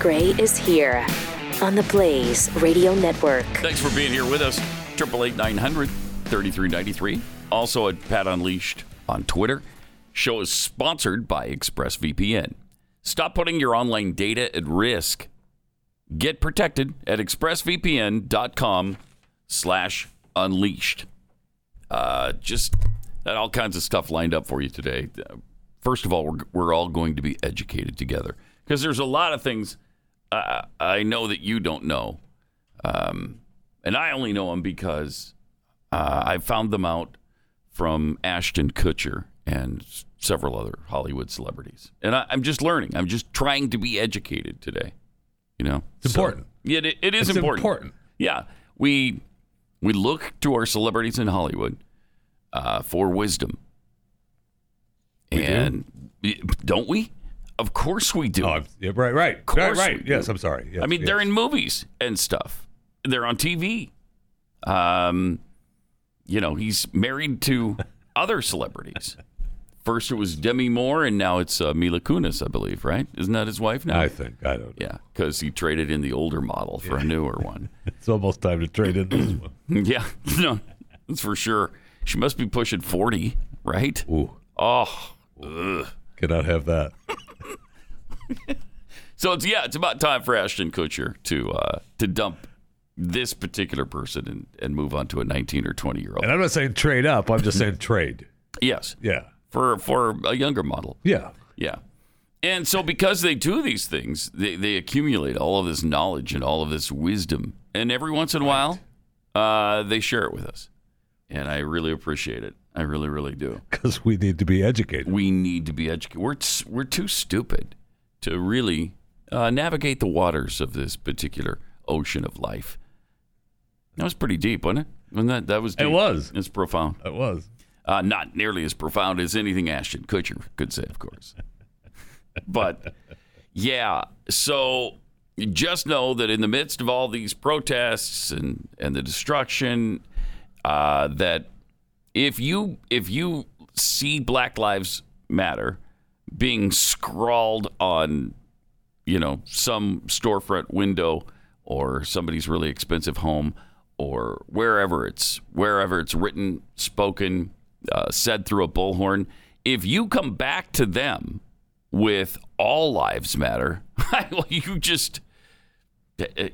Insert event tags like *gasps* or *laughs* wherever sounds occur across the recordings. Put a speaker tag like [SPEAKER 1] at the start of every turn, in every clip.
[SPEAKER 1] Gray is here on the Blaze Radio Network.
[SPEAKER 2] Thanks for being here with us. 888 Also at Pat Unleashed on Twitter. Show is sponsored by ExpressVPN. Stop putting your online data at risk. Get protected at expressvpn.com slash unleashed. Uh, just got all kinds of stuff lined up for you today. Uh, First of all, we're, we're all going to be educated together because there's a lot of things uh, I know that you don't know. Um, and I only know them because uh, I found them out from Ashton Kutcher and s- several other Hollywood celebrities. And I, I'm just learning. I'm just trying to be educated today. You know,
[SPEAKER 3] It's important.
[SPEAKER 2] Yeah, it, it is
[SPEAKER 3] It's
[SPEAKER 2] important.
[SPEAKER 3] important.
[SPEAKER 2] Yeah, we we look to our celebrities in Hollywood uh, for wisdom,
[SPEAKER 3] We do?
[SPEAKER 2] and do. not we? Of course we do.
[SPEAKER 3] Oh, yeah, right, right, right,
[SPEAKER 2] course
[SPEAKER 3] right.
[SPEAKER 2] we do.
[SPEAKER 3] Yes, I'm sorry. Yes,
[SPEAKER 2] I mean, they're
[SPEAKER 3] yes.
[SPEAKER 2] in movies and stuff. They're on TV. Um, you know, he's married
[SPEAKER 3] *laughs*
[SPEAKER 2] to other celebrities. First, it was Demi Moore, and now it's uh, Mila Kunis, I believe. Right? Isn't that his wife now?
[SPEAKER 3] I think I don't.
[SPEAKER 2] yeah, because he traded in the older model for a newer one.
[SPEAKER 3] It's almost time to trade in this one.
[SPEAKER 2] *laughs* Yeah, no, that's for sure. She must be pushing 40, right?
[SPEAKER 3] Ooh,
[SPEAKER 2] Oh, ugh.
[SPEAKER 3] cannot have that.
[SPEAKER 2] *laughs* so it's yeah, it's about time for Ashton Kutcher to uh, to dump this particular person and, and move on to a 19 or 20 year old.
[SPEAKER 3] And I'm not saying trade up. I'm just saying trade.
[SPEAKER 2] Yes,
[SPEAKER 3] Yeah,
[SPEAKER 2] for for a younger model.
[SPEAKER 3] yeah.
[SPEAKER 2] Yeah. And so because they do these things, they, they accumulate all of this knowledge and all of this wisdom. And every once in a while, uh, they share it with us. And I really appreciate it. I really, really do.
[SPEAKER 3] Because we need to be educated.
[SPEAKER 2] we need to be educated. We're s- we're too stupid to really uh, navigate the waters of this particular ocean of life. That was pretty deep, wasn't it? Wasn't that that was
[SPEAKER 3] It
[SPEAKER 2] deep.
[SPEAKER 3] was.
[SPEAKER 2] It's profound.
[SPEAKER 3] It was.
[SPEAKER 2] Uh, not nearly as profound as anything Ashton Kutcher could say, of course. but yeah, so just know that in the midst of all these protests and and the destruction, uh, that if you if you see Black Lives Matter being scrawled on, you know, some storefront window or somebody's really expensive home or wherever it's wherever it's written, spoken, uh, said through a bullhorn, if you come back to them with all lives matter, *laughs* you just uh,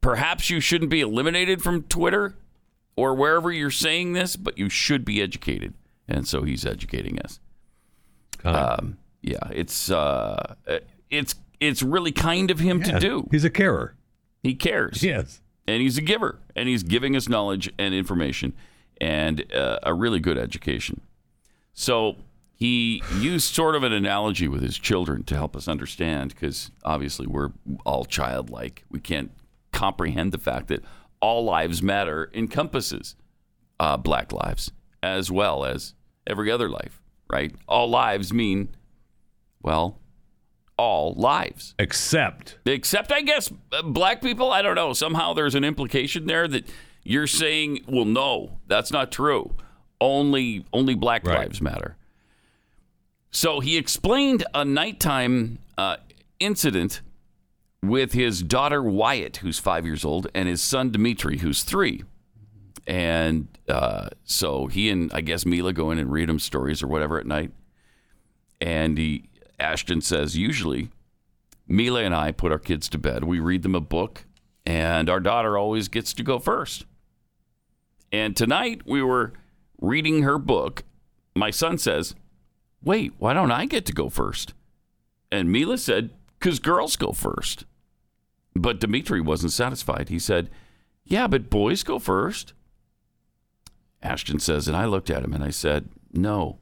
[SPEAKER 2] perhaps you shouldn't be eliminated from Twitter or wherever you're saying this, but you should be educated. And so he's educating us. Um, yeah, it's uh, it's it's really kind of him
[SPEAKER 3] Yeah.
[SPEAKER 2] to do.
[SPEAKER 3] He's a carer.
[SPEAKER 2] He cares,
[SPEAKER 3] Yes.
[SPEAKER 2] and he's a giver, and he's giving us knowledge and information and uh, a really good education. So he used sort of an analogy with his children to help us understand, because obviously we're all childlike. We can't comprehend the fact that all lives matter encompasses uh, black lives as well as every other life, right? All lives mean, well, all lives
[SPEAKER 3] Except
[SPEAKER 2] except I guess uh, black people. I don't know. Somehow there's an implication there that you're saying, well, no, that's not true. Only only black
[SPEAKER 3] Right.
[SPEAKER 2] lives matter. So he explained a nighttime uh, incident with his daughter Wyatt, who's five years old, and his son Dimitri, who's three. And uh, so he and I guess Mila go in and read him stories or whatever at night. And he Ashton says usually Mila and I put our kids to bed. We read them a book, and our daughter always gets to go first. And tonight we were reading her book. My son says, Wait, why don't I get to go first? And Mila said, Because girls go first. But Dimitri wasn't satisfied. He said, Yeah, but boys go first. Ashton says, and I looked at him and I said, No,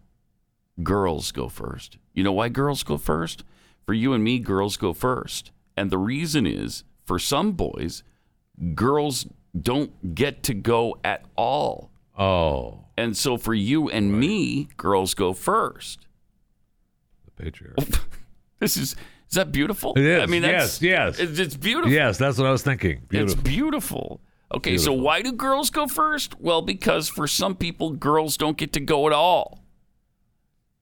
[SPEAKER 2] girls go first. You know why girls go first? For you and me, girls go first. And the reason is for some boys, girls don't get to go at all.
[SPEAKER 3] oh,
[SPEAKER 2] And so for you and me, girls go first.
[SPEAKER 3] the patriarch.
[SPEAKER 2] *laughs* This is is that beautiful?
[SPEAKER 3] It is.
[SPEAKER 2] I mean, that's,
[SPEAKER 3] Yes, yes.
[SPEAKER 2] It's, it's beautiful.
[SPEAKER 3] yes, that's what I was thinking. Beautiful.
[SPEAKER 2] It's beautiful. Okay, so
[SPEAKER 3] Beautiful.
[SPEAKER 2] why do girls go first? Well, because for some people, girls don't get to go at all.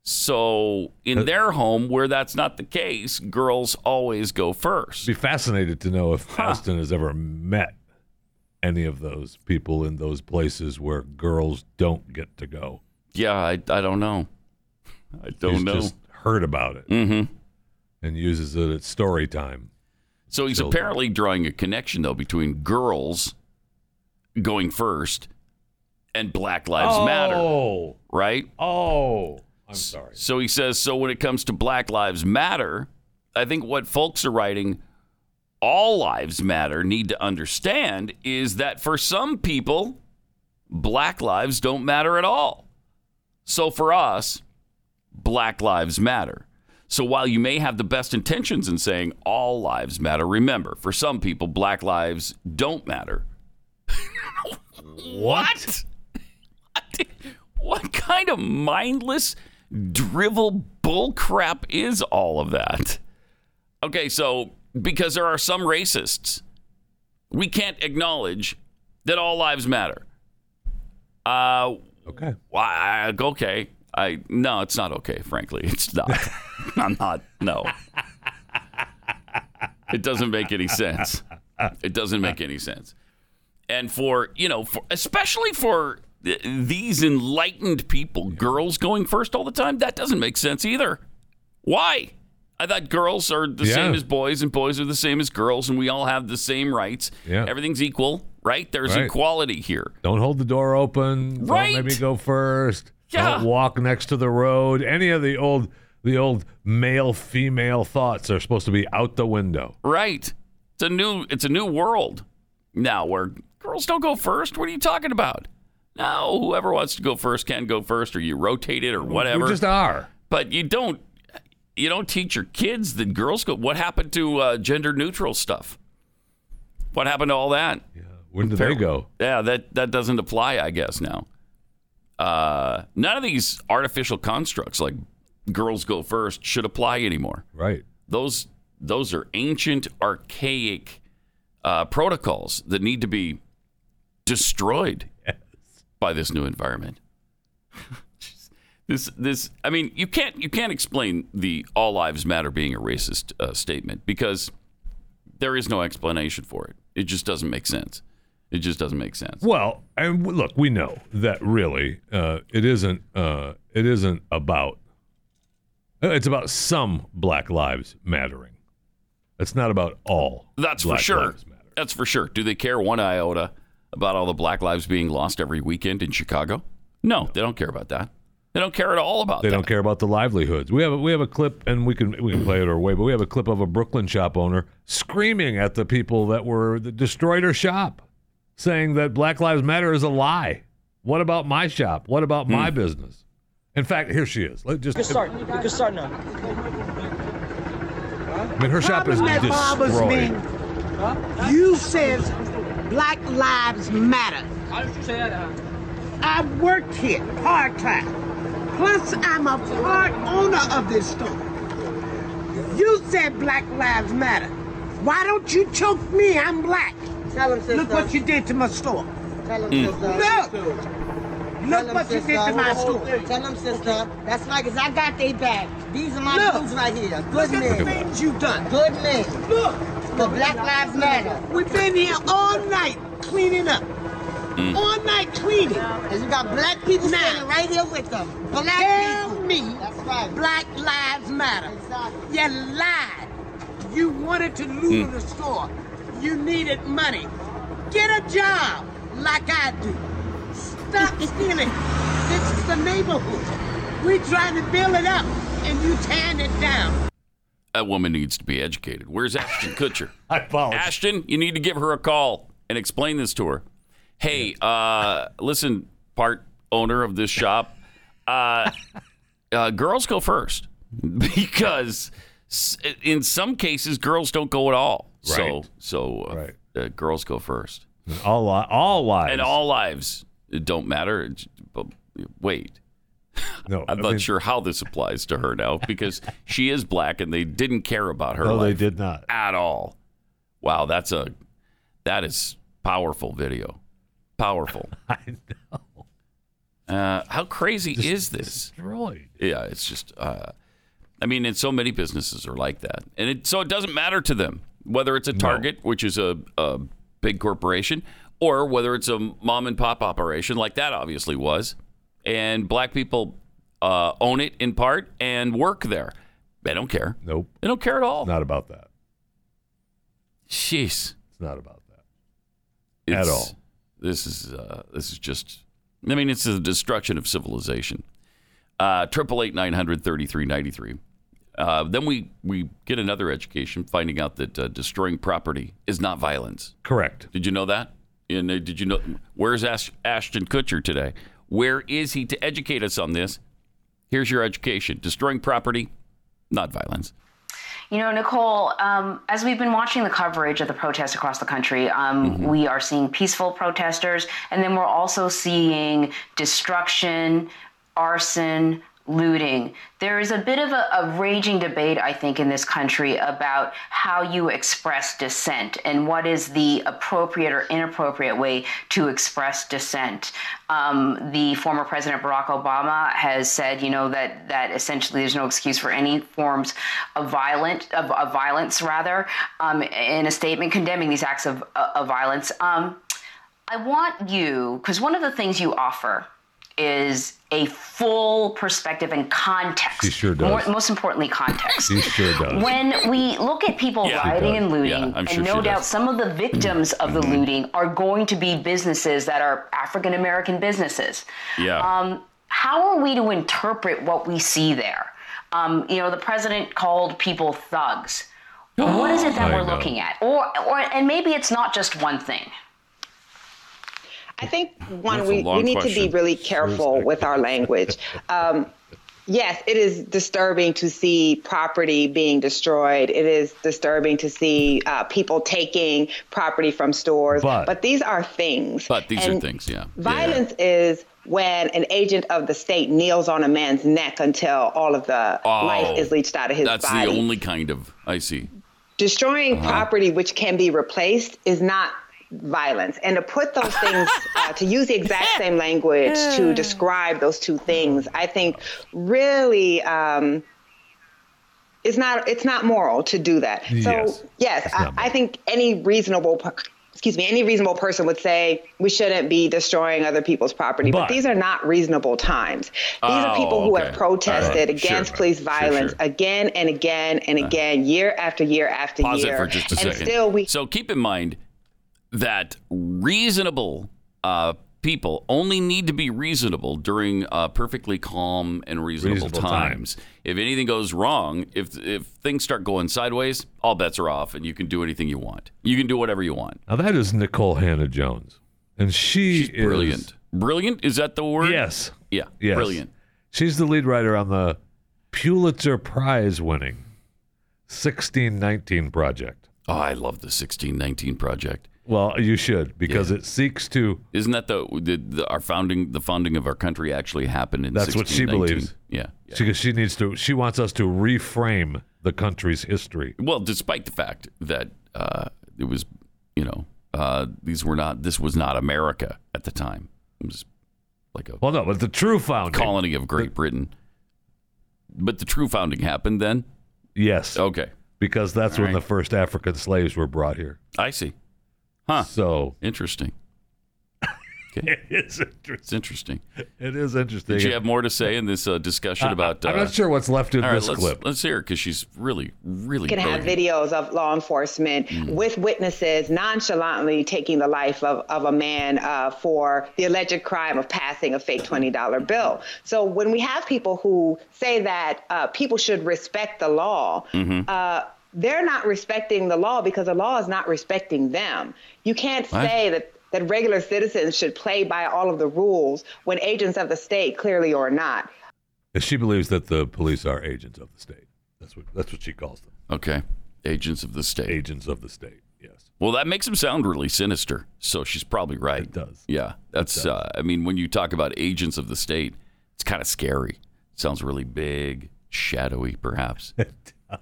[SPEAKER 2] So in their home, where that's not the case, girls always go first.
[SPEAKER 3] Be fascinated to know if Austin has ever met any of those people in those places where girls don't get to go.
[SPEAKER 2] Yeah, I, I don't know. I don't
[SPEAKER 3] He's
[SPEAKER 2] know.
[SPEAKER 3] just heard about it
[SPEAKER 2] Mhm.
[SPEAKER 3] and uses it at story time.
[SPEAKER 2] So he's
[SPEAKER 3] Children.
[SPEAKER 2] apparently drawing a connection though between girls going first and Black Lives Matter,
[SPEAKER 3] Oh,
[SPEAKER 2] right?
[SPEAKER 3] oh, I'm sorry.
[SPEAKER 2] So he says, so when it comes to Black Lives Matter, I think what folks are writing, all lives matter, need to understand is that for some people, black lives don't matter at all. So for us, black lives matter. So while you may have the best intentions in saying all lives matter, remember, for some people, black lives don't matter.
[SPEAKER 3] What?
[SPEAKER 2] *laughs* What kind of mindless drivel bullcrap is all of that? Okay, so because there are some racists, we can't acknowledge that all lives matter. Uh,
[SPEAKER 3] Okay.
[SPEAKER 2] why? Okay, I no, it's not okay. Frankly, it's
[SPEAKER 3] *laughs*
[SPEAKER 2] not. I'm not. No, it doesn't make any sense. It doesn't make any sense. And for you know, for, especially for th- these enlightened people, girls going first all the time, that doesn't make sense either. Why? I thought girls are the
[SPEAKER 3] Yeah.
[SPEAKER 2] same as boys, and boys are the same as girls, and we all have the same rights.
[SPEAKER 3] Yeah.
[SPEAKER 2] Everything's equal, right? There's
[SPEAKER 3] Right.
[SPEAKER 2] equality here.
[SPEAKER 3] Don't hold the door open.
[SPEAKER 2] Right.
[SPEAKER 3] Don't maybe go first.
[SPEAKER 2] Yeah.
[SPEAKER 3] Don't walk next to the road. Any of the old the old male female thoughts are supposed to be out the window.
[SPEAKER 2] Right. It's a new it's a new world now where girls don't go first. What are you talking about? No, whoever wants to go first can go first, or you rotate it or whatever.
[SPEAKER 3] We just are.
[SPEAKER 2] but you don't you don't teach your kids that girls go. What happened to uh, gender neutral stuff? What happened to all that?
[SPEAKER 3] When do they go?
[SPEAKER 2] Yeah, that that doesn't apply, I guess now. Uh, none of these artificial constructs like girls go first should apply anymore
[SPEAKER 3] Right.
[SPEAKER 2] those those are ancient, archaic uh, protocols that need to be destroyed by this new environment. *laughs* this this I mean, you can't you can't explain the all lives matter being a racist uh, statement because there is no explanation for it. It just doesn't make sense. It just doesn't make sense.
[SPEAKER 3] Well, and w- look, we know that really uh, it isn't uh, it isn't about uh, it's about some black lives mattering. It's not about all.
[SPEAKER 2] That's
[SPEAKER 3] Black
[SPEAKER 2] for sure.
[SPEAKER 3] Lives Matter.
[SPEAKER 2] That's for sure. Do they care one iota about all the black lives being lost every weekend in Chicago? No, they don't care about that. They don't care at all about
[SPEAKER 3] They
[SPEAKER 2] that.
[SPEAKER 3] don't care about the livelihoods. We have a, we have a clip, and we can we can play it our way, but we have a clip of a Brooklyn shop owner screaming at the people that were that destroyed her shop, saying that Black Lives Matter is a lie. What about my shop? What about
[SPEAKER 2] Hmm.
[SPEAKER 3] my business? In fact, here she is. Let just
[SPEAKER 4] start. You can start now.
[SPEAKER 3] I mean, her shop is
[SPEAKER 5] problem that bothers me,
[SPEAKER 3] destroyed.
[SPEAKER 5] you says Black Lives Matter.
[SPEAKER 4] How did you say that?
[SPEAKER 5] I work here part time. Plus, I'm a part owner of this store. You said Black Lives Matter. Why don't you choke me? I'm black.
[SPEAKER 6] Tell him, sister.
[SPEAKER 5] Look what you did to my store.
[SPEAKER 6] Tell him, sister.
[SPEAKER 5] Look. Look
[SPEAKER 6] Tell 'em,
[SPEAKER 5] what you
[SPEAKER 6] sister.
[SPEAKER 5] did to my store.
[SPEAKER 6] Tell him, sister. That's right, 'cause I got they back. These are my
[SPEAKER 5] Look.
[SPEAKER 6] dudes right here. Good
[SPEAKER 5] Look at the
[SPEAKER 6] men.
[SPEAKER 5] things you done.
[SPEAKER 6] Good men.
[SPEAKER 5] Look.
[SPEAKER 6] The Black Lives Matter.
[SPEAKER 5] We've been here all night cleaning up. All night cleaning.
[SPEAKER 6] And you got black people
[SPEAKER 5] Now.
[SPEAKER 6] standing right here with them. Black
[SPEAKER 5] Tell
[SPEAKER 6] people.
[SPEAKER 5] me
[SPEAKER 6] That's right.
[SPEAKER 5] Black Lives Matter.
[SPEAKER 6] Exactly.
[SPEAKER 5] You lied. You wanted to loot the store. You needed money. Get a job like I do.
[SPEAKER 6] *laughs*
[SPEAKER 5] Stop stealing. This is the neighborhood. We trying to build it up and you tearing it down.
[SPEAKER 2] That woman needs to be educated. Where's Ashton Kutcher?
[SPEAKER 3] *laughs* I apologize.
[SPEAKER 2] Ashton, you need to give her a call and explain this to her. Hey, uh, listen, part owner of this shop,
[SPEAKER 3] *laughs*
[SPEAKER 2] uh, uh, girls go first *laughs* because s- in some cases girls don't go at all. So,
[SPEAKER 3] Right.
[SPEAKER 2] so uh,
[SPEAKER 3] Right.
[SPEAKER 2] uh, girls go first,
[SPEAKER 3] All li- all lives.
[SPEAKER 2] and all lives don't matter. It's- but Wait,
[SPEAKER 3] No,
[SPEAKER 2] *laughs* I'm
[SPEAKER 3] I
[SPEAKER 2] not
[SPEAKER 3] mean,
[SPEAKER 2] sure how this applies to her now because she is black and they didn't care about her.
[SPEAKER 3] No, they
[SPEAKER 2] life
[SPEAKER 3] did not.
[SPEAKER 2] at all. Wow, that's a
[SPEAKER 3] *laughs*
[SPEAKER 2] that is powerful video. Powerful.
[SPEAKER 3] I know.
[SPEAKER 2] Uh, how crazy is this?
[SPEAKER 3] Destroyed.
[SPEAKER 2] Yeah, it's just. Uh, I mean, and so many businesses are like that, and it, so it doesn't matter to them whether it's a Target, which is a, a big corporation, or whether it's a mom and pop operation like that obviously was, and black people uh, own it in part and work there. They don't care.
[SPEAKER 3] Nope.
[SPEAKER 2] They don't care at all.
[SPEAKER 3] Not about that.
[SPEAKER 2] Jeez.
[SPEAKER 3] It's not about that. At
[SPEAKER 2] It's-
[SPEAKER 3] all.
[SPEAKER 2] This is uh, this is just. I mean, it's the destruction of civilization. Uh, Triple eight nine hundred thirty three ninety three. Then we we get another education, finding out that uh, destroying property is not violence.
[SPEAKER 3] Correct.
[SPEAKER 2] Did you know that? And uh, did you know where's Ash, Ashton Kutcher today? Where is he to educate us on this? Here's your education: destroying property, not violence.
[SPEAKER 7] You know, Nicole, um, as we've been watching the coverage of the protests across the country, um, we are seeing peaceful protesters, and then we're also seeing destruction, arson, looting. There is a bit of a, a raging debate, I think, in this country about how you express dissent and what is the appropriate or inappropriate way to express dissent. Um, the former President Barack Obama has said, you know, that that essentially there's no excuse for any forms of violent of, of violence, rather, um, in a statement condemning these acts of, of violence. Um, I want you, because one of the things you offer is a full perspective and context.
[SPEAKER 3] She sure does.
[SPEAKER 7] More- most importantly, context.
[SPEAKER 3] He sure does.
[SPEAKER 7] When we look at people
[SPEAKER 2] Yeah.
[SPEAKER 7] rioting and looting,
[SPEAKER 2] Yeah, I'm sure
[SPEAKER 7] and no
[SPEAKER 2] she
[SPEAKER 7] doubt
[SPEAKER 2] does. Mm-hmm.
[SPEAKER 7] some of the victims of the looting are going to be businesses that are African American businesses.
[SPEAKER 2] Yeah.
[SPEAKER 7] Um, how are we to interpret what we see there? Um, you know, the president called people
[SPEAKER 2] *gasps*
[SPEAKER 7] thugs. what is it that
[SPEAKER 3] I
[SPEAKER 7] we're
[SPEAKER 3] know.
[SPEAKER 7] looking at? Or, or, and maybe it's not just one thing.
[SPEAKER 8] I think one
[SPEAKER 2] That's a
[SPEAKER 8] we,
[SPEAKER 2] long
[SPEAKER 8] we need to
[SPEAKER 2] question.
[SPEAKER 8] be really careful with our
[SPEAKER 2] *laughs*
[SPEAKER 8] language. Um, yes, it is disturbing to see property being destroyed. It is disturbing to see uh, people taking property from stores.
[SPEAKER 3] But-
[SPEAKER 8] these are things.
[SPEAKER 2] But these are
[SPEAKER 8] And
[SPEAKER 2] things, yeah.
[SPEAKER 8] Violence is when an agent of the state kneels on a man's neck until all of the
[SPEAKER 2] Oh,
[SPEAKER 8] life is leached out of his
[SPEAKER 2] That's
[SPEAKER 8] body.
[SPEAKER 2] the only kind of I see.
[SPEAKER 8] Destroying property which can be replaced is not violence. And to put those things, uh, to use the exact same language to describe those two things, I think really. Um, it's not it's not moral to do that. So
[SPEAKER 3] Yes.
[SPEAKER 8] yes,
[SPEAKER 3] It's
[SPEAKER 8] I,
[SPEAKER 3] not
[SPEAKER 8] I think any reasonable per- excuse me any reasonable person would say we shouldn't be destroying other people's property. But,
[SPEAKER 3] But-
[SPEAKER 8] these are not reasonable times. These are
[SPEAKER 2] Oh,
[SPEAKER 8] people who have
[SPEAKER 2] okay.
[SPEAKER 8] protested
[SPEAKER 2] Alright. Sure.
[SPEAKER 8] against police
[SPEAKER 2] Sure,
[SPEAKER 8] violence
[SPEAKER 2] sure.
[SPEAKER 8] again and again and again, year after year after
[SPEAKER 2] pause
[SPEAKER 8] year.
[SPEAKER 2] it for just a
[SPEAKER 8] and
[SPEAKER 2] second.
[SPEAKER 8] still we
[SPEAKER 2] so keep in mind that reasonable uh, people only need to be reasonable during uh, perfectly calm and reasonable,
[SPEAKER 3] Reasonable
[SPEAKER 2] times. If anything goes wrong, if if things start going sideways, all bets are off, and you can do anything you want. You can do whatever you want.
[SPEAKER 3] Now that is Nicole Hannah Jones, and she
[SPEAKER 2] She's
[SPEAKER 3] is
[SPEAKER 2] brilliant. Brilliant is that the word?
[SPEAKER 3] Yes,
[SPEAKER 2] Yeah.
[SPEAKER 3] yes.
[SPEAKER 2] Brilliant.
[SPEAKER 3] She's the lead writer on the Pulitzer Prize-winning 1619 project.
[SPEAKER 2] Oh, I love the 1619 project.
[SPEAKER 3] Well, you should because it seeks to.
[SPEAKER 2] Isn't that the, the, the our founding the founding of our country actually happened in
[SPEAKER 3] That's what she
[SPEAKER 2] 1619?
[SPEAKER 3] believes.
[SPEAKER 2] Yeah. yeah.
[SPEAKER 3] Because she needs to. She wants us to reframe the country's history.
[SPEAKER 2] Well, despite the fact that uh, it was, you know, uh, these were not. This was not America at the time. It was like a
[SPEAKER 3] Well, no, but the true founding.
[SPEAKER 2] colony of Great Britain. But the true founding happened then.
[SPEAKER 3] Yes,
[SPEAKER 2] Okay,
[SPEAKER 3] because that's when the first African slaves were brought here.
[SPEAKER 2] I see. Huh.
[SPEAKER 3] So
[SPEAKER 2] Interesting.
[SPEAKER 3] *laughs* it is interesting.
[SPEAKER 2] It's interesting.
[SPEAKER 3] It is interesting.
[SPEAKER 2] Did you have more to say in this uh, discussion about? Uh,
[SPEAKER 3] I'm not sure what's left in
[SPEAKER 2] All right,
[SPEAKER 3] this
[SPEAKER 2] let's
[SPEAKER 3] clip.
[SPEAKER 2] let's hear because she's really, really Mm.
[SPEAKER 8] can have
[SPEAKER 2] brilliant.
[SPEAKER 8] videos of law enforcement with witnesses nonchalantly taking the life of, of a man uh, for the alleged crime of passing a fake $20 bill. So when we have people who say that uh, people should respect the law,
[SPEAKER 2] Mm-hmm.
[SPEAKER 8] uh, they're not respecting the law because the law is not respecting them. You can't
[SPEAKER 2] What?
[SPEAKER 8] say that. That regular citizens should play by all of the rules when agents of the state clearly are not.
[SPEAKER 3] She believes that the police are agents of the state. That's what that's what she calls them.
[SPEAKER 2] Okay, agents of the state.
[SPEAKER 3] Agents of the state. Yes.
[SPEAKER 2] Well, that makes him sound really sinister. So she's probably right.
[SPEAKER 3] It does.
[SPEAKER 2] Yeah, that's. Uh, I mean, when you talk about agents of the state, it's kind of scary. sounds really big, shadowy, perhaps.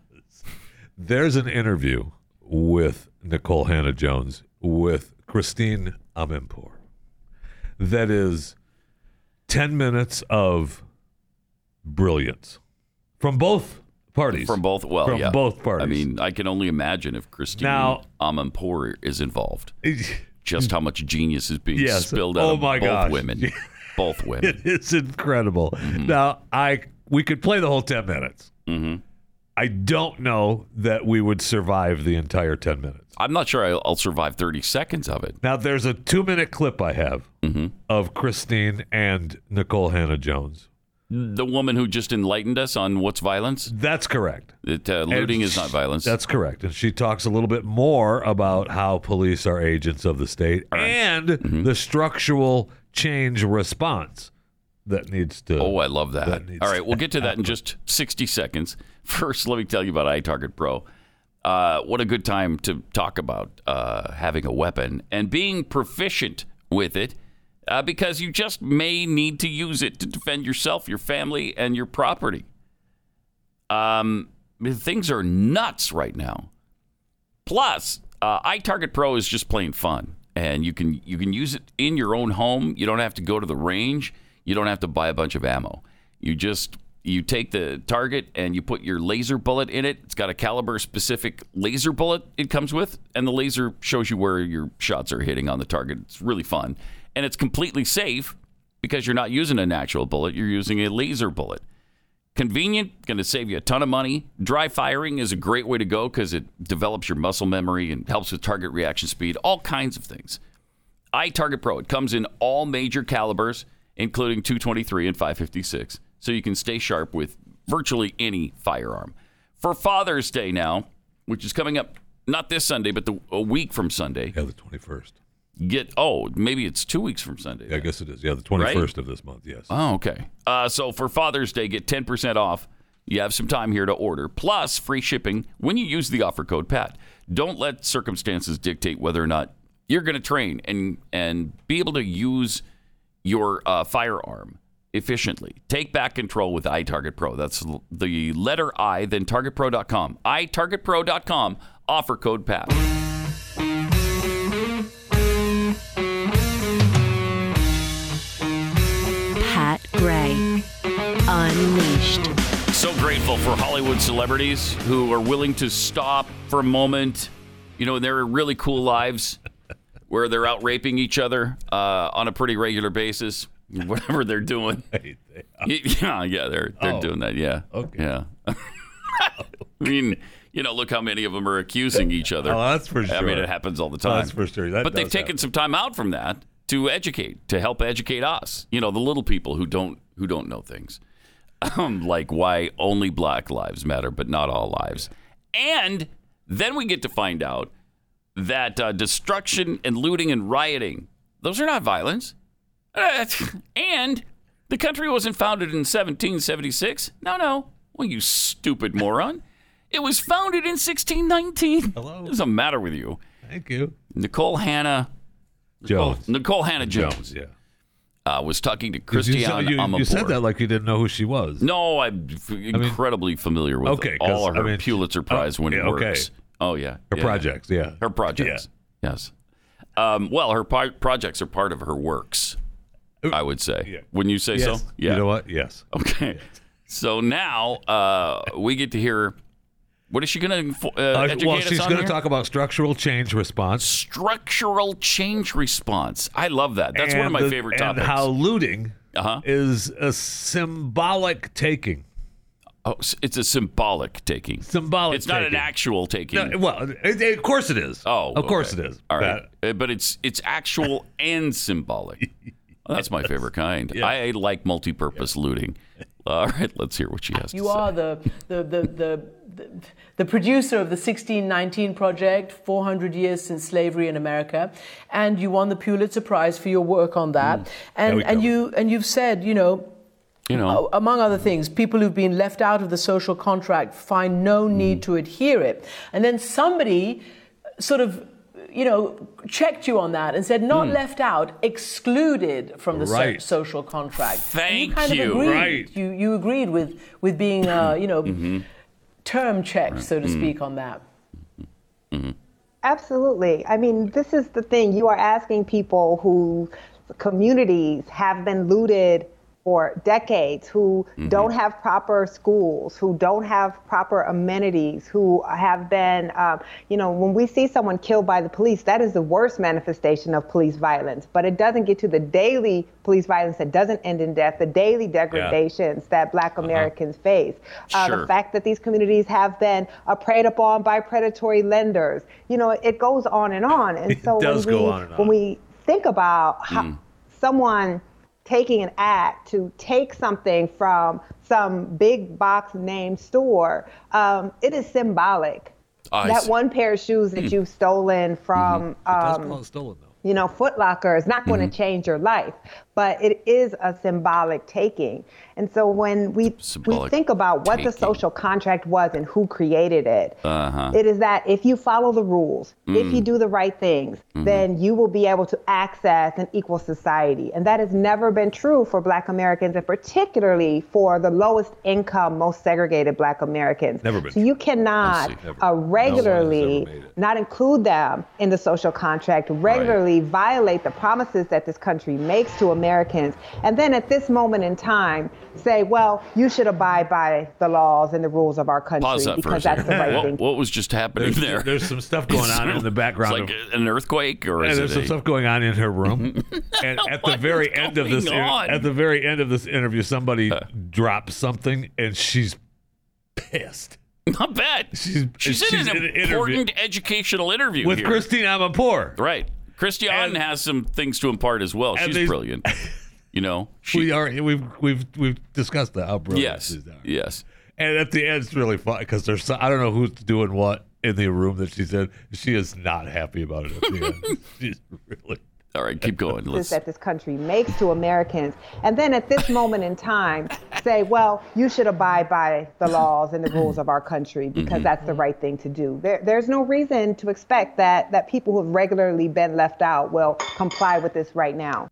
[SPEAKER 3] *laughs* There's an interview with Nicole Hannah Jones with Christine Amanpour that is 10 minutes of brilliance from both parties.
[SPEAKER 2] From both, well,
[SPEAKER 3] From
[SPEAKER 2] yeah.
[SPEAKER 3] both
[SPEAKER 2] I
[SPEAKER 3] parties.
[SPEAKER 2] mean, I can only imagine if Christine
[SPEAKER 3] Now-
[SPEAKER 2] Amanpour
[SPEAKER 3] *laughs*
[SPEAKER 2] is involved, just how much genius is being
[SPEAKER 3] Yes.
[SPEAKER 2] spilled out
[SPEAKER 3] Oh
[SPEAKER 2] of
[SPEAKER 3] my
[SPEAKER 2] both
[SPEAKER 3] gosh. *laughs*
[SPEAKER 2] women. both women.
[SPEAKER 3] it's incredible.
[SPEAKER 2] Mm-hmm.
[SPEAKER 3] Now, I we could play the whole 10 minutes. I don't know that we would survive the entire 10 minutes.
[SPEAKER 2] I'm not sure I'll, I'll survive 30 seconds of it.
[SPEAKER 3] Now, there's a two minute clip I have
[SPEAKER 2] Mm-hmm.
[SPEAKER 3] of Christine and Nicole Hannah Jones.
[SPEAKER 2] The woman who just enlightened us on what's violence,
[SPEAKER 3] That's correct.
[SPEAKER 2] that uh, looting
[SPEAKER 3] And
[SPEAKER 2] is not violence.
[SPEAKER 3] That's correct. And she talks a little bit more about how police are agents of the state and
[SPEAKER 2] Mm-hmm.
[SPEAKER 3] the structural change response that needs to.
[SPEAKER 2] Oh, I love that.
[SPEAKER 3] That needs-
[SPEAKER 2] All right, we'll get to that in just 60 seconds. *laughs* First, let me tell you about iTarget Pro. Uh, what a good time to talk about uh, having a weapon and being proficient with it uh, because you just may need to use it to defend yourself, your family, and your property. Um, things are nuts right now. Plus, uh, iTarget Pro is just plain fun, and you can you can use it in your own home. You don't have to go to the range. You don't have to buy a bunch of ammo. You just you take the target and you put your laser bullet in it. It's got a caliber specific laser bullet it comes with, and the laser shows you where your shots are hitting on the target. It's really fun, and it's completely safe because you're not using a natural bullet. You're using a laser bullet convenient, going to save you a ton of money. Dry firing is a great way to go because it develops your muscle memory and helps with target reaction speed, all kinds of things. iTarget Pro, it comes in all major calibers, including 223 and 556, so you can stay sharp with virtually any firearm. For Father's Day now, which is coming up not this Sunday, but the, a week from Sunday,
[SPEAKER 3] Yeah, the 21st.
[SPEAKER 2] get, oh, maybe it's two weeks from Sunday.
[SPEAKER 3] Yeah, I guess it is. Yeah, the 21st of this month. Yes.
[SPEAKER 2] Oh, okay. Uh, so for Father's Day, get 10% off. You have some time here to order, plus free shipping when you use the offer code PAT. Don't let circumstances dictate whether or not you're going to train and, and be able to use your uh, firearm efficiently. Take back control with iTarget Pro. That's l- the letter I, then targetpro.com. iTargetPro.com, offer code PAT.
[SPEAKER 1] Pat Gray. Unleashed.
[SPEAKER 2] So grateful for Hollywood celebrities who are willing to stop for a moment. You know, they're really cool lives where they're out raping each other uh, on a pretty regular basis, whatever they're doing. yeah, yeah, they're they're doing that. Yeah,
[SPEAKER 3] Okay.
[SPEAKER 2] yeah. I mean, you know, look how many of them are accusing each other.
[SPEAKER 3] Oh, that's for
[SPEAKER 2] I mean,
[SPEAKER 3] sure.
[SPEAKER 2] it happens all the
[SPEAKER 3] Oh,
[SPEAKER 2] time.
[SPEAKER 3] that's for sure. That
[SPEAKER 2] but they've
[SPEAKER 3] does
[SPEAKER 2] taken
[SPEAKER 3] happen.
[SPEAKER 2] some time out from that to educate, to help educate us. You know, the little people who don't who don't know things, um, like why only Black lives matter, but not all lives. And then we get to find out that uh, destruction and looting and rioting those are not violence. *laughs* Uh, and the country wasn't founded in 1776. No, no. Well, you stupid moron. It was founded in 1619. Hello. What's the matter with you?
[SPEAKER 3] Thank you.
[SPEAKER 2] Nicole Hannah Oh,
[SPEAKER 3] Jones.
[SPEAKER 2] Nicole Hannah Jones
[SPEAKER 3] Yeah.
[SPEAKER 2] uh, was talking to
[SPEAKER 3] You,
[SPEAKER 2] Christiane
[SPEAKER 3] said- you- you
[SPEAKER 2] Amanpour.
[SPEAKER 3] said that like you didn't know who she was.
[SPEAKER 2] No, I'm f- incredibly familiar with
[SPEAKER 3] Okay, 'cause,
[SPEAKER 2] all of her
[SPEAKER 3] I mean, uh,
[SPEAKER 2] Pulitzer Prize winning
[SPEAKER 3] yeah, okay.
[SPEAKER 2] works. Oh yeah,
[SPEAKER 3] Her
[SPEAKER 2] yeah.
[SPEAKER 3] projects. Yeah.
[SPEAKER 2] Her projects. Yes. Um, well, her pro- projects are part of her works. I would say.
[SPEAKER 3] Yeah.
[SPEAKER 2] Wouldn't you say
[SPEAKER 3] Yes.
[SPEAKER 2] so?
[SPEAKER 3] You know what? Yes.
[SPEAKER 2] Okay. So now uh, we get to hear. What is she going to uh,
[SPEAKER 3] Uh,
[SPEAKER 2] educate
[SPEAKER 3] well,
[SPEAKER 2] us
[SPEAKER 3] she's
[SPEAKER 2] on
[SPEAKER 3] gonna
[SPEAKER 2] here?
[SPEAKER 3] talk about structural change response.
[SPEAKER 2] structural change response. I love that. That's one of
[SPEAKER 3] and
[SPEAKER 2] my
[SPEAKER 3] the-
[SPEAKER 2] favorite
[SPEAKER 3] and
[SPEAKER 2] topics.
[SPEAKER 3] how looting
[SPEAKER 2] Uh-huh.
[SPEAKER 3] is a symbolic taking.
[SPEAKER 2] Oh, s- it's a symbolic taking.
[SPEAKER 3] Symbolic.
[SPEAKER 2] It's not an
[SPEAKER 3] taking.
[SPEAKER 2] actual taking.
[SPEAKER 3] No, well, it- it- of course it is.
[SPEAKER 2] oh,
[SPEAKER 3] of course
[SPEAKER 2] okay.
[SPEAKER 3] it is.
[SPEAKER 2] All right,
[SPEAKER 3] That-
[SPEAKER 2] Uh, but it's it's
[SPEAKER 3] *laughs*
[SPEAKER 2] actual and symbolic. That's my favorite kind. I like multi-purpose looting. All right, let's hear what she has to
[SPEAKER 9] You are
[SPEAKER 2] say.
[SPEAKER 9] the, the, the, the, the, the producer of the 1619 Project, 400 Years Since Slavery in America, and you won the Pulitzer Prize for your work on that.
[SPEAKER 3] Mm. There
[SPEAKER 9] And,
[SPEAKER 3] we
[SPEAKER 9] and,
[SPEAKER 3] go.
[SPEAKER 9] you, and you've said, you know,
[SPEAKER 2] You know,
[SPEAKER 9] among other things, people who've been left out of the social contract find no
[SPEAKER 3] Mm.
[SPEAKER 9] need to adhere it. And then somebody sort of, you know, checked you on that and said, not left out, excluded from the so-
[SPEAKER 3] Mm. Right.
[SPEAKER 9] social contract. And
[SPEAKER 2] Thank
[SPEAKER 9] you kind
[SPEAKER 2] you.
[SPEAKER 9] of agreed.
[SPEAKER 3] Right.
[SPEAKER 9] You, you agreed with, with being, uh, you know,
[SPEAKER 2] Mm-hmm.
[SPEAKER 9] term checked, so to speak, on that.
[SPEAKER 8] Absolutely. I mean, this is the thing. You are asking people whose communities have been looted for decades who don't have proper schools, who don't have proper amenities, who have been, um, you know, when we see someone killed by the police, that is the worst manifestation of police violence. But it doesn't get to the daily police violence that doesn't end in death, the daily degradations that black Americans face. Uh,
[SPEAKER 2] Sure.
[SPEAKER 8] The fact that these communities have been uh, preyed upon by predatory lenders. You know, it goes on and on. And so
[SPEAKER 3] does
[SPEAKER 8] when,
[SPEAKER 3] go
[SPEAKER 8] we,
[SPEAKER 3] on and on. Mm.
[SPEAKER 8] when we think about how someone taking an act to take something from some big box name store, um, it is symbolic.
[SPEAKER 2] I
[SPEAKER 8] that
[SPEAKER 2] see.
[SPEAKER 8] one pair of shoes
[SPEAKER 3] Hmm.
[SPEAKER 8] that you've stolen
[SPEAKER 3] Mm-hmm.
[SPEAKER 8] from um,
[SPEAKER 3] stolen though.
[SPEAKER 8] you know, Foot Locker is not going
[SPEAKER 2] Mm-hmm.
[SPEAKER 8] to change your life, but it is a symbolic taking. And so when we we
[SPEAKER 2] Symbolic
[SPEAKER 8] think about what the
[SPEAKER 2] taking.
[SPEAKER 8] social contract was and who created it,
[SPEAKER 2] Uh-huh.
[SPEAKER 8] it is that if you follow the rules, if
[SPEAKER 3] Mm.
[SPEAKER 8] you do the right things,
[SPEAKER 3] Mm-hmm.
[SPEAKER 8] then you will be able to access an equal society. And that has never been true for black Americans and particularly for the lowest income, most segregated black Americans.
[SPEAKER 3] Never been
[SPEAKER 8] so you cannot
[SPEAKER 2] see.
[SPEAKER 3] Never.
[SPEAKER 8] uh,
[SPEAKER 3] No one has ever
[SPEAKER 8] regularly
[SPEAKER 3] made it.
[SPEAKER 8] not include them in the social contract, regularly violate the promises that this country makes to Americans, and then at this moment in time say, well, you should abide by the laws and the rules of our country
[SPEAKER 2] Pause that for a
[SPEAKER 8] because that's
[SPEAKER 2] second.
[SPEAKER 8] the right
[SPEAKER 2] what,
[SPEAKER 8] thing.
[SPEAKER 2] what was just happening
[SPEAKER 3] There's,
[SPEAKER 2] there?
[SPEAKER 3] there's some stuff
[SPEAKER 2] *laughs*
[SPEAKER 3] going on in the background.
[SPEAKER 2] It's
[SPEAKER 3] of-
[SPEAKER 2] like an earthquake, or
[SPEAKER 3] and
[SPEAKER 2] is
[SPEAKER 3] there's
[SPEAKER 2] it?
[SPEAKER 3] some
[SPEAKER 2] a-
[SPEAKER 3] stuff going on in her
[SPEAKER 2] Mm-hmm.
[SPEAKER 3] room.
[SPEAKER 2] *laughs*
[SPEAKER 3] and at the
[SPEAKER 2] What
[SPEAKER 3] very
[SPEAKER 2] is
[SPEAKER 3] end of
[SPEAKER 2] going
[SPEAKER 3] this, inter-
[SPEAKER 2] on?
[SPEAKER 3] at the very end of this interview, somebody
[SPEAKER 2] Uh.
[SPEAKER 3] drops something, and she's pissed
[SPEAKER 2] *laughs* Not bad.
[SPEAKER 3] She's-
[SPEAKER 2] she's,
[SPEAKER 3] she's
[SPEAKER 2] in
[SPEAKER 3] in
[SPEAKER 2] an
[SPEAKER 3] an
[SPEAKER 2] important educational interview
[SPEAKER 3] with
[SPEAKER 2] here.
[SPEAKER 3] Christine Amanpour.
[SPEAKER 2] Right. Christiane
[SPEAKER 3] And-
[SPEAKER 2] has some things to impart as well.
[SPEAKER 3] and
[SPEAKER 2] She's
[SPEAKER 3] these- *laughs*
[SPEAKER 2] brilliant. You know?
[SPEAKER 3] we are we've we've we've discussed that how brilliant
[SPEAKER 2] yes.
[SPEAKER 3] she's are.
[SPEAKER 2] Yes.
[SPEAKER 3] And at the end, it's really fun because there's so- I don't know who's doing what in the room that she's in. She is not happy about it at the
[SPEAKER 2] *laughs*
[SPEAKER 3] end. She's really
[SPEAKER 2] All right, keep going.
[SPEAKER 8] promises
[SPEAKER 2] Let's,
[SPEAKER 8] that this country makes to Americans, and then at this moment in time say, well, you should abide by the laws and the rules of our country because that's the right thing to do. There, there's no reason to expect that that people who have regularly been left out will comply with this right now.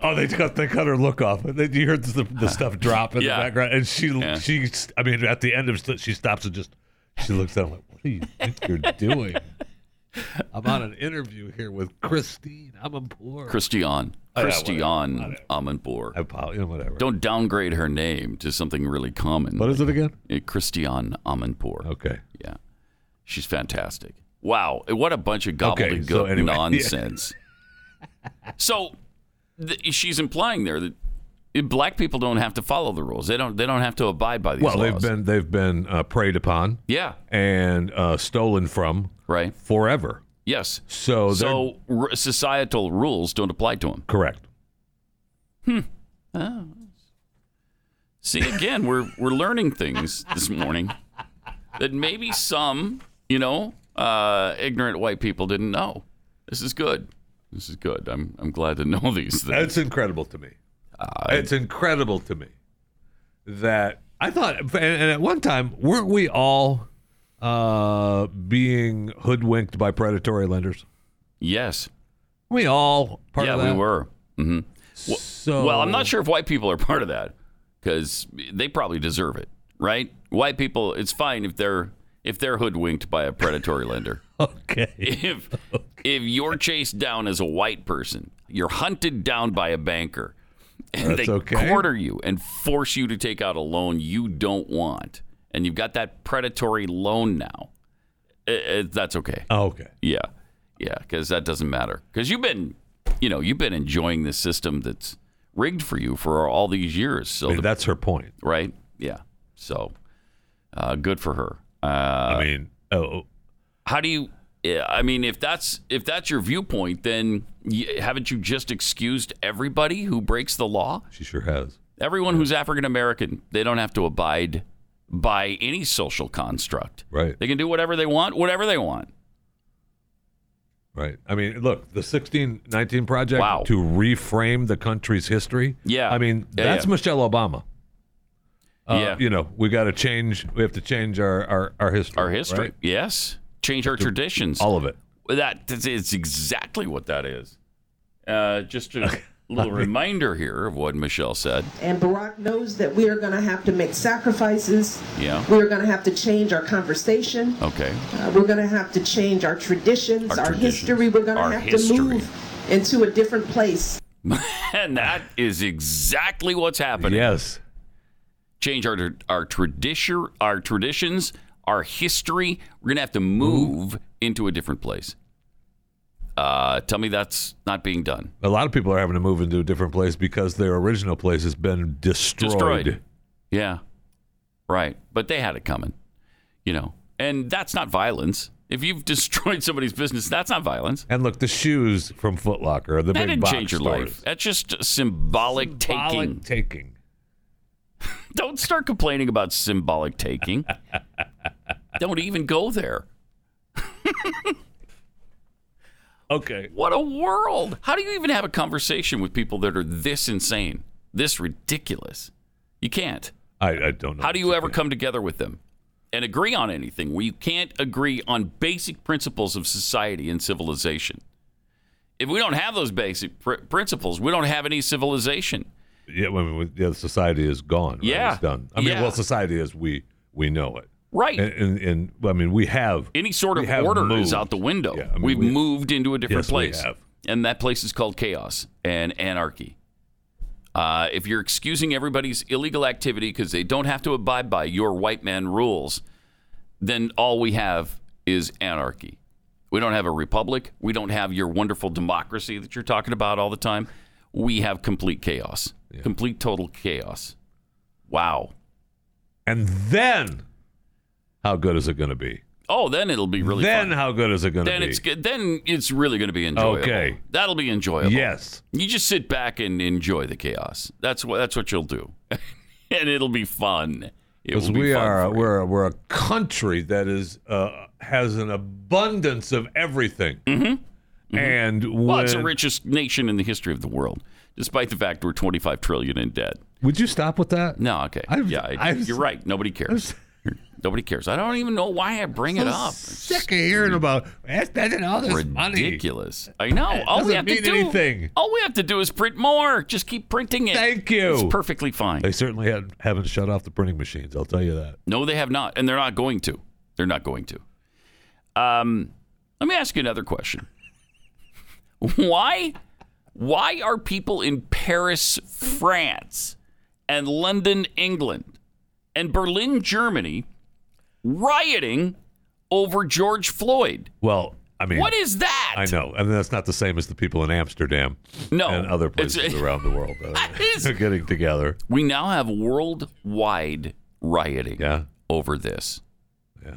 [SPEAKER 3] Oh, they cut they cut her look off. They- You heard the,
[SPEAKER 2] *laughs*
[SPEAKER 3] the stuff drop in
[SPEAKER 2] Yeah.
[SPEAKER 3] the background, and she
[SPEAKER 2] Yeah.
[SPEAKER 3] she I mean, at the end of st- she stops and just she looks at him like, "What do you think
[SPEAKER 2] *laughs*
[SPEAKER 3] you're doing? I'm on an interview here with Christine. I'm a poor.
[SPEAKER 2] Christiane.
[SPEAKER 3] Oh, yeah,
[SPEAKER 2] Christiane
[SPEAKER 3] whatever,
[SPEAKER 2] Amanpour.
[SPEAKER 3] I apo- you know, whatever.
[SPEAKER 2] Don't downgrade her name to something really common.
[SPEAKER 3] What is it again?
[SPEAKER 2] Uh, Christiane Amanpour.
[SPEAKER 3] Okay.
[SPEAKER 2] Yeah. She's fantastic. Wow. What a bunch of
[SPEAKER 3] Okay,
[SPEAKER 2] gobbledygook
[SPEAKER 3] so anyway, *laughs* yeah.
[SPEAKER 2] nonsense. so th- she's implying there that uh, black people don't have to follow the rules. They don't they don't have to abide by uh, these
[SPEAKER 3] Well, they've
[SPEAKER 2] laws.
[SPEAKER 3] been they've been uh, preyed upon
[SPEAKER 2] Yeah.
[SPEAKER 3] and uh, stolen from
[SPEAKER 2] Right.
[SPEAKER 3] forever.
[SPEAKER 2] Yes.
[SPEAKER 3] So they're
[SPEAKER 2] So r- societal rules don't apply to them.
[SPEAKER 3] correct.
[SPEAKER 2] See again, we're we're learning things this morning that maybe some, you know, uh, ignorant white people didn't know. This is good. This is good. I'm I'm glad to know these things.
[SPEAKER 3] It's incredible to me. it's incredible to me that I thought, and, and at one time, weren't we all uh, being hoodwinked by predatory lenders?
[SPEAKER 2] Yes.
[SPEAKER 3] We all Oh, part
[SPEAKER 2] yeah,
[SPEAKER 3] of that.
[SPEAKER 2] we were. hmm
[SPEAKER 3] So,
[SPEAKER 2] Well, I'm not sure if white people are part of that because they probably deserve it, right? White people, it's fine if they're if they're hoodwinked by a predatory lender.
[SPEAKER 3] *laughs* Okay.
[SPEAKER 2] if if you're chased down as a white person, you're hunted down by a banker, and
[SPEAKER 3] That's
[SPEAKER 2] they
[SPEAKER 3] okay.
[SPEAKER 2] quarter you and force you to take out a loan you don't want, and you've got that predatory loan now. eh, eh, that's okay.
[SPEAKER 3] Oh, okay.
[SPEAKER 2] Yeah, yeah, because that doesn't matter. Because you've been, you know, you've been enjoying this system that's rigged for you for all these years. So,
[SPEAKER 3] I mean,
[SPEAKER 2] the-
[SPEAKER 3] that's her point.
[SPEAKER 2] right? Yeah. So, uh, good for her. Uh,
[SPEAKER 3] I mean, oh,
[SPEAKER 2] how do you yeah, i mean if that's if that's your viewpoint then y haven't you just excused everybody who breaks the law
[SPEAKER 3] she sure has.
[SPEAKER 2] everyone who's african american they don't have to abide by any social construct
[SPEAKER 3] Right.
[SPEAKER 2] they can do whatever they want whatever they want
[SPEAKER 3] Right. I mean, look, the 1619 project
[SPEAKER 2] Wow.
[SPEAKER 3] to reframe the country's history.
[SPEAKER 2] Yeah.
[SPEAKER 3] I mean,
[SPEAKER 2] Yeah,
[SPEAKER 3] that's
[SPEAKER 2] yeah.
[SPEAKER 3] Michelle Obama. Uh,
[SPEAKER 2] Yeah.
[SPEAKER 3] You know, we got to change. We have to change our our, our history.
[SPEAKER 2] our history
[SPEAKER 3] right?
[SPEAKER 2] yes change our traditions
[SPEAKER 3] all of it.
[SPEAKER 2] that is exactly what that is uh,
[SPEAKER 3] *laughs*
[SPEAKER 2] just a little reminder here of what michelle said
[SPEAKER 10] And Barack knows that we are going to have to make sacrifices.
[SPEAKER 2] Yeah.
[SPEAKER 10] We're going to have to change our conversation.
[SPEAKER 2] okay *laughs*
[SPEAKER 10] Uh, we're going to have to change our traditions,
[SPEAKER 2] Our
[SPEAKER 10] our,
[SPEAKER 2] traditions,
[SPEAKER 10] history. We're going
[SPEAKER 2] our
[SPEAKER 10] to have
[SPEAKER 2] history.
[SPEAKER 10] to move into a different place.
[SPEAKER 2] and that is exactly what's happening.
[SPEAKER 3] Yes.
[SPEAKER 2] Change our our tradition, our traditions, our history. We're gonna have to move into a different place. Uh, tell me that's not being done.
[SPEAKER 3] A lot of people are having to move into a different place because their original place has been destroyed.
[SPEAKER 2] Destroyed. Yeah. Right. But they had it coming, you know. And that's not violence. If you've *laughs* destroyed somebody's business, that's not violence.
[SPEAKER 3] And look, the shoes from Foot Locker, the
[SPEAKER 2] that
[SPEAKER 3] big
[SPEAKER 2] didn't
[SPEAKER 3] box
[SPEAKER 2] change your
[SPEAKER 3] stores.
[SPEAKER 2] life. That's just symbolic, taking.
[SPEAKER 3] taking.
[SPEAKER 2] *laughs* Don't start complaining about symbolic taking. Don't even go there.
[SPEAKER 3] *laughs* okay.
[SPEAKER 2] What a world. How do you even have a conversation with people that are this insane, this ridiculous? You can't.
[SPEAKER 3] I, I don't know.
[SPEAKER 2] How do you ever come together with them and agree on anything where you can't agree on basic principles of society and civilization? If we don't have those basic pr- principles, we don't have any civilization.
[SPEAKER 3] Yeah, I mean, yeah, society is gone. right?
[SPEAKER 2] Yeah.
[SPEAKER 3] It's done. I mean,
[SPEAKER 2] Yeah.
[SPEAKER 3] well, society is we we know it.
[SPEAKER 2] Right.
[SPEAKER 3] And, and, and well, I mean, we have
[SPEAKER 2] Any sort
[SPEAKER 3] we
[SPEAKER 2] of
[SPEAKER 3] have
[SPEAKER 2] order
[SPEAKER 3] moved.
[SPEAKER 2] is out the window.
[SPEAKER 3] Yeah, I mean,
[SPEAKER 2] We've
[SPEAKER 3] we-
[SPEAKER 2] moved into a different
[SPEAKER 3] Yes, we
[SPEAKER 2] place.
[SPEAKER 3] have.
[SPEAKER 2] And that place is called chaos and anarchy. Uh, if you're excusing everybody's illegal activity because they don't have to abide by your white man rules, then all we have is anarchy. We don't have a republic. We don't have your wonderful democracy that you're talking about all the time. We have complete chaos, complete total chaos. Wow.
[SPEAKER 3] And then, how good is it going to be?
[SPEAKER 2] Oh, then it'll be really
[SPEAKER 3] then,
[SPEAKER 2] fun.
[SPEAKER 3] how good is it going to be?
[SPEAKER 2] then it's good. Then it's really going to be enjoyable.
[SPEAKER 3] Okay.
[SPEAKER 2] that'll be enjoyable.
[SPEAKER 3] Yes.
[SPEAKER 2] you just sit back and enjoy the chaos. That's what that's what you'll do, *laughs* and it'll be fun. It
[SPEAKER 3] Because
[SPEAKER 2] will be
[SPEAKER 3] we
[SPEAKER 2] fun.
[SPEAKER 3] are we're we're a country that is uh, has an abundance of everything, and
[SPEAKER 2] Mm-hmm. Well, it's the
[SPEAKER 3] when-
[SPEAKER 2] richest nation in the history of the world, despite the fact we're 25 trillion in debt.
[SPEAKER 3] would you stop with that?
[SPEAKER 2] No, okay,
[SPEAKER 3] I've-
[SPEAKER 2] yeah, I-
[SPEAKER 3] I've-
[SPEAKER 2] you're right. Nobody cares. Nobody cares. I don't even know why I bring it
[SPEAKER 3] So
[SPEAKER 2] up.
[SPEAKER 3] Sick of hearing about that's spending all this money.
[SPEAKER 2] Ridiculous. I know.
[SPEAKER 3] It
[SPEAKER 2] All we
[SPEAKER 3] doesn't
[SPEAKER 2] have to
[SPEAKER 3] mean
[SPEAKER 2] do.
[SPEAKER 3] anything.
[SPEAKER 2] All we have to do is print more. Just keep printing it.
[SPEAKER 3] Thank you.
[SPEAKER 2] It's perfectly fine.
[SPEAKER 3] They certainly had, haven't shut off the printing machines. I'll tell you that.
[SPEAKER 2] No, they have not, and they're not going to. They're not going to. Um, let me ask you another question. *laughs* Why, why are people in Paris, France, and London, England, and Berlin, Germany, rioting over George Floyd?
[SPEAKER 3] Well, I mean,
[SPEAKER 2] What is that?
[SPEAKER 3] I know, and that's not the same as the people in Amsterdam,
[SPEAKER 2] No,
[SPEAKER 3] and other
[SPEAKER 2] it's-
[SPEAKER 3] places
[SPEAKER 2] *laughs*
[SPEAKER 3] around the world.
[SPEAKER 2] is-
[SPEAKER 3] They're getting together.
[SPEAKER 2] We now have worldwide rioting
[SPEAKER 3] Yeah.
[SPEAKER 2] over this.
[SPEAKER 3] Yeah.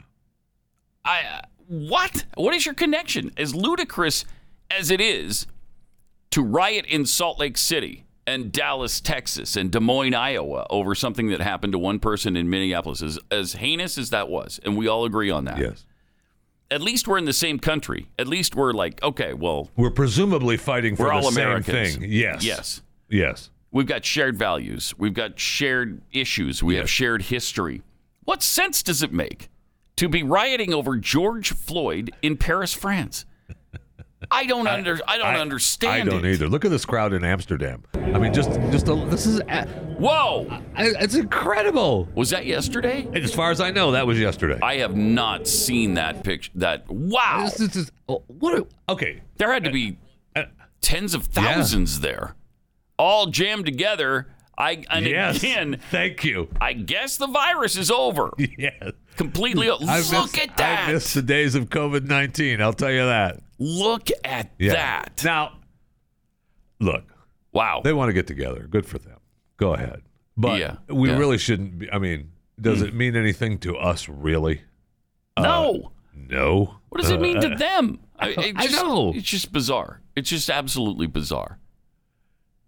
[SPEAKER 2] I uh, what? What is your connection? As ludicrous as it is to riot in Salt Lake City and Dallas, Texas, and Des Moines, Iowa, over something that happened to one person in Minneapolis, as, as heinous as that was, and we all agree on that.
[SPEAKER 3] Yes.
[SPEAKER 2] At least we're in the same country. At least we're like, okay, well,
[SPEAKER 3] We're presumably fighting for
[SPEAKER 2] we're
[SPEAKER 3] the
[SPEAKER 2] all
[SPEAKER 3] same
[SPEAKER 2] Americans.
[SPEAKER 3] thing. Yes.
[SPEAKER 2] Yes.
[SPEAKER 3] Yes.
[SPEAKER 2] We've got shared values. We've got shared issues. We have shared history. What sense does it make to be rioting over George Floyd in Paris, France? I don't under I don't
[SPEAKER 3] I
[SPEAKER 2] understand.
[SPEAKER 3] don't
[SPEAKER 2] it.
[SPEAKER 3] either. Look at this crowd in Amsterdam. I mean, just just a, this is a-
[SPEAKER 2] Whoa!
[SPEAKER 3] I- it's incredible.
[SPEAKER 2] Was that yesterday?
[SPEAKER 3] As far as I know, that was yesterday.
[SPEAKER 2] I have not seen that picture. That wow!
[SPEAKER 3] This, this is oh, what? A, okay. Uh,
[SPEAKER 2] There had to be tens of thousands there, all jammed together. I and
[SPEAKER 3] Yes.
[SPEAKER 2] again,
[SPEAKER 3] Thank you.
[SPEAKER 2] I guess the virus is over
[SPEAKER 3] *laughs* Yes.
[SPEAKER 2] completely. o-
[SPEAKER 3] I
[SPEAKER 2] Look
[SPEAKER 3] miss-
[SPEAKER 2] at that!
[SPEAKER 3] I miss the days of COVID nineteen. I'll tell you that.
[SPEAKER 2] Look at
[SPEAKER 3] Yeah.
[SPEAKER 2] that.
[SPEAKER 3] Now, look,
[SPEAKER 2] wow.
[SPEAKER 3] they want to get together. Good for them. Go ahead. But
[SPEAKER 2] Yeah,
[SPEAKER 3] we
[SPEAKER 2] yeah. Hmm.
[SPEAKER 3] really shouldn't. Be, I mean, does it mean anything to us, really? Uh,
[SPEAKER 2] no.
[SPEAKER 3] No.
[SPEAKER 2] What does it mean to
[SPEAKER 3] Uh,
[SPEAKER 2] them? I, it
[SPEAKER 3] I
[SPEAKER 2] just-
[SPEAKER 3] know.
[SPEAKER 2] It's just bizarre. It's just absolutely bizarre.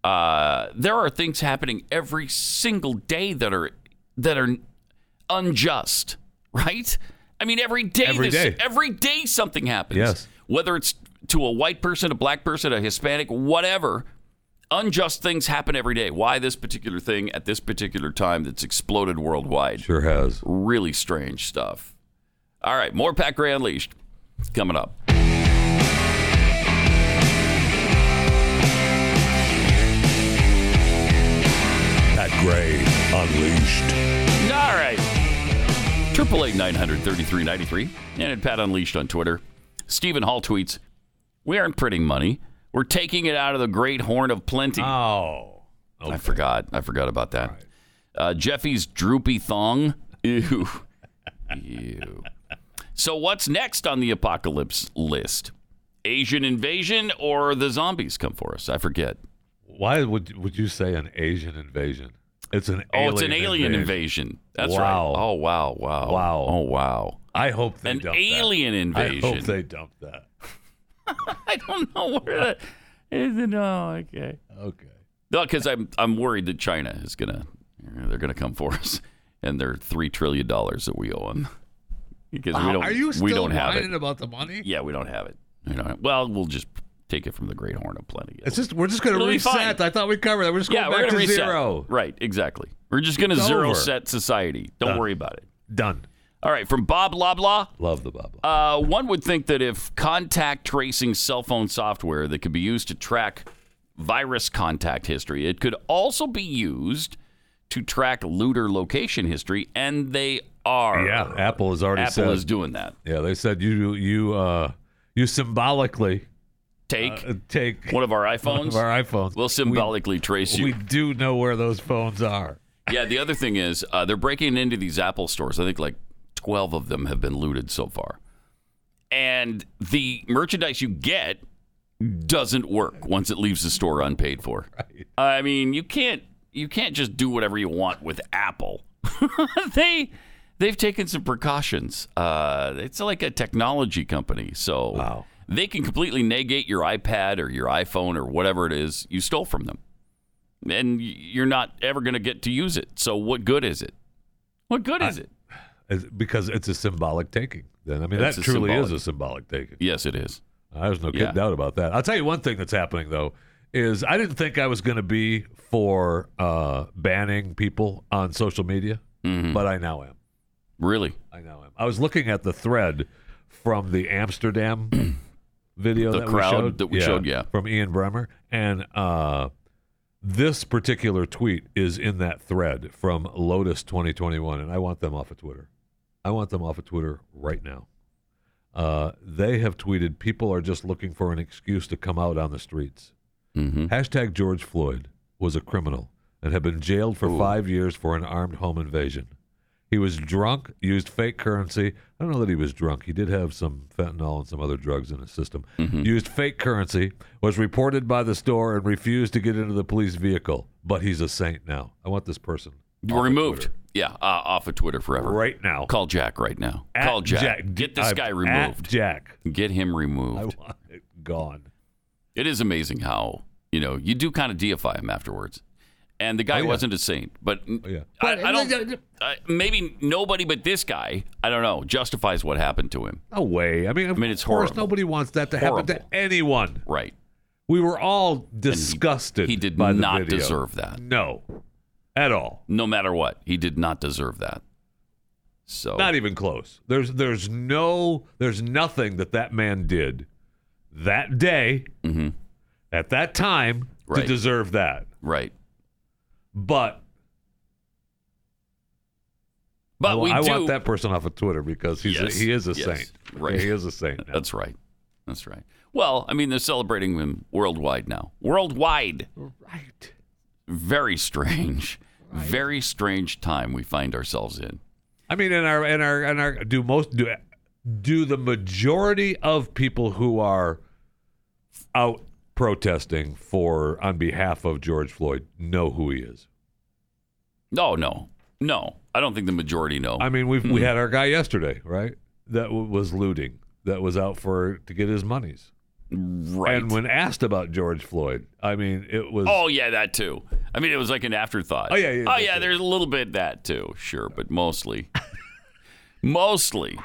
[SPEAKER 2] Uh, there are things happening every single day that are that are unjust, *laughs* right? I mean, every day,
[SPEAKER 3] Every
[SPEAKER 2] there's-
[SPEAKER 3] day.
[SPEAKER 2] every day something happens.
[SPEAKER 3] Yes.
[SPEAKER 2] Whether it's to a white person, a black person, a Hispanic, whatever, unjust things happen every day. Why this particular thing at this particular time that's exploded worldwide?
[SPEAKER 3] Sure has.
[SPEAKER 2] really strange stuff. All right, more Pat Gray Unleashed coming up.
[SPEAKER 3] Pat Gray unleashed.
[SPEAKER 2] All right. Triple eight nine hundred thirty three ninety three and at Pat Unleashed on Twitter. Stephen Hall tweets: We aren't printing money. We're taking it out of the Great Horn of Plenty.
[SPEAKER 3] Oh,
[SPEAKER 2] I forgot. I forgot about that. Uh, Jeffy's droopy thong. Ew. Ew. So what's next on the apocalypse list? Asian invasion or the zombies come for us? I forget.
[SPEAKER 3] Why would would you say an Asian invasion? It's an
[SPEAKER 2] Oh, it's an alien invasion. That's
[SPEAKER 3] Wow.
[SPEAKER 2] right. Oh wow, wow,
[SPEAKER 3] Wow.
[SPEAKER 2] Oh wow.
[SPEAKER 3] I hope they
[SPEAKER 2] an
[SPEAKER 3] dump that.
[SPEAKER 2] alien invasion.
[SPEAKER 3] I hope they dump that.
[SPEAKER 2] *laughs* I don't know where that is. It? Oh, okay.
[SPEAKER 3] Okay.
[SPEAKER 2] No, because I'm I'm worried that China is gonna they're gonna come for *laughs* us and their three trillion dollars that we owe them because we
[SPEAKER 3] Wow,
[SPEAKER 2] don't
[SPEAKER 3] Are you still
[SPEAKER 2] we don't have it.
[SPEAKER 3] whining about the money?
[SPEAKER 2] Yeah, we don't have it. We don't have- well, we'll just take it from the Great Horn of Plenty.
[SPEAKER 3] It's just we're just going to
[SPEAKER 2] It'll be
[SPEAKER 3] reset.
[SPEAKER 2] fine.
[SPEAKER 3] I thought we covered that. We're just going
[SPEAKER 2] yeah,
[SPEAKER 3] back
[SPEAKER 2] we're gonna
[SPEAKER 3] to
[SPEAKER 2] reset.
[SPEAKER 3] zero.
[SPEAKER 2] Right, exactly. We're just gonna
[SPEAKER 3] It's
[SPEAKER 2] zero
[SPEAKER 3] over.
[SPEAKER 2] set society. Don't
[SPEAKER 3] Done.
[SPEAKER 2] worry about it.
[SPEAKER 3] Done.
[SPEAKER 2] All right, from Bob Loblaw.
[SPEAKER 3] Love the bubble.
[SPEAKER 2] Uh, one would think that if contact tracing cell phone software that could be used to track virus contact history, it could also be used to track looter location history, and they are.
[SPEAKER 3] Yeah, Apple has already
[SPEAKER 2] Apple
[SPEAKER 3] said.
[SPEAKER 2] is doing that.
[SPEAKER 3] yeah, they said you you uh you symbolically
[SPEAKER 2] Take
[SPEAKER 3] uh, take
[SPEAKER 2] one of our
[SPEAKER 3] *laughs*
[SPEAKER 2] iPhones.
[SPEAKER 3] one of our iPhones.
[SPEAKER 2] We'll symbolically trace you.
[SPEAKER 3] We do know where those phones are.
[SPEAKER 2] Yeah, the other thing is uh, they're breaking into these Apple stores. I think like 12 of them have been looted so far. And the merchandise you get doesn't work once it leaves the store unpaid for. I mean, you can't you can't just do whatever you want with Apple. *laughs* they they've taken some precautions. Uh, it's like a technology company, so they can completely negate your iPad or your iPhone or whatever it is you stole from them and you're not ever going to get to use it. So what good is it? What good is it?
[SPEAKER 3] It's- because it's a symbolic taking. Then I mean
[SPEAKER 2] It's
[SPEAKER 3] that
[SPEAKER 2] a
[SPEAKER 3] truly is
[SPEAKER 2] symbolic-
[SPEAKER 3] a symbolic taking.
[SPEAKER 2] Yes, it is.
[SPEAKER 3] Uh, There's no
[SPEAKER 2] Yeah.
[SPEAKER 3] kid doubt about that. I'll tell you one thing that's happening though is I didn't think I was going to be for uh, banning people on social media, but I now am.
[SPEAKER 2] Mm-hmm. Really?
[SPEAKER 3] I now am. I was looking at the thread from the Amsterdam *clears throat* video
[SPEAKER 2] The
[SPEAKER 3] that
[SPEAKER 2] crowd
[SPEAKER 3] we showed.
[SPEAKER 2] that we showed, yeah.
[SPEAKER 3] from Ian Bremmer, and uh, this particular tweet is in that thread from Lotus 2021, and I want them off of Twitter. I want them off of Twitter right now. Uh, they have tweeted, "People are just looking for an excuse to come out on the streets."
[SPEAKER 2] Mm-hmm.
[SPEAKER 3] Hashtag George Floyd was a criminal and had been jailed for five years for an armed home invasion. He was drunk, used fake currency. I don't know that he was drunk. He did have some fentanyl and some other drugs in his system.
[SPEAKER 2] Mm-hmm.
[SPEAKER 3] Used fake currency, was reported by the store, and refused to get into the police vehicle. But he's a saint now. I want this person off of
[SPEAKER 2] Removed.
[SPEAKER 3] Twitter
[SPEAKER 2] yeah, uh, off of Twitter forever.
[SPEAKER 3] right now.
[SPEAKER 2] Call Jack right now.
[SPEAKER 3] At
[SPEAKER 2] Call Jack. Get this
[SPEAKER 3] I've-
[SPEAKER 2] guy
[SPEAKER 3] at
[SPEAKER 2] removed.
[SPEAKER 3] Jack.
[SPEAKER 2] Get him removed.
[SPEAKER 3] I want it gone.
[SPEAKER 2] It is amazing how you know you do kind of deify him afterwards. And the guy
[SPEAKER 3] Oh, yeah. Oh,
[SPEAKER 2] wasn't a saint, but n-
[SPEAKER 3] yeah.
[SPEAKER 2] I, I don't. I, maybe nobody but this guy. I don't know. Justifies what happened to him.
[SPEAKER 3] No way. I mean, of
[SPEAKER 2] I mean, it's
[SPEAKER 3] course,
[SPEAKER 2] horrible.
[SPEAKER 3] nobody wants that to happen
[SPEAKER 2] Horrible.
[SPEAKER 3] to anyone.
[SPEAKER 2] Right.
[SPEAKER 3] We were all disgusted.
[SPEAKER 2] He did
[SPEAKER 3] by the
[SPEAKER 2] not
[SPEAKER 3] video.
[SPEAKER 2] deserve that.
[SPEAKER 3] No, at all.
[SPEAKER 2] No matter what, he did not deserve that. So
[SPEAKER 3] Not even close. There's there's no there's nothing that that man did that day
[SPEAKER 2] Mhm.
[SPEAKER 3] at that time
[SPEAKER 2] Right.
[SPEAKER 3] to deserve that.
[SPEAKER 2] right.
[SPEAKER 3] But
[SPEAKER 2] But
[SPEAKER 3] I,
[SPEAKER 2] we
[SPEAKER 3] I
[SPEAKER 2] do.
[SPEAKER 3] want that person off of Twitter because he's
[SPEAKER 2] Yes,
[SPEAKER 3] a, he is a
[SPEAKER 2] yes,
[SPEAKER 3] saint.
[SPEAKER 2] right.
[SPEAKER 3] He is a saint. Now.
[SPEAKER 2] That's right. That's right. Well, I mean, they're celebrating him worldwide now. Worldwide.
[SPEAKER 3] right.
[SPEAKER 2] Very strange. Very strange time we find ourselves in.
[SPEAKER 3] I mean, in our in our in our do most do do the majority of people who are out protesting for on behalf of George Floyd know who he is.
[SPEAKER 2] No, no, no. I don't think the majority know. Hmm.
[SPEAKER 3] I mean, we
[SPEAKER 2] Mm-hmm.
[SPEAKER 3] we had our guy yesterday, right? That w- was looting. That was out for to get his monies.
[SPEAKER 2] right.
[SPEAKER 3] And when asked about George Floyd, I mean, it was
[SPEAKER 2] oh yeah, that too. I mean, it was like an afterthought.
[SPEAKER 3] Oh, yeah, yeah,
[SPEAKER 2] Oh
[SPEAKER 3] that
[SPEAKER 2] yeah.
[SPEAKER 3] too.
[SPEAKER 2] There's a little bit that too. Sure, but mostly, mostly.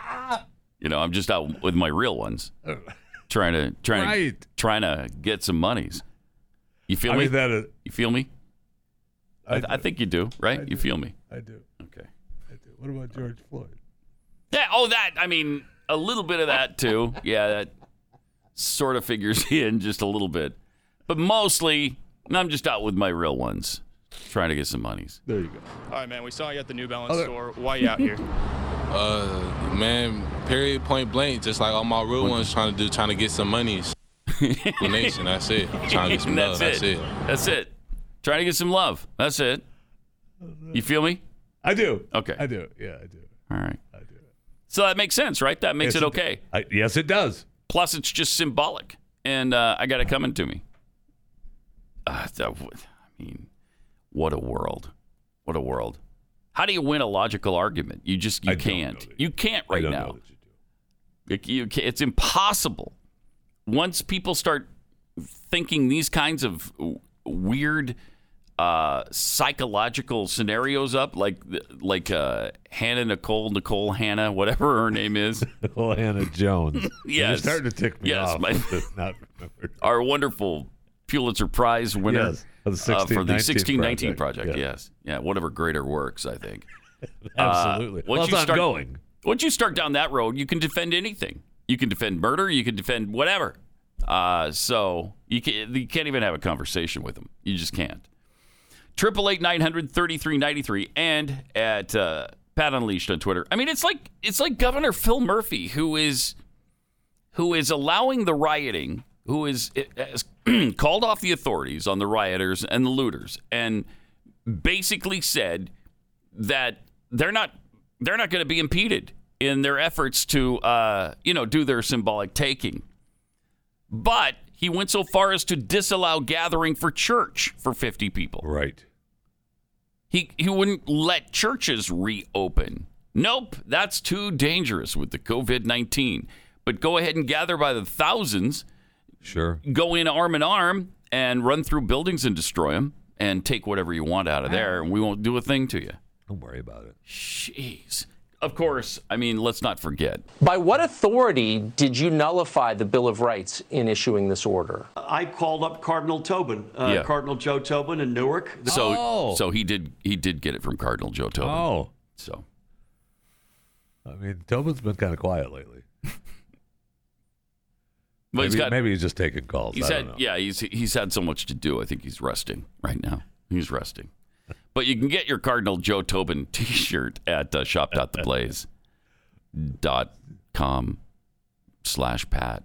[SPEAKER 2] You know, I'm just out with my
[SPEAKER 3] *laughs*
[SPEAKER 2] real ones, trying to trying to,
[SPEAKER 3] Right.
[SPEAKER 2] trying to get some monies. You feel
[SPEAKER 3] I
[SPEAKER 2] me?
[SPEAKER 3] mean that is
[SPEAKER 2] You feel me? I, I think you do, right? you feel me?
[SPEAKER 3] I do.
[SPEAKER 2] Okay.
[SPEAKER 3] I do. What about George Floyd?
[SPEAKER 2] Yeah. Oh, that. I mean, a little bit of that too. Yeah, that sort of figures *laughs* in just a little bit, but mostly I'm just out with my real ones, trying to get some monies.
[SPEAKER 3] There you go.
[SPEAKER 11] All right, man. We saw you at the New Balance
[SPEAKER 3] Other-
[SPEAKER 11] store. Why you out here?
[SPEAKER 2] *laughs*
[SPEAKER 12] Uh, man, period, point blank, just like all my real ones trying to do, trying to get some monies. Donation, that's it. Trying to get some love, that's it.
[SPEAKER 2] That's it. Trying to get some love. That's it. You feel me?
[SPEAKER 3] I do.
[SPEAKER 2] Okay.
[SPEAKER 3] I do. Yeah, I do.
[SPEAKER 2] All right. So that makes sense, right? That
[SPEAKER 3] Yes,
[SPEAKER 2] makes it
[SPEAKER 3] it do-
[SPEAKER 2] okay.
[SPEAKER 3] I, yes, it does. *laughs*
[SPEAKER 2] Plus, it's just symbolic, and uh, I got it coming to me. Uh, that w- I mean, what a world! What a world! How do you win a logical argument? You just you can't. You can't right now. It- you ca- it's impossible. Once people start thinking these kinds of w- weird uh, psychological scenarios up, like th- like uh, Hannah Nicole Nicole Hannah, whatever her name is,
[SPEAKER 3] Well, Oh, Hannah
[SPEAKER 2] *laughs*
[SPEAKER 3] Jones. You're
[SPEAKER 2] Yes.
[SPEAKER 3] starting to tick me
[SPEAKER 2] Yes,
[SPEAKER 3] off.
[SPEAKER 2] my-
[SPEAKER 3] with the *laughs*
[SPEAKER 2] *laughs*
[SPEAKER 3] not remembered.
[SPEAKER 2] our wonderful Pulitzer Prize winner
[SPEAKER 3] Yes, of the
[SPEAKER 2] uh, for the
[SPEAKER 3] 1619
[SPEAKER 2] 1619 project.
[SPEAKER 3] project, yeah.
[SPEAKER 2] Yes, yeah, one of her greater works, I think. Uh,
[SPEAKER 3] *laughs* Absolutely.
[SPEAKER 2] once
[SPEAKER 3] Well, it's
[SPEAKER 2] you
[SPEAKER 3] not
[SPEAKER 2] start
[SPEAKER 3] going.
[SPEAKER 2] Once you start down that road, you can defend anything. You can defend murder. You can defend whatever. Uh, so you can you can't even have a conversation with them. You just can't. Triple eight nine hundred thirty three ninety three and at uh, Pat Unleashed on Twitter. I mean, it's like it's like Governor Phil Murphy who is who is allowing the rioting, who is uh, has *clears throat* called off the authorities on the rioters and the looters, and basically said that they're not they're not going to be impeded in their efforts to uh, you know do their symbolic taking. But he went so far as to disallow gathering for church for 50 people.
[SPEAKER 3] Right.
[SPEAKER 2] He he wouldn't let churches reopen. Nope, that's too dangerous with the COVID-19. But go ahead and gather by the thousands.
[SPEAKER 3] Sure.
[SPEAKER 2] Go in arm in arm and run through buildings and destroy them and take whatever you want out of there and we won't do a thing to you.
[SPEAKER 3] Don't worry about it.
[SPEAKER 2] Jeez. Of course, I mean, let's not forget.
[SPEAKER 13] By what authority did you nullify the Bill of Rights in issuing this order?
[SPEAKER 14] *laughs* I called up Cardinal Tobin, uh,
[SPEAKER 2] Yeah.
[SPEAKER 14] Cardinal Joe Tobin in Newark.
[SPEAKER 2] So so he did he did get it from Cardinal Joe Tobin.
[SPEAKER 3] Oh.
[SPEAKER 2] So
[SPEAKER 3] I mean, Tobin's been kind of quiet lately.
[SPEAKER 2] But
[SPEAKER 3] maybe,
[SPEAKER 2] he's got-
[SPEAKER 3] maybe he's just taking calls.
[SPEAKER 2] he's
[SPEAKER 3] I don't
[SPEAKER 2] had yeah, he's he's had so much to do. I think he's resting right now. He's resting. But you can get your Cardinal Joe Tobin *laughs* T-shirt at uh, shop.theblaze.com slash pat.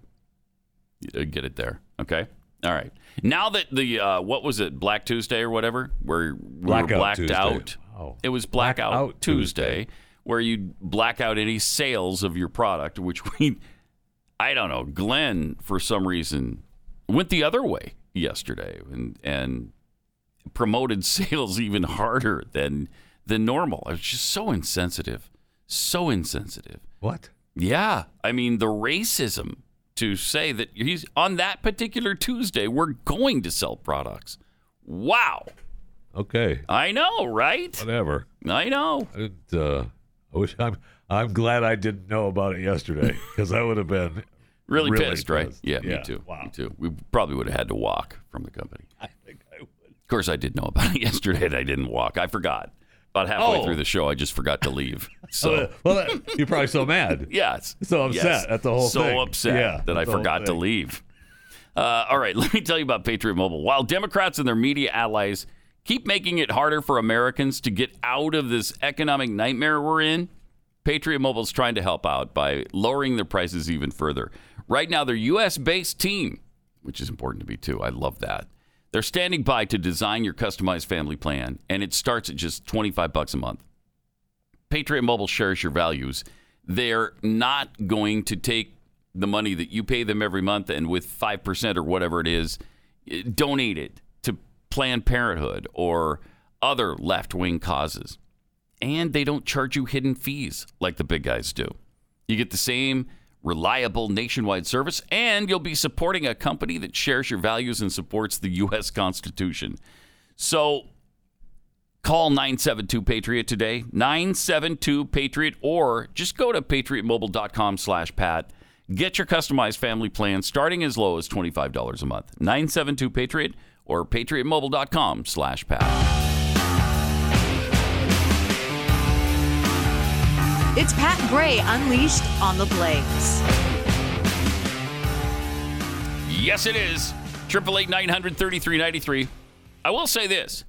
[SPEAKER 2] Uh, Get it there, okay? All right. Now that the uh, what was it, Black Tuesday or whatever, where we were
[SPEAKER 3] Blackout
[SPEAKER 2] blacked
[SPEAKER 3] Tuesday.
[SPEAKER 2] out.
[SPEAKER 3] Wow.
[SPEAKER 2] It was blackout, Tuesday, where you black out any sales of your product, which we, *laughs* I don't know, Glenn for some reason went the other way yesterday and and promoted *laughs* sales even harder than than normal. It's just so insensitive, so insensitive.
[SPEAKER 3] What?
[SPEAKER 2] Yeah, I mean the racism to say that he's on that particular Tuesday we're going to sell products. Wow.
[SPEAKER 3] Okay.
[SPEAKER 2] I know, right?
[SPEAKER 3] Whatever.
[SPEAKER 2] I know.
[SPEAKER 3] I didn't, uh, I wish I'm. I'm glad I didn't know about it
[SPEAKER 2] *laughs*
[SPEAKER 3] yesterday because I would have been
[SPEAKER 2] Really, pissed, right?
[SPEAKER 3] pissed.
[SPEAKER 2] Yeah, me too. Me too. We probably would have had to walk from the company. I think I would. Of course, I did know about *laughs* it yesterday, and I didn't walk. I forgot. About halfway
[SPEAKER 3] Oh.
[SPEAKER 2] through the show, I just forgot
[SPEAKER 3] *laughs*
[SPEAKER 2] to leave. So,
[SPEAKER 3] well, that, you're probably
[SPEAKER 2] *laughs*
[SPEAKER 3] so mad.
[SPEAKER 2] yes.
[SPEAKER 3] So upset
[SPEAKER 2] Yes.
[SPEAKER 3] at the whole
[SPEAKER 2] so
[SPEAKER 3] thing.
[SPEAKER 2] upset
[SPEAKER 3] Yeah,
[SPEAKER 2] that I
[SPEAKER 3] at the whole
[SPEAKER 2] forgot to
[SPEAKER 3] thing.
[SPEAKER 2] leave. Uh, all right, *laughs* let me tell you about Patriot Mobile. While Democrats and their media allies keep making it harder for Americans to get out of this economic nightmare we're in, Patriot Mobile is trying to help out by lowering their prices even further. Right now, their U.S. based team, which is important to me too, I love that. They're standing by to design your customized family plan, and it starts at just 25 bucks a month. Patriot Mobile shares your values. They're not going to take the money that you pay them every month and with 5% or whatever it is, eh, donate it to Planned Parenthood or other left wing causes. And they don't charge you hidden fees like the big guys do. You get the same reliable nationwide service, and you'll be supporting a company that shares your values and supports the U.S. Constitution. So, Call 972 Patriot today, 972 Patriot, or just go to patriotmobile.com slash Pat. Get your customized family plan starting as low as $25 a month. 972 Patriot or patriotmobile.com slash Pat.
[SPEAKER 15] It's Pat Gray unleashed on the Blaze.
[SPEAKER 2] Yes, it is. 888 I will say this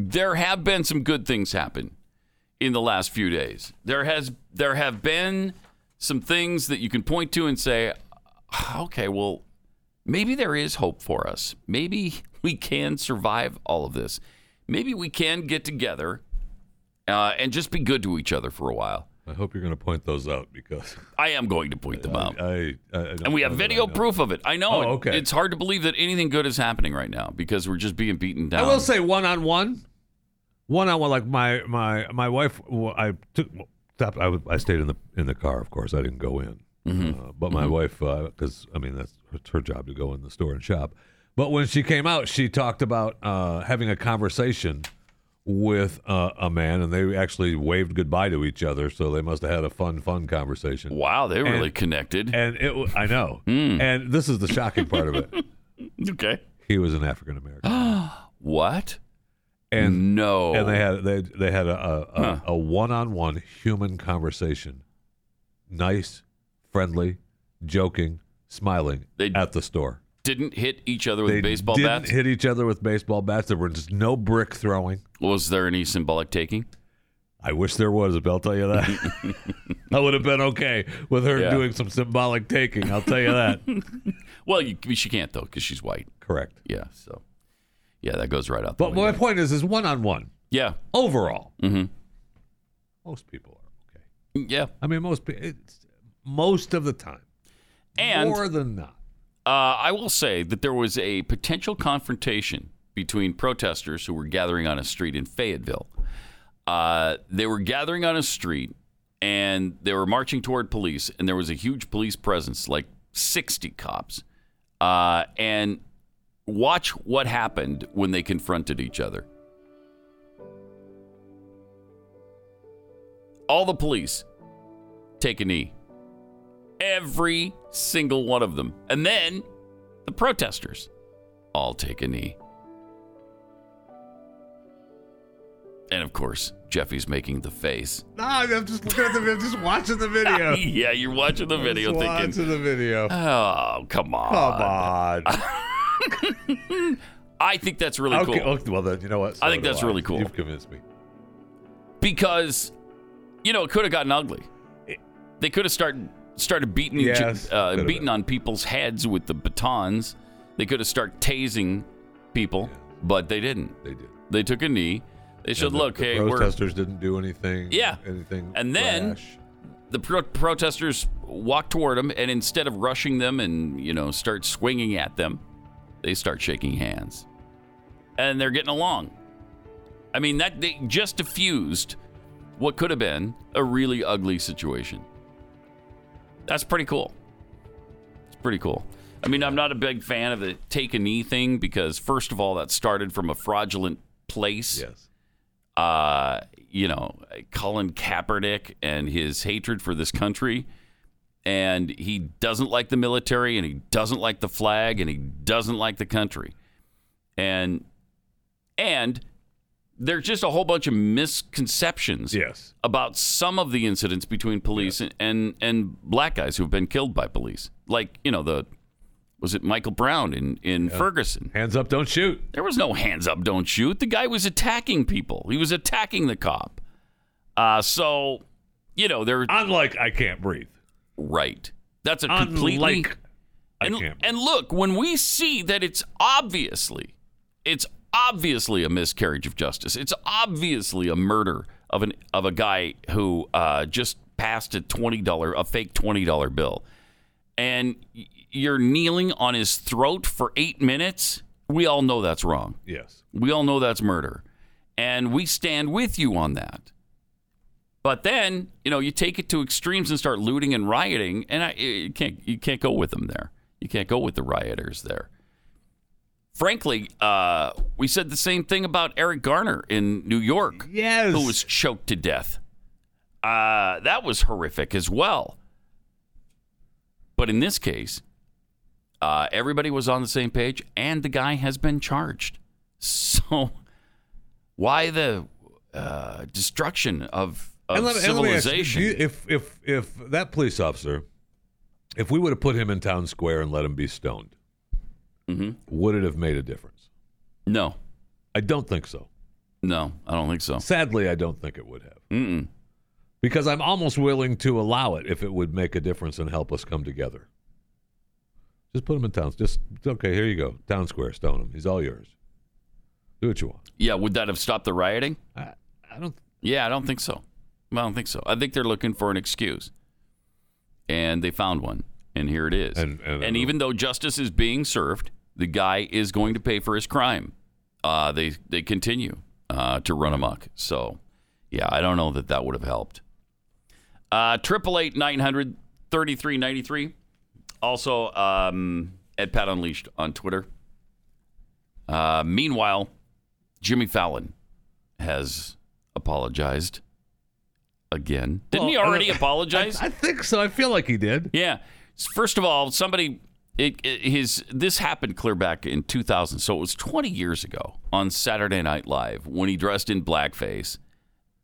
[SPEAKER 2] there have been some good things happen in the last few days. There has there have been some things that you can point to and say, okay, "Ah, well, maybe there is hope for us. Maybe *laughs* we can survive all of this. Maybe we can get together uh, and just be good to each other for a while.
[SPEAKER 3] I hope you're going to point those out because
[SPEAKER 2] I am going to point them out.
[SPEAKER 3] I, I, I don't
[SPEAKER 2] and we
[SPEAKER 3] know
[SPEAKER 2] have
[SPEAKER 3] that I
[SPEAKER 2] video
[SPEAKER 3] know.
[SPEAKER 2] proof of it. I know.
[SPEAKER 3] Oh,
[SPEAKER 2] it-
[SPEAKER 3] okay.
[SPEAKER 2] It's hard to believe that anything good is happening right now because we're just being beaten down.
[SPEAKER 3] I will say one on one, one on one. Like my my my wife, well, I took stopped. I, was- I stayed in the in the car. Of course, I didn't go in.
[SPEAKER 2] Mm-hmm.
[SPEAKER 3] Uh, but my wife, because I mean that's it's her job to go in the store and shop. But when she came out, she talked about uh, having a conversation with uh, a man, and they actually waved goodbye to each other. So they must have had a fun, fun conversation.
[SPEAKER 2] Wow, they
[SPEAKER 3] And-
[SPEAKER 2] really connected.
[SPEAKER 3] And it, wa- I know. And this is the shocking part of it.
[SPEAKER 2] Hmm. *laughs* okay.
[SPEAKER 3] He was an African American.
[SPEAKER 2] *gasps* what?
[SPEAKER 3] and
[SPEAKER 2] no,
[SPEAKER 3] and they had they they had a a, a, a one-on-one human conversation, nice, friendly, joking, smiling at the store.
[SPEAKER 2] didn't hit each other with
[SPEAKER 3] they
[SPEAKER 2] baseball
[SPEAKER 3] didn't
[SPEAKER 2] bats.
[SPEAKER 3] hit each other with baseball bats. There was just no brick
[SPEAKER 2] *laughs*
[SPEAKER 3] throwing. *laughs*
[SPEAKER 2] Was there any symbolic taking?
[SPEAKER 3] I wish there was. If I'll tell you that, I would have been okay with her
[SPEAKER 2] Yeah.
[SPEAKER 3] doing some symbolic taking. I'll tell you that.
[SPEAKER 2] well, you, she can't though because she's white.
[SPEAKER 3] Correct.
[SPEAKER 2] Yeah. So, yeah, that goes right up.
[SPEAKER 3] But my point is, is one-on-one
[SPEAKER 2] *laughs* Yeah.
[SPEAKER 3] overall.
[SPEAKER 2] hmm
[SPEAKER 3] Most people are.
[SPEAKER 2] Yeah.
[SPEAKER 3] I mean, most pe- it's, most of the time,
[SPEAKER 2] And-
[SPEAKER 3] more than not.
[SPEAKER 2] Uh, I will say that there was a potential confrontation between protesters who were gathering on a street in Fayetteville. Uh, they were gathering on a street and they were marching toward police, and there was a huge police presence, like 60 cops. Uh, and watch what happened when they confronted each other. All the police take a knee every single one of them. And then the protesters all take a knee. And of course, Jeffy's making the face.
[SPEAKER 3] No, I'm just looking at the video, just watching the video.
[SPEAKER 2] *laughs* yeah, you're watching the video
[SPEAKER 3] Just
[SPEAKER 2] thinking,
[SPEAKER 3] watching the video.
[SPEAKER 2] oh, come on.
[SPEAKER 3] Come on.
[SPEAKER 2] I think that's *laughs* really
[SPEAKER 3] okay,
[SPEAKER 2] cool.
[SPEAKER 3] okay, well then, you know what?
[SPEAKER 2] I think
[SPEAKER 3] do
[SPEAKER 2] that's really cool.
[SPEAKER 3] You've convinced me.
[SPEAKER 2] Because, you know, it could have gotten ugly. They could have started started beating each-
[SPEAKER 3] Yes,
[SPEAKER 2] uh,
[SPEAKER 3] could have
[SPEAKER 2] beating on people's heads with the batons. They could have started tasing people, but they didn't.
[SPEAKER 3] They did.
[SPEAKER 2] They took a knee. They
[SPEAKER 3] And
[SPEAKER 2] said,
[SPEAKER 3] the-
[SPEAKER 2] "Look,
[SPEAKER 3] the
[SPEAKER 2] hey, we're
[SPEAKER 3] protesters didn't do anything.
[SPEAKER 2] Yeah.
[SPEAKER 3] Anything.
[SPEAKER 2] and then the pro- protesters walk toward them, and instead of rushing them and you know start swinging at them, they start shaking hands, and they're getting along. I mean, that they just diffused what could have been a really ugly situation. That's pretty cool. It's pretty cool. I mean, I'm not a big fan of the take a knee thing because, first of all, that started from a fraudulent place.
[SPEAKER 3] Yes.
[SPEAKER 2] Uh, you know, Colin Kaepernick and his hatred for this country. And he doesn't like the military and he doesn't like the flag and he doesn't like the country. And and there's just a whole bunch of misconceptions
[SPEAKER 3] yes.
[SPEAKER 2] about some of the incidents between police and, and and black guys who've been killed by police. Like, you know, the was it Michael Brown in, in Ferguson?
[SPEAKER 3] Hands up, don't shoot.
[SPEAKER 2] There was no hands up, don't shoot. The guy was attacking people. He was attacking the cop. Uh, so, you know, they're
[SPEAKER 3] Unlike I can't breathe.
[SPEAKER 2] right. That's a completely
[SPEAKER 3] Unlike I
[SPEAKER 2] and,
[SPEAKER 3] can't.
[SPEAKER 2] and look, when we see that it's obviously, it's obviously a miscarriage of justice. It's obviously a murder of an of a guy who uh, just passed a twenty dollar a fake twenty dollar bill, and y- you're kneeling on his throat for eight minutes. We all know that's wrong.
[SPEAKER 3] Yes.
[SPEAKER 2] We all know that's murder, and we stand with you on that. But then, you know, you take it to extremes and start looting and rioting, and I, you can't you can't go with them there. You can't go with the rioters there. Frankly, uh, we said the same thing about Eric Garner in New York,
[SPEAKER 3] yes,
[SPEAKER 2] who was choked to death. Uh, that was horrific as well. But in this case, uh, everybody was on the same page, and the guy has been charged. *laughs* So, why the uh, destruction of, of
[SPEAKER 3] And let me- and let me ask you,
[SPEAKER 2] civilization?
[SPEAKER 3] do you- if if if that police officer, if we would have put him in town square and let him be stoned, would it have made a difference?
[SPEAKER 2] Mm-hmm. No,
[SPEAKER 3] I don't think so.
[SPEAKER 2] no, I don't think so.
[SPEAKER 3] Sadly, I don't think it would have.
[SPEAKER 2] Mm-mm.
[SPEAKER 3] Because I'm almost willing to allow it if it would make a difference and help us come together. Just put him in town. Just okay. Here you go. Town square. Stone him. He's all yours. Do what you want.
[SPEAKER 2] Yeah, would that have stopped the rioting?
[SPEAKER 3] I, I don't.
[SPEAKER 2] Yeah, I don't think so. I don't think so. I think they're looking for an excuse, and they found one, and here it is. And, uh, even though justice is being served, the guy is going to pay for his crime. Uh, they they continue uh, to run amok. So, yeah, I don't know that that would have helped. Uh, Triple eight nine hundred thirty three ninety three. Also, um, at Pat Unleashed on Twitter. Uh, meanwhile, Jimmy Fallon has apologized again. Didn't he
[SPEAKER 3] Well, uh, *laughs* I
[SPEAKER 2] already
[SPEAKER 3] don't-
[SPEAKER 2] apologize?
[SPEAKER 3] I, I think so. I feel like he did.
[SPEAKER 2] Yeah. First of all, somebody it, it- his this happened clear back in 2000, so it was 20 years ago on Saturday Night Live when he dressed in blackface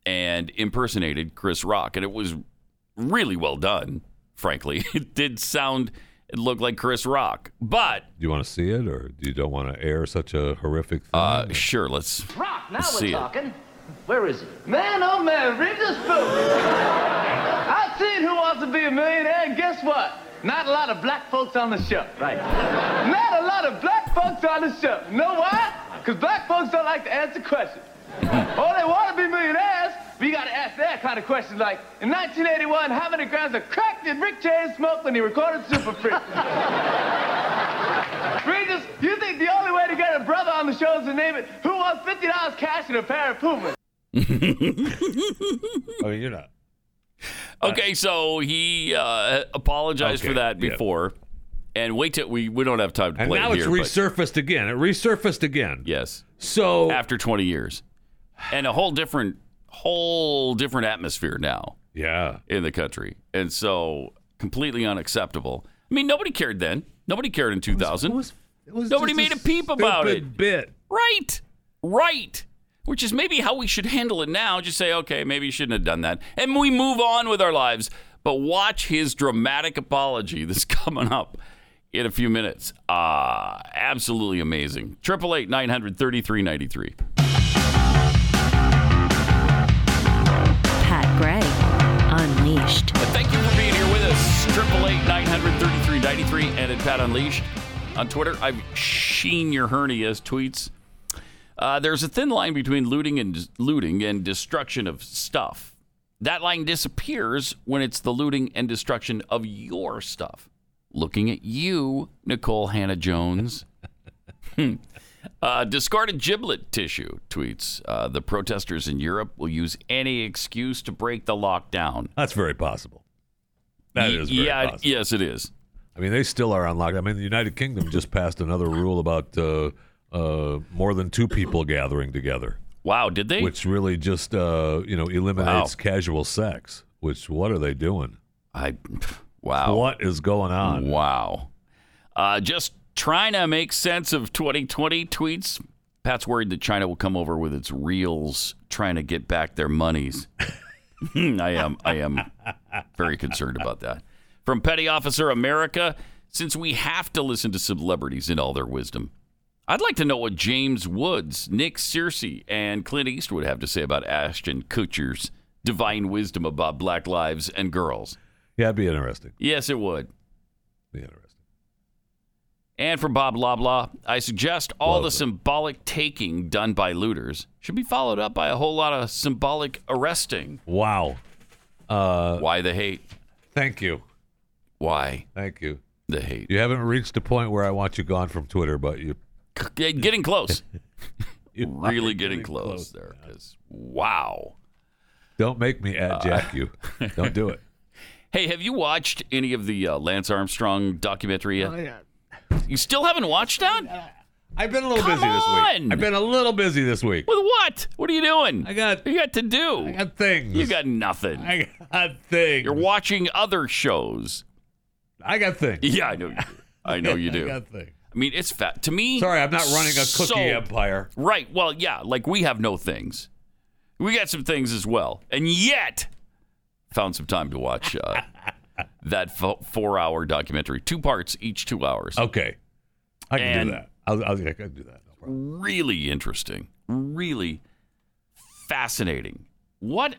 [SPEAKER 2] and impersonated Chris Rock, and it was really well done. Frankly, *laughs* it did sound it looked like Chris Rock, but
[SPEAKER 3] Do you want to see it, or do you don't want to air such a horrific thing? Uh,
[SPEAKER 2] sure. Let's.
[SPEAKER 16] Rock, now
[SPEAKER 3] Let's
[SPEAKER 16] we're
[SPEAKER 3] see it.
[SPEAKER 16] talking. Where is he? Man, oh man, read this book. *laughs* I've seen Who Wants to Be a Millionaire, and guess what? Not a lot of black folks on the show. Right. Not a lot of black folks on the show. You know why? Because black folks don't like to answer questions.
[SPEAKER 2] Mm-hmm.
[SPEAKER 16] oh, they want to be millionaires, but you got to ask that kind of questions like, in 1981, how many grams of crack did Rick James smoke when he recorded Super Freak? Regis, you think the only way to get a brother on the show is to name it Who Wants $50 Cash and a Pair of Pumas?
[SPEAKER 3] I mean, Oh, you're not.
[SPEAKER 2] *laughs* Okay, so he uh, apologized
[SPEAKER 3] Okay,
[SPEAKER 2] for that
[SPEAKER 3] yeah.
[SPEAKER 2] before, and wait till we we don't have time to
[SPEAKER 3] And
[SPEAKER 2] play
[SPEAKER 3] now
[SPEAKER 2] it
[SPEAKER 3] it's
[SPEAKER 2] here, but-
[SPEAKER 3] resurfaced again. It resurfaced again.
[SPEAKER 2] Yes.
[SPEAKER 3] So
[SPEAKER 2] after 20 years, and a whole different, whole different atmosphere now.
[SPEAKER 3] Yeah.
[SPEAKER 2] In the country, and so completely unacceptable. I mean, nobody cared then. Nobody cared in 2000. nobody
[SPEAKER 3] just
[SPEAKER 2] made
[SPEAKER 3] a
[SPEAKER 2] a peep about
[SPEAKER 3] stupid
[SPEAKER 2] it.
[SPEAKER 3] Bit.
[SPEAKER 2] Right. Right. Which is maybe how we should handle it now. Just say, okay, maybe you shouldn't have done that. And we move on with our lives. But watch his dramatic apology that's *laughs* coming up in a few minutes. Uh, absolutely amazing. 888 933 93.
[SPEAKER 1] Pat Gray, Unleashed.
[SPEAKER 2] Thank you for being here with us. 888 933 93 and at Pat Unleashed on Twitter. I've sheen your hernias tweets. Uh, there's a thin line between looting and looting and destruction of stuff. That line disappears when it's the looting and destruction of your stuff. Looking at you, Nicole Hannah Jones. *laughs* Hmm. uh, discarded giblet tissue tweets. Uh, the protesters in Europe will use any excuse to break the lockdown.
[SPEAKER 3] That's very possible. That
[SPEAKER 2] Ye-
[SPEAKER 3] is very
[SPEAKER 2] yeah,
[SPEAKER 3] possible.
[SPEAKER 2] yes, it is.
[SPEAKER 3] I mean, they still are on lockdown. I mean, the United Kingdom just passed another rule about uh, uh, more than two people gathering together.
[SPEAKER 2] Wow, did they?
[SPEAKER 3] Which really just uh, you know eliminates casual sex. Which what are they doing?
[SPEAKER 2] I wow.
[SPEAKER 3] What is going on?
[SPEAKER 2] Wow. Uh, just trying to make sense of 2020 tweets. Pat's worried that China will come over with its reels trying to get back their monies. *laughs* I am I am very concerned about that. From Petty Officer America, since we have to listen to celebrities in all their wisdom, I'd like to know what James Woods, Nick Searcy, and Clint Eastwood have to say about Ashton Kutcher's divine wisdom about black lives and girls.
[SPEAKER 3] Yeah, it'd be interesting.
[SPEAKER 2] Yes, it would.
[SPEAKER 3] Be interesting.
[SPEAKER 2] And from Bob Loblaw, I suggest all the symbolic taking done by looters should be followed up by a whole lot of symbolic arresting.
[SPEAKER 3] Wow. Uh,
[SPEAKER 2] Why the hate?
[SPEAKER 3] Thank you.
[SPEAKER 2] Why?
[SPEAKER 3] Thank you.
[SPEAKER 2] The hate.
[SPEAKER 3] You haven't reached a point where I want you gone from Twitter, but you
[SPEAKER 2] Yeah,
[SPEAKER 3] *laughs*
[SPEAKER 2] Getting close.
[SPEAKER 3] are
[SPEAKER 2] really getting
[SPEAKER 3] getting
[SPEAKER 2] close, there. 'cause wow.
[SPEAKER 3] don't make me at
[SPEAKER 2] Uh,
[SPEAKER 3] Jack
[SPEAKER 2] *laughs*
[SPEAKER 3] you. Don't do it.
[SPEAKER 2] Hey, have you watched any of the uh, Lance Armstrong documentary yet?
[SPEAKER 3] Oh, yeah.
[SPEAKER 2] You still haven't watched that?
[SPEAKER 3] I've been a little
[SPEAKER 2] Come
[SPEAKER 3] busy this
[SPEAKER 2] on!
[SPEAKER 3] week. I've been a little busy this week.
[SPEAKER 2] With what? What are you doing?
[SPEAKER 3] I got.
[SPEAKER 2] You got to do. I
[SPEAKER 3] got things.
[SPEAKER 2] You got nothing.
[SPEAKER 3] I got things.
[SPEAKER 2] You're watching other shows.
[SPEAKER 3] I got things.
[SPEAKER 2] Yeah, I know. You do. I know you
[SPEAKER 3] *laughs*
[SPEAKER 2] do.
[SPEAKER 3] I got things.
[SPEAKER 2] I mean, it's fat. To me,
[SPEAKER 3] Sorry, I'm not running a cookie
[SPEAKER 2] so-
[SPEAKER 3] empire.
[SPEAKER 2] Right. Well, yeah. Like we have no things. We got some things as well, and yet found some time to watch
[SPEAKER 3] *laughs*
[SPEAKER 2] uh, that fo- four-hour documentary, two parts, each two hours.
[SPEAKER 3] Okay, I can
[SPEAKER 2] And-
[SPEAKER 3] do that. I'll, I'll, I can do that.
[SPEAKER 2] Really interesting. Really fascinating. What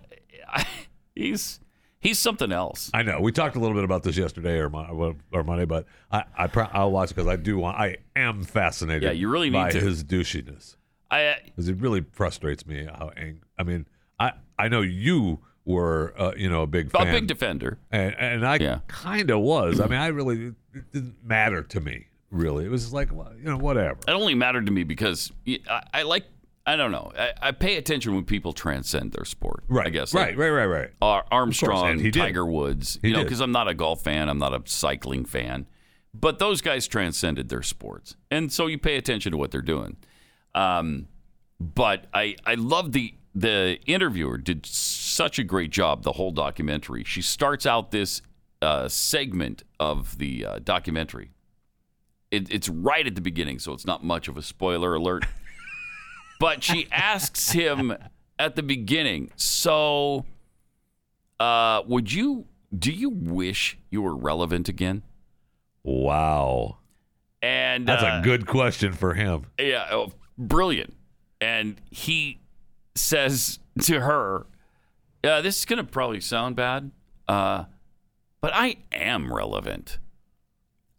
[SPEAKER 2] *laughs* he's He's something else.
[SPEAKER 3] I know. We talked a little bit about this yesterday or, mon- or Monday, but I, I pro- I'll watch because I do want. I am fascinated.
[SPEAKER 2] Yeah, you really need
[SPEAKER 3] by
[SPEAKER 2] to.
[SPEAKER 3] his douchiness.
[SPEAKER 2] I
[SPEAKER 3] because it really frustrates me how ang- I mean, I I know you were uh, you know a big
[SPEAKER 2] A
[SPEAKER 3] fan,
[SPEAKER 2] big defender.
[SPEAKER 3] and and I kind of was. I mean, I really it didn't matter to me. Really, it was like well, you know whatever.
[SPEAKER 2] It only mattered to me because y- I, I like. I don't know. I, I pay attention when people transcend their sport. Right. I guess.
[SPEAKER 3] Right, right, right, right.
[SPEAKER 2] Ar-
[SPEAKER 3] and
[SPEAKER 2] Armstrong,
[SPEAKER 3] he did.
[SPEAKER 2] Tiger Woods.
[SPEAKER 3] He
[SPEAKER 2] you know,
[SPEAKER 3] did.
[SPEAKER 2] because I'm not a golf fan. I'm not a cycling fan. But those guys transcended their sports, and so you pay attention to what they're doing. Um, but I, I love the the interviewer did such a great job. The whole documentary. She starts out this uh, segment of the uh, documentary it, it's right at the beginning, so it's not much of a spoiler
[SPEAKER 3] *laughs*
[SPEAKER 2] alert. but she asks him at the beginning, so uh, would you do you wish you were relevant again?
[SPEAKER 3] Wow,
[SPEAKER 2] And
[SPEAKER 3] that's
[SPEAKER 2] uh,
[SPEAKER 3] a good question for him.
[SPEAKER 2] yeah, oh, brilliant. And he says to her, uh, "This is going to probably sound bad, uh, but I am relevant.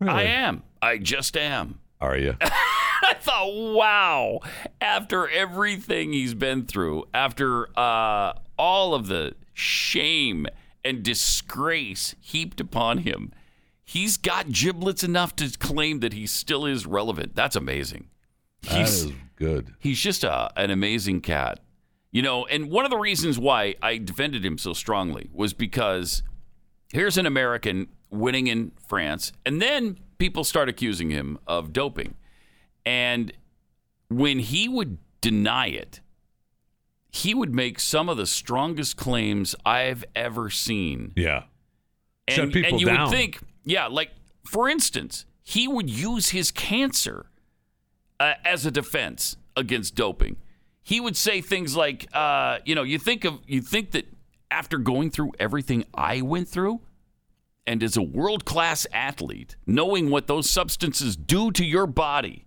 [SPEAKER 2] I am. I just am."
[SPEAKER 3] Are you?
[SPEAKER 2] *laughs* I thought, wow, after everything he's been through, after uh, all of the shame and disgrace heaped upon him, he's got giblets enough to claim that he still is relevant. That's amazing.
[SPEAKER 3] That is good.
[SPEAKER 2] He's just a, an amazing cat. You know, and one of the reasons why I defended him so strongly was because here's an American winning in France, and then people start accusing him of doping. And when he would deny it, he would make some of the strongest claims I've ever seen.
[SPEAKER 3] Yeah.
[SPEAKER 2] And,
[SPEAKER 3] Shut people
[SPEAKER 2] and you
[SPEAKER 3] down.
[SPEAKER 2] would think, yeah, like for instance, he would use his cancer uh, as a defense against doping. He would say things like, uh, you know, you think of you think that after going through everything I went through, and as a world class athlete, knowing what those substances do to your body,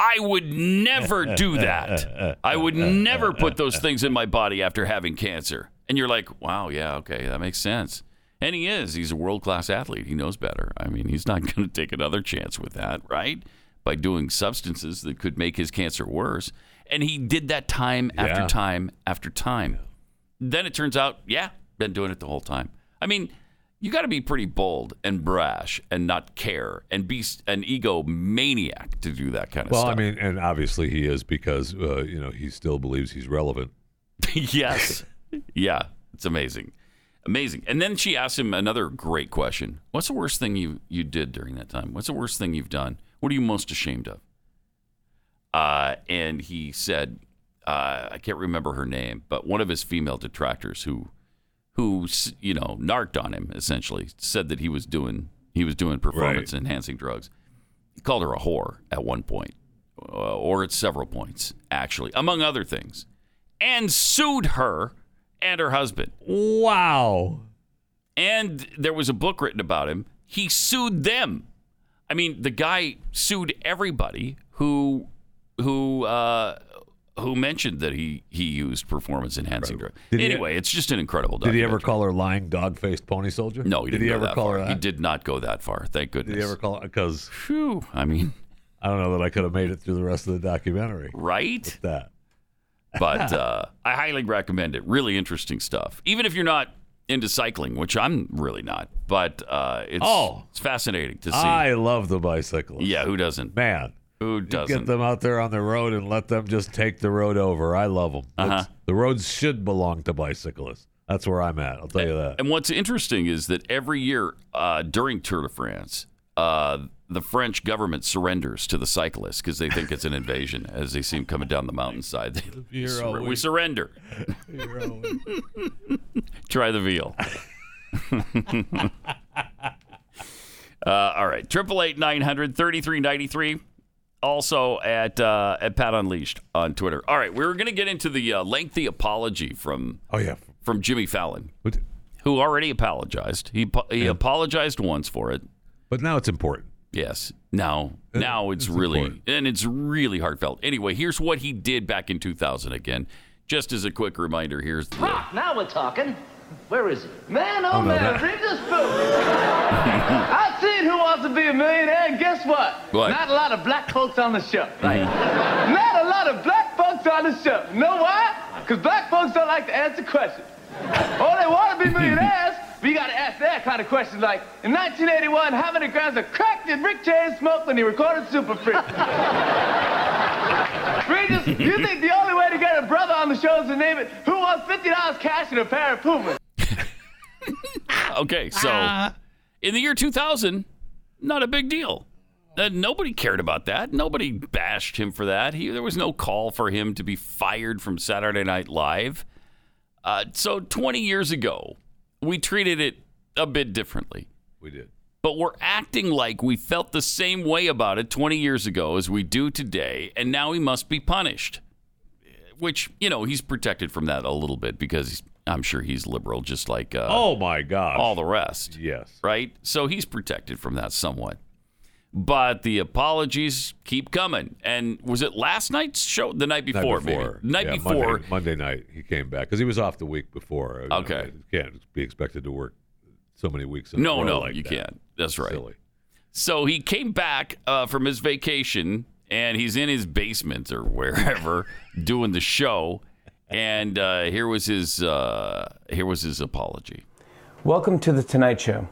[SPEAKER 2] I would never do that. I would never put those things in my body after having cancer. And you're like, wow, yeah, okay, that makes sense. And he is. He's a world class athlete. He knows better. I mean, he's not *laughs* going to take another chance with that, right? By doing substances that could make his cancer worse. And he did that time
[SPEAKER 3] Yeah.
[SPEAKER 2] after time after time. Then it turns out, yeah, been doing it the whole time. I mean, you got to be pretty bold and brash and not care and be s- an ego maniac to do that kind of
[SPEAKER 3] Well,
[SPEAKER 2] stuff.
[SPEAKER 3] I mean, and obviously he is because uh, you know he still believes he's relevant.
[SPEAKER 2] *laughs* yes. Yeah. It's amazing. Amazing. And then she asked him another great question. What's the worst thing you, you did during that time? What's the worst thing you've done? What are you most ashamed of? Uh, and he said, uh, I can't remember her name, but one of his female detractors who, who s- you know, narked on him essentially said that he was doing he was doing performance enhancing drugs. He called her a whore at one point, uh, or at several points actually, among other things and sued her and her husband.
[SPEAKER 3] Wow.
[SPEAKER 2] And there was a book written about him. He sued them. I mean, the guy sued everybody who who uh, who mentioned that he he used performance enhancing drugs.
[SPEAKER 3] Did he-
[SPEAKER 2] Anyway, it's just an incredible.
[SPEAKER 3] Did he
[SPEAKER 2] documentary.
[SPEAKER 3] ever call her lying dog faced pony soldier?
[SPEAKER 2] No, he
[SPEAKER 3] did
[SPEAKER 2] didn't
[SPEAKER 3] he
[SPEAKER 2] go
[SPEAKER 3] ever
[SPEAKER 2] that
[SPEAKER 3] call
[SPEAKER 2] far.
[SPEAKER 3] her
[SPEAKER 2] He
[SPEAKER 3] that?
[SPEAKER 2] did not go that far. Thank goodness.
[SPEAKER 3] Did he ever call because?
[SPEAKER 2] Phew. I mean,
[SPEAKER 3] I don't know that I could have made it through the rest of the documentary.
[SPEAKER 2] Right?
[SPEAKER 3] With that.
[SPEAKER 2] *laughs*
[SPEAKER 3] *laughs*
[SPEAKER 2] but uh, I highly recommend it. Really interesting stuff. Even if you're not into cycling, which I'm really not, but uh, it's
[SPEAKER 3] Oh.
[SPEAKER 2] it's fascinating to see.
[SPEAKER 3] I love the bicyclists.
[SPEAKER 2] yeah, who doesn't?
[SPEAKER 3] Man.
[SPEAKER 2] Who doesn't?
[SPEAKER 3] Get them out there on the road and let them just take the road over. I love them.
[SPEAKER 2] Uh-huh.
[SPEAKER 3] The roads should belong to bicyclists. That's where I'm at. I'll tell you that.
[SPEAKER 2] And what's interesting is that every year uh, during Tour de France, uh, the French government surrenders to the cyclists because they think it's an invasion as they see them coming down the mountainside. They
[SPEAKER 3] You're
[SPEAKER 2] surre- we
[SPEAKER 3] always-
[SPEAKER 2] surrender. Try
[SPEAKER 3] *laughs*
[SPEAKER 2] the veal. uh, all right, triple eight nine hundred thirty three ninety three. Also at uh, at Pat Unleashed on Twitter. All right, we we're going to get into the uh, lengthy apology from
[SPEAKER 3] oh yeah
[SPEAKER 2] from Jimmy Fallon, who already apologized. He po- he apologized once for it.
[SPEAKER 3] But now it's important. Uh,
[SPEAKER 2] Yes. Now now it's, really and it's really heartfelt. Anyway, here's what he did back in 2000 again. Just as a quick reminder, here's the
[SPEAKER 16] Now we're talking. Where is it? Man, oh,
[SPEAKER 17] Oh, no,
[SPEAKER 16] man,
[SPEAKER 17] that-
[SPEAKER 16] read this
[SPEAKER 17] *laughs*
[SPEAKER 16] book. I seen Who Wants to Be a Millionaire, and guess what?
[SPEAKER 17] What?
[SPEAKER 16] Not a lot of black folks on the show. Not a lot of black folks on the show. You know why? Because black folks don't like to answer questions. Oh, they want
[SPEAKER 17] *laughs*
[SPEAKER 16] to be millionaires, but you got to ask that kind of questions like, in 1981, how many grams of crack did Rick James smoke when he recorded
[SPEAKER 17] *laughs*
[SPEAKER 16] Super Freak? Regis, you think the only way to get a brother on the show is to name it Who Wants $50 Cash and a Pair of Pumas?
[SPEAKER 2] Okay, so
[SPEAKER 3] Ah.
[SPEAKER 2] in the year 2000, not a big deal. Uh, nobody cared about that. Nobody bashed him for that. He, there was no call for him to be fired from Saturday Night Live. Uh, so 20 years ago, we treated it a bit differently.
[SPEAKER 3] We did.
[SPEAKER 2] But we're acting like we felt the same way about it 20 years ago as we do today, and now he must be punished. Which, you know, he's protected from that a little bit because he's, I'm sure he's liberal, just like. Uh,
[SPEAKER 3] Oh my gosh.
[SPEAKER 2] all the rest.
[SPEAKER 3] Yes.
[SPEAKER 2] Right? So he's protected from that somewhat. But the apologies keep coming. And was it last night's show? The night
[SPEAKER 3] Night
[SPEAKER 2] before, maybe. The Night
[SPEAKER 3] Yeah,
[SPEAKER 2] before.
[SPEAKER 3] Monday, Monday night he came back because he was off the week before. I-
[SPEAKER 2] Okay.
[SPEAKER 3] I can't be expected to work so many weeks. In
[SPEAKER 2] No,
[SPEAKER 3] a row
[SPEAKER 2] no,
[SPEAKER 3] like
[SPEAKER 2] you
[SPEAKER 3] that.
[SPEAKER 2] can't. That's right.
[SPEAKER 3] Silly.
[SPEAKER 2] So he came back uh, from his vacation and he's in his basement
[SPEAKER 3] *laughs*
[SPEAKER 2] or wherever doing the show. And uh, here was his uh, here was his apology.
[SPEAKER 18] Welcome to the Tonight Show.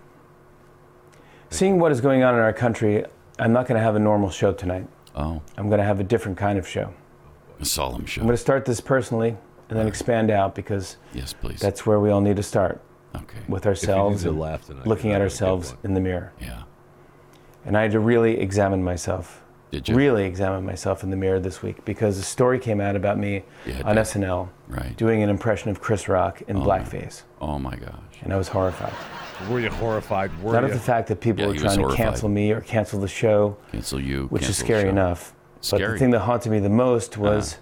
[SPEAKER 18] Seeing what is going on in our country, I'm not going to have a normal show tonight.
[SPEAKER 2] Oh.
[SPEAKER 18] I'm going to have a different kind of show.
[SPEAKER 2] A solemn show.
[SPEAKER 18] I'm going to start this personally and then expand out because
[SPEAKER 2] yes, please.
[SPEAKER 18] that's where we all need to start.
[SPEAKER 2] Okay.
[SPEAKER 18] With ourselves
[SPEAKER 3] to
[SPEAKER 18] and
[SPEAKER 3] laugh tonight,
[SPEAKER 18] looking at ourselves in the mirror.
[SPEAKER 2] Yeah.
[SPEAKER 18] And I had to really examine myself.
[SPEAKER 2] Did
[SPEAKER 18] you? Really examine myself in the mirror this week because a story came out about me on SNL doing an impression of Chris Rock in blackface.
[SPEAKER 2] Oh my gosh.
[SPEAKER 18] And I was horrified.
[SPEAKER 3] Were you horrified? Were
[SPEAKER 18] Not
[SPEAKER 3] you?
[SPEAKER 18] of the fact that people
[SPEAKER 3] Yeah,
[SPEAKER 18] were
[SPEAKER 3] he was
[SPEAKER 18] trying to
[SPEAKER 3] horrified.
[SPEAKER 18] cancel me or cancel the show,
[SPEAKER 2] cancel you,
[SPEAKER 18] which is
[SPEAKER 3] cancel the
[SPEAKER 18] scary
[SPEAKER 3] show.
[SPEAKER 18] enough. But
[SPEAKER 3] Scary.
[SPEAKER 18] the thing that haunted me the most was,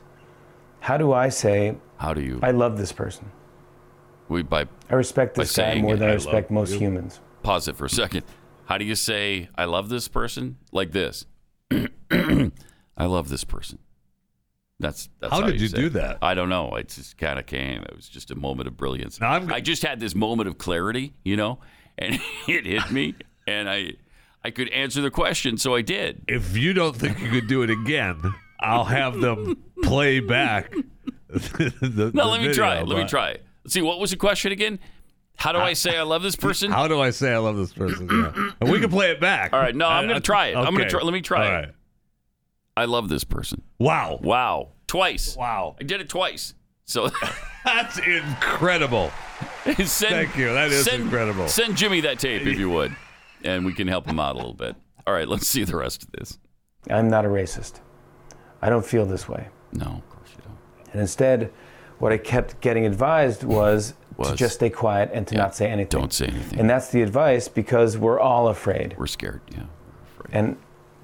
[SPEAKER 18] how do I say?
[SPEAKER 2] How do you?
[SPEAKER 18] I love this person.
[SPEAKER 2] We by
[SPEAKER 18] I respect
[SPEAKER 2] by
[SPEAKER 18] this guy
[SPEAKER 2] saying
[SPEAKER 18] more than I,
[SPEAKER 2] love
[SPEAKER 18] respect most
[SPEAKER 2] you.
[SPEAKER 18] humans.
[SPEAKER 2] Pause it for a second. How do you say I love this person? Like this. *clears throat* I love this person. That's that's
[SPEAKER 3] How
[SPEAKER 2] how,
[SPEAKER 3] did you
[SPEAKER 2] say
[SPEAKER 3] do
[SPEAKER 2] it.
[SPEAKER 3] that?
[SPEAKER 2] I don't know. It just kind of came. It was just a moment of brilliance.
[SPEAKER 3] Now, I'm-
[SPEAKER 2] I just had this moment of clarity, you know, and *laughs* it hit me, and I I could answer the question, so I did.
[SPEAKER 3] If you don't think you could do it again, I'll have them play
[SPEAKER 2] *laughs*
[SPEAKER 3] back. the,
[SPEAKER 2] No,
[SPEAKER 3] the
[SPEAKER 2] let me
[SPEAKER 3] video,
[SPEAKER 2] try. it. Let me
[SPEAKER 3] but-
[SPEAKER 2] try. it. Let's see. What was the question again? How do I say I
[SPEAKER 3] *laughs*
[SPEAKER 2] love this person?
[SPEAKER 3] How do I say I love this person?
[SPEAKER 2] *clears throat*
[SPEAKER 3] Yeah. And we can play it back.
[SPEAKER 2] All right. No, I'm
[SPEAKER 3] I-
[SPEAKER 2] going
[SPEAKER 3] I-
[SPEAKER 2] to try it. I'm going
[SPEAKER 3] okay.
[SPEAKER 2] to try. Let me try
[SPEAKER 3] All
[SPEAKER 2] it. I love this person.
[SPEAKER 3] Wow.
[SPEAKER 2] Wow. Twice.
[SPEAKER 3] Wow.
[SPEAKER 2] I did it twice. So *laughs*
[SPEAKER 3] that's incredible.
[SPEAKER 2] send,
[SPEAKER 3] Thank you. That is
[SPEAKER 2] send-
[SPEAKER 3] incredible.
[SPEAKER 2] Send Jimmy that tape if you
[SPEAKER 3] *laughs*
[SPEAKER 2] would, and we can help him out a little bit. All right. Let's see the rest of this.
[SPEAKER 18] I'm not a racist. I don't feel this way.
[SPEAKER 2] No,
[SPEAKER 18] of course you don't. And instead, what I kept getting advised was, to
[SPEAKER 2] Was.
[SPEAKER 18] just stay quiet and to not say anything.
[SPEAKER 2] Don't say anything.
[SPEAKER 18] And that's the advice because we're all afraid.
[SPEAKER 2] We're scared, yeah.
[SPEAKER 18] And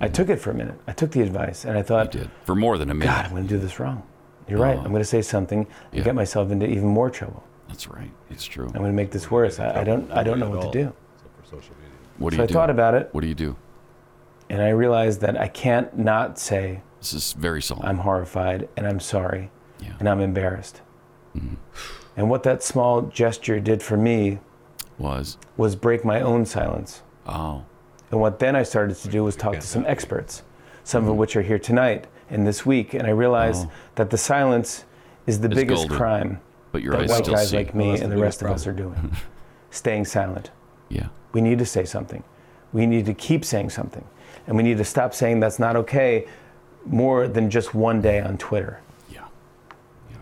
[SPEAKER 18] I took it for a minute. I took the advice and I thought,
[SPEAKER 2] for more than a minute. Oh.
[SPEAKER 18] God, I'm going to do this wrong. You're right. I'm going to say something and get myself into even more trouble.
[SPEAKER 2] That's right. It's true. I'm
[SPEAKER 18] going to make this worse. I, I don't. I don't know what to do.
[SPEAKER 2] What do
[SPEAKER 18] so
[SPEAKER 2] you
[SPEAKER 18] I
[SPEAKER 2] do?
[SPEAKER 18] thought about it
[SPEAKER 2] What do you do?
[SPEAKER 18] and I realized that I can't not say.
[SPEAKER 2] This is very solemn.
[SPEAKER 18] I'm horrified and I'm sorry and I'm embarrassed.
[SPEAKER 2] Mm-hmm.
[SPEAKER 18] And what that small gesture did for me
[SPEAKER 2] was
[SPEAKER 18] was break my own silence.
[SPEAKER 2] Oh.
[SPEAKER 18] And what then I started to do was talk to some experts, some
[SPEAKER 2] Mm-hmm.
[SPEAKER 18] of which are here tonight and this week. And I realized that the silence is the
[SPEAKER 2] Oh. It's
[SPEAKER 18] biggest
[SPEAKER 2] golden,
[SPEAKER 18] crime
[SPEAKER 2] but your
[SPEAKER 18] that
[SPEAKER 2] eyes
[SPEAKER 18] white
[SPEAKER 2] still
[SPEAKER 18] guys
[SPEAKER 2] see.
[SPEAKER 18] like
[SPEAKER 2] Well,
[SPEAKER 18] me
[SPEAKER 2] that's
[SPEAKER 18] and
[SPEAKER 2] the
[SPEAKER 18] the rest
[SPEAKER 2] biggest
[SPEAKER 18] of us are doing.
[SPEAKER 2] *laughs*
[SPEAKER 18] Staying silent.
[SPEAKER 2] Yeah.
[SPEAKER 18] We need to say something. We need to keep saying something. And we need to stop saying that's not okay more than just one day on Twitter.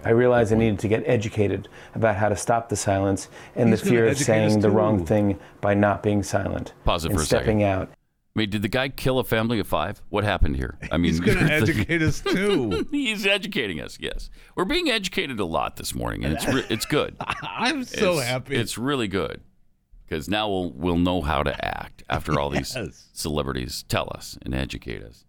[SPEAKER 18] I realized I needed to get educated about how to stop the silence and
[SPEAKER 2] He's
[SPEAKER 18] the
[SPEAKER 2] gonna
[SPEAKER 18] fear of
[SPEAKER 2] educate
[SPEAKER 18] saying
[SPEAKER 2] us
[SPEAKER 18] the
[SPEAKER 2] too.
[SPEAKER 18] wrong thing by not being silent
[SPEAKER 2] Pause it
[SPEAKER 18] and
[SPEAKER 2] for a second.
[SPEAKER 18] stepping out.
[SPEAKER 2] I mean, did the guy kill a family of five? What happened here? I mean,
[SPEAKER 3] He's
[SPEAKER 2] *laughs*
[SPEAKER 3] going to educate us too.
[SPEAKER 2] He's educating us. Yes, we're being educated a lot this morning, and it's re-
[SPEAKER 3] *laughs*
[SPEAKER 2] it's good.
[SPEAKER 3] I'm so
[SPEAKER 2] It's-
[SPEAKER 3] happy.
[SPEAKER 2] It's really good because now we'll we'll know how to act after all
[SPEAKER 3] *laughs*
[SPEAKER 2] these
[SPEAKER 3] Yes.
[SPEAKER 2] celebrities tell us and educate us.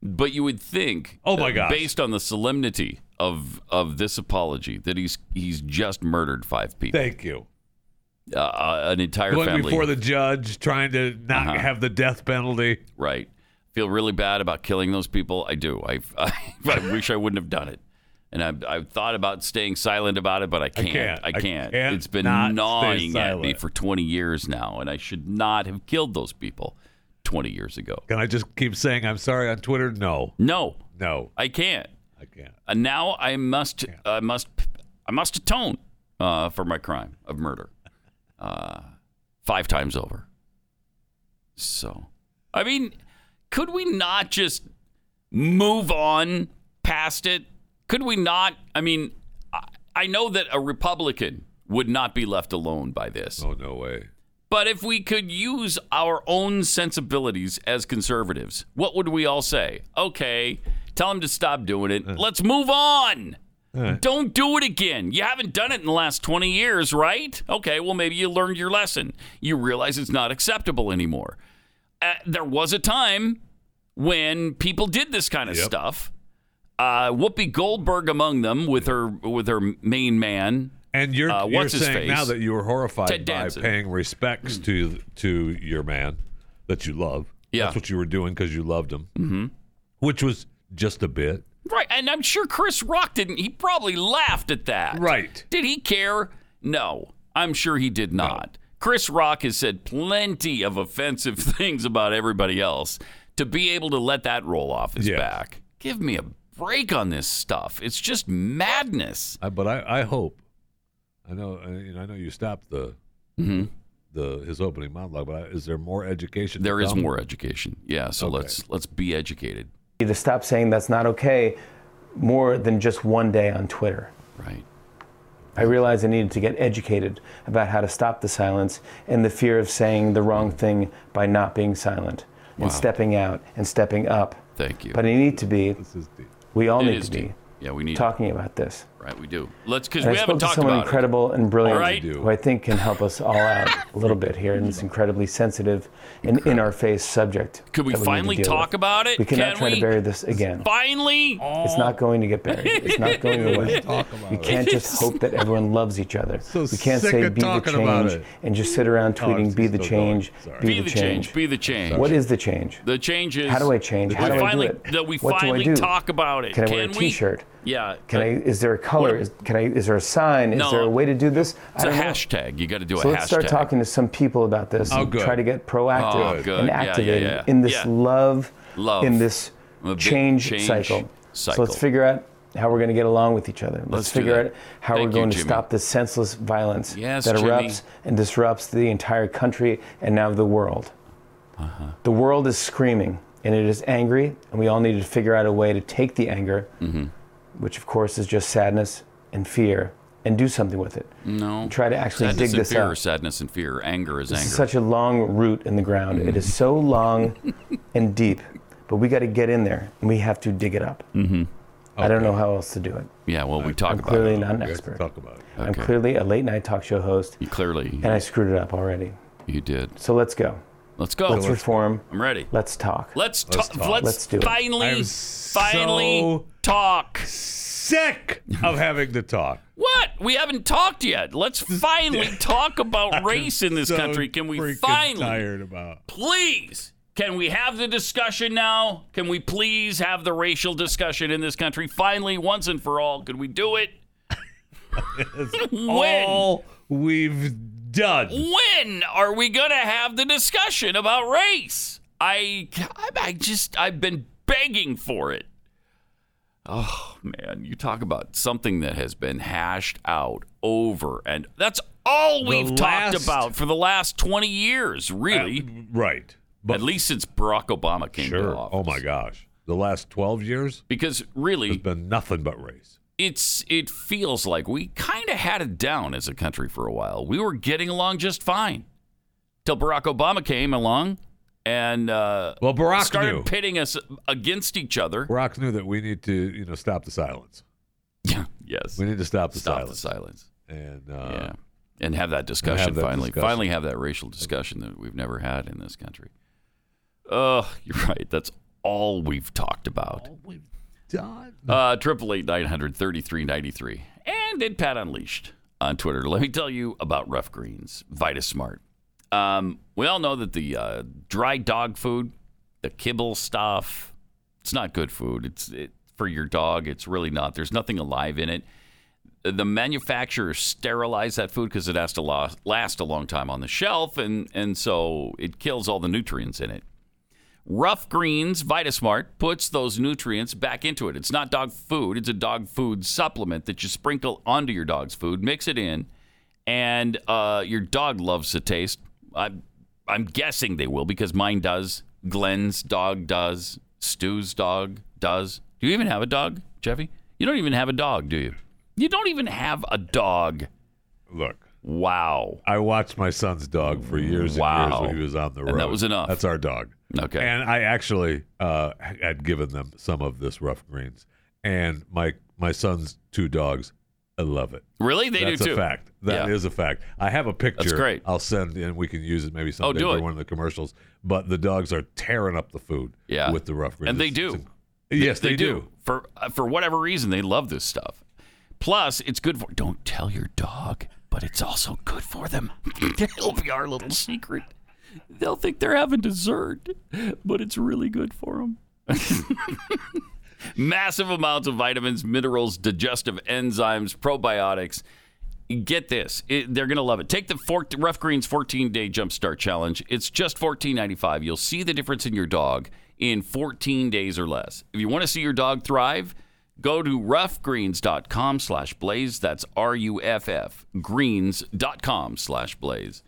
[SPEAKER 2] But you would think,
[SPEAKER 3] Oh, my
[SPEAKER 2] uh,
[SPEAKER 3] gosh.
[SPEAKER 2] based on the solemnity of of this apology, that he's he's just murdered five people.
[SPEAKER 3] Thank you.
[SPEAKER 2] Uh, Uh, an entire
[SPEAKER 3] Going
[SPEAKER 2] family.
[SPEAKER 3] before the judge, trying to not
[SPEAKER 2] Uh-huh.
[SPEAKER 3] have the death penalty.
[SPEAKER 2] *laughs* Right. Feel really bad about killing those people. I do. I, I, I wish I wouldn't have done it. and I've, I've thought about staying silent about it, but I
[SPEAKER 3] can't.
[SPEAKER 2] can't.
[SPEAKER 3] I can't
[SPEAKER 2] It's been
[SPEAKER 3] not stay
[SPEAKER 2] gnawing at me
[SPEAKER 3] silent.
[SPEAKER 2] for 20 years now, and I should not have killed those people 20 years ago.
[SPEAKER 3] Can I just keep saying I'm sorry on Twitter? No.
[SPEAKER 2] No.
[SPEAKER 3] No.
[SPEAKER 2] I can't. I can't. And now I must. I must. I must atone uh, for my crime of murder, uh, five times over. So, I mean, could we not just move on past it? Could we not? I mean, I, I know that a Republican would not be left alone by this. Oh
[SPEAKER 3] no way.
[SPEAKER 2] But if we could use our own sensibilities as conservatives, what would we all say? Okay, tell him to stop doing it.
[SPEAKER 3] Uh.
[SPEAKER 2] Let's move on. Don't do it again. You haven't done it in the last 20 years, right? Okay, well, maybe you learned your lesson. You realize it's not acceptable anymore. Uh, there was a time when people did this kind of stuff. Uh, Whoopi Goldberg among them, with her with her main man.
[SPEAKER 3] And you're,
[SPEAKER 2] uh,
[SPEAKER 3] you're
[SPEAKER 2] what's his
[SPEAKER 3] saying
[SPEAKER 2] face?
[SPEAKER 3] now that you were horrified
[SPEAKER 2] Ted
[SPEAKER 3] by
[SPEAKER 2] Danson.
[SPEAKER 3] paying respects to to your man that you love. Yeah. That's what you were doing because you loved him, mm-hmm. which was just a bit.
[SPEAKER 2] Right, and I'm sure Chris Rock didn't. He probably laughed at that. Right. Did he care? No, I'm sure he did not. Chris Rock has said plenty of offensive *laughs* things about everybody else. To be able to let that roll off his back, give me a break on this stuff. It's just madness.
[SPEAKER 3] I, but I, I hope, I know, I, you know, I know you stopped the
[SPEAKER 2] Mm-hmm.
[SPEAKER 3] the his opening monologue. But I, is there more education?
[SPEAKER 2] There is more
[SPEAKER 3] education.
[SPEAKER 2] education. Yeah, so let's let's be educated.
[SPEAKER 18] You need to stop saying that's not okay more than just one day on Twitter.
[SPEAKER 2] Right.
[SPEAKER 18] I realized I needed to get educated about how to stop the silence and the fear of saying the wrong thing by not being silent
[SPEAKER 2] Wow.
[SPEAKER 18] and stepping out and stepping up.
[SPEAKER 2] Thank you.
[SPEAKER 18] But I need to be. We all
[SPEAKER 2] It
[SPEAKER 18] need
[SPEAKER 2] is
[SPEAKER 18] to be.
[SPEAKER 2] deep. Yeah, we need-
[SPEAKER 18] talking about this.
[SPEAKER 2] Right, we do. Let's because
[SPEAKER 18] And
[SPEAKER 2] we
[SPEAKER 18] I
[SPEAKER 2] haven't
[SPEAKER 18] spoke to
[SPEAKER 2] talked
[SPEAKER 18] someone
[SPEAKER 2] about it.
[SPEAKER 18] incredible and brilliant
[SPEAKER 2] All right.
[SPEAKER 18] who I think can help us all out a little bit here in this incredibly sensitive and in our face subject.
[SPEAKER 2] Could we
[SPEAKER 18] that need to
[SPEAKER 2] finally
[SPEAKER 18] deal
[SPEAKER 2] talk
[SPEAKER 18] with.
[SPEAKER 2] about it?
[SPEAKER 18] We cannot
[SPEAKER 2] Can
[SPEAKER 18] try
[SPEAKER 2] we?
[SPEAKER 18] to bury this again.
[SPEAKER 2] Finally,
[SPEAKER 18] It's not going to get buried. It's
[SPEAKER 2] *laughs*
[SPEAKER 18] not going away. you can't just hope that everyone loves each other. we can't
[SPEAKER 2] sick
[SPEAKER 18] say
[SPEAKER 2] of
[SPEAKER 18] be the
[SPEAKER 2] talking about
[SPEAKER 18] change
[SPEAKER 2] it.
[SPEAKER 18] and just sit around
[SPEAKER 2] Oh,
[SPEAKER 18] tweeting
[SPEAKER 2] it's
[SPEAKER 18] be the
[SPEAKER 2] still going.
[SPEAKER 18] change, be,
[SPEAKER 2] Be the change, be the change.
[SPEAKER 18] What is the change?
[SPEAKER 2] The change is
[SPEAKER 18] How do I change?
[SPEAKER 2] that
[SPEAKER 18] How
[SPEAKER 2] we
[SPEAKER 18] do I do
[SPEAKER 2] finally,
[SPEAKER 18] it?
[SPEAKER 2] That we
[SPEAKER 18] What do I
[SPEAKER 2] finally
[SPEAKER 18] do?
[SPEAKER 2] talk about it.
[SPEAKER 18] Can I wear a
[SPEAKER 2] we-
[SPEAKER 18] t-shirt?
[SPEAKER 2] Yeah.
[SPEAKER 18] Can I? Is there a color? Is, can I? Is there a sign? Is
[SPEAKER 2] No.
[SPEAKER 18] there a way to do this?
[SPEAKER 2] It's
[SPEAKER 18] I
[SPEAKER 2] a
[SPEAKER 18] don't know.
[SPEAKER 2] hashtag. You got to do
[SPEAKER 18] so
[SPEAKER 2] a
[SPEAKER 18] let's
[SPEAKER 2] hashtag.
[SPEAKER 18] start talking to some people about this
[SPEAKER 2] Oh,
[SPEAKER 18] and
[SPEAKER 2] good.
[SPEAKER 18] try to get proactive
[SPEAKER 2] Oh, good.
[SPEAKER 18] and
[SPEAKER 2] Yeah, yeah,
[SPEAKER 18] activated
[SPEAKER 2] yeah.
[SPEAKER 18] in this
[SPEAKER 2] Yeah.
[SPEAKER 18] love,
[SPEAKER 2] Love.
[SPEAKER 18] in this
[SPEAKER 2] A big
[SPEAKER 18] change,
[SPEAKER 2] change
[SPEAKER 18] cycle. So
[SPEAKER 2] cycle.
[SPEAKER 18] let's figure out how we're going to get along with each other. Let's,
[SPEAKER 2] Let's do
[SPEAKER 18] figure
[SPEAKER 2] that.
[SPEAKER 18] out how
[SPEAKER 2] Thank
[SPEAKER 18] we're
[SPEAKER 2] you,
[SPEAKER 18] going to
[SPEAKER 2] Jimmy.
[SPEAKER 18] stop this senseless violence
[SPEAKER 2] Yes,
[SPEAKER 18] that
[SPEAKER 2] Jimmy.
[SPEAKER 18] erupts and disrupts the entire country and now the world.
[SPEAKER 2] Uh-huh.
[SPEAKER 18] The world is screaming and it is angry, and we all need to figure out a way to take the anger,
[SPEAKER 2] Mm-hmm.
[SPEAKER 18] which of course is just sadness and fear, and do something with it.
[SPEAKER 2] No.
[SPEAKER 18] Try to actually
[SPEAKER 2] sadness
[SPEAKER 18] dig
[SPEAKER 2] and
[SPEAKER 18] this
[SPEAKER 2] fear,
[SPEAKER 18] up.
[SPEAKER 2] is Sadness and fear. Anger is
[SPEAKER 18] This
[SPEAKER 2] anger. Mm-hmm.
[SPEAKER 18] is such a long root in the ground. It is so
[SPEAKER 2] *laughs*
[SPEAKER 18] long and deep, but we got to get in there and we have to dig it up.
[SPEAKER 2] mm-hmm.
[SPEAKER 18] I don't know how else to do it.
[SPEAKER 2] Yeah. Well, we talk
[SPEAKER 18] I'm
[SPEAKER 2] about
[SPEAKER 18] clearly
[SPEAKER 2] it.
[SPEAKER 18] not an expert.
[SPEAKER 3] Talk about it.
[SPEAKER 18] I'm
[SPEAKER 2] Okay.
[SPEAKER 18] clearly a late night talk show host,
[SPEAKER 2] You clearly
[SPEAKER 18] and I screwed it up already.
[SPEAKER 2] you did.
[SPEAKER 18] So let's go.
[SPEAKER 2] Let's go.
[SPEAKER 18] Let's reform.
[SPEAKER 2] I'm ready.
[SPEAKER 18] Let's talk.
[SPEAKER 2] Let's
[SPEAKER 18] Let's
[SPEAKER 2] talk.
[SPEAKER 18] talk.
[SPEAKER 2] Let's,
[SPEAKER 18] Let's do it.
[SPEAKER 2] finally,
[SPEAKER 18] I'm
[SPEAKER 2] finally
[SPEAKER 3] so
[SPEAKER 2] talk.
[SPEAKER 3] Sick of having to talk.
[SPEAKER 2] What? We haven't talked yet. Let's
[SPEAKER 3] *laughs*
[SPEAKER 2] finally talk about race in this
[SPEAKER 3] so
[SPEAKER 2] country. Can we
[SPEAKER 3] freaking
[SPEAKER 2] finally?
[SPEAKER 3] tired about.
[SPEAKER 2] please can we have the discussion now can we please have the racial discussion in this country finally once and for all could we
[SPEAKER 3] *laughs*
[SPEAKER 2] do it when
[SPEAKER 3] All we've done.
[SPEAKER 2] when are we gonna have the discussion about race i i, I just i've been begging for it oh man you talk about something that has been hashed out over and that's all
[SPEAKER 3] The
[SPEAKER 2] we've talked
[SPEAKER 3] last- Uh,
[SPEAKER 2] about for the last 20 years really
[SPEAKER 3] Right.
[SPEAKER 2] at least since Barack Obama came
[SPEAKER 3] Sure.
[SPEAKER 2] to office.
[SPEAKER 3] Oh my gosh. The last 12 years?
[SPEAKER 2] Because really,
[SPEAKER 3] there's been nothing but race.
[SPEAKER 2] It's it feels like we kind of had it down as a country for a while. We were getting along just fine till Barack Obama came along and uh,
[SPEAKER 3] well, Barack
[SPEAKER 2] started
[SPEAKER 3] knew.
[SPEAKER 2] pitting us against each other.
[SPEAKER 3] Barack knew that we need to, you know, stop the silence.
[SPEAKER 2] Yes,
[SPEAKER 3] We need to stop the
[SPEAKER 2] stop
[SPEAKER 3] silence.
[SPEAKER 2] the silence
[SPEAKER 3] And uh,
[SPEAKER 2] yeah, and have that discussion
[SPEAKER 3] that
[SPEAKER 2] finally.
[SPEAKER 3] discussion.
[SPEAKER 2] Finally, have that racial discussion that we've never had in this country. Ugh, *laughs* you're right. That's all we've talked about.
[SPEAKER 3] done.
[SPEAKER 2] Uh, triple eight nine hundred thirty three ninety three, and at Pat Unleashed *laughs* on Twitter. Let me tell you about Rough Greens VitaSmart. Um, we all know that the uh, dry dog food, the kibble stuff, it's not good food. It's it, for your dog. It's really not. There's nothing alive in it. The manufacturers sterilize that food because it has to lo- last a long time on the shelf, and, and so it kills all the nutrients in it. Rough Greens VitaSmart puts those nutrients back into it. It's not dog food, it's a dog food supplement that you sprinkle onto your dog's food, mix it in, and uh, your dog loves the taste. I'm, I'm guessing they will because mine does. Glenn's dog does. Stu's dog does. Do you even have a dog, Jeffy? You don't even have a dog, do you? You don't even have a dog.
[SPEAKER 3] Look.
[SPEAKER 2] Wow.
[SPEAKER 3] I watched my son's dog for years and
[SPEAKER 2] Wow.
[SPEAKER 3] years when he was on the road.
[SPEAKER 2] And that was enough.
[SPEAKER 3] That's our dog.
[SPEAKER 2] Okay.
[SPEAKER 3] And I actually uh, had given them some of this rough greens, and my my son's two dogs, I love it.
[SPEAKER 2] Really? They do
[SPEAKER 3] That's
[SPEAKER 2] too.
[SPEAKER 3] a fact. That is
[SPEAKER 2] Yeah.
[SPEAKER 3] a fact. I have a picture.
[SPEAKER 2] great. Oh,
[SPEAKER 3] I'll send and we can use it maybe someday
[SPEAKER 2] do
[SPEAKER 3] for
[SPEAKER 2] it.
[SPEAKER 3] one of the commercials. But the dogs are tearing up the food.
[SPEAKER 2] Yeah.
[SPEAKER 3] With the rough greens,
[SPEAKER 2] And they
[SPEAKER 3] It's-
[SPEAKER 2] do.
[SPEAKER 3] it's Yes, they do.
[SPEAKER 2] For uh, for whatever reason, they love this stuff. Plus, it's good for. Don't tell your dog, but it's also good for them. It'll be our little secret. They'll think they're having dessert, but it's really good for them. Massive amounts of vitamins, minerals, digestive enzymes, probiotics. Get this, it, they're going to love it. Take the four, Rough Greens 14 day jumpstart challenge. It's just $14.95. You'll see the difference in your dog in 14 days or less. If you want to see your dog thrive, go to roughgreens.com slash blaze. That's R U F F, greens.com slash blaze.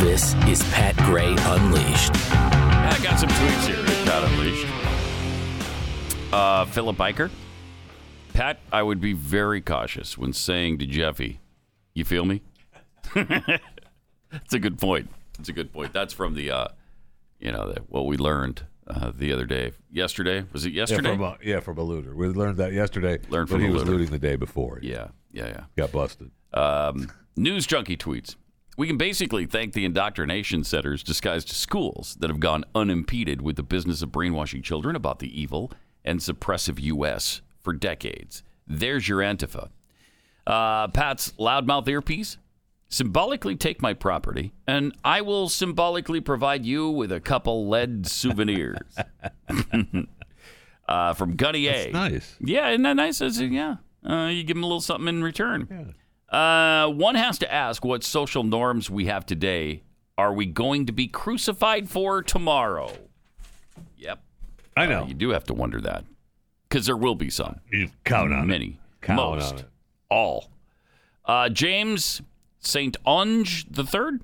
[SPEAKER 17] This is Pat Gray Unleashed.
[SPEAKER 2] I got some tweets here at Pat Unleashed. Uh, Philip Biker. Pat, I would be very cautious when saying to Jeffy, you feel me? *laughs* That's a good point. That's a good point. That's from the, uh, you know, the, what we learned uh, the other day. Yesterday? Was it yesterday?
[SPEAKER 3] Yeah, from a, yeah, from a looter. We learned that yesterday.
[SPEAKER 2] Learned
[SPEAKER 3] but
[SPEAKER 2] from
[SPEAKER 3] he
[SPEAKER 2] a
[SPEAKER 3] was
[SPEAKER 2] looter.
[SPEAKER 3] looting the day before.
[SPEAKER 2] Yeah, yeah, yeah.
[SPEAKER 3] Got busted.
[SPEAKER 2] Um, news junkie tweets. We can basically thank the indoctrination centers disguised as schools that have gone unimpeded with the business of brainwashing children about the evil and suppressive U.S. for decades. There's your Antifa. Uh, Pat's loudmouth earpiece. Symbolically take my property, and I will symbolically provide you with a couple lead souvenirs. *laughs* uh, from Gunny A.
[SPEAKER 3] That's nice.
[SPEAKER 2] Yeah, isn't that nice? That's- yeah. Uh, you give them a little something in return. Uh, one has to ask what social norms we have today are we going to be crucified for tomorrow? Yep.
[SPEAKER 3] I know.
[SPEAKER 2] Uh, you do have to wonder that because there will be some.
[SPEAKER 3] You count on it.
[SPEAKER 2] Many.
[SPEAKER 3] Count on
[SPEAKER 2] most.
[SPEAKER 3] it.
[SPEAKER 2] All. Uh, James St. Onge the Third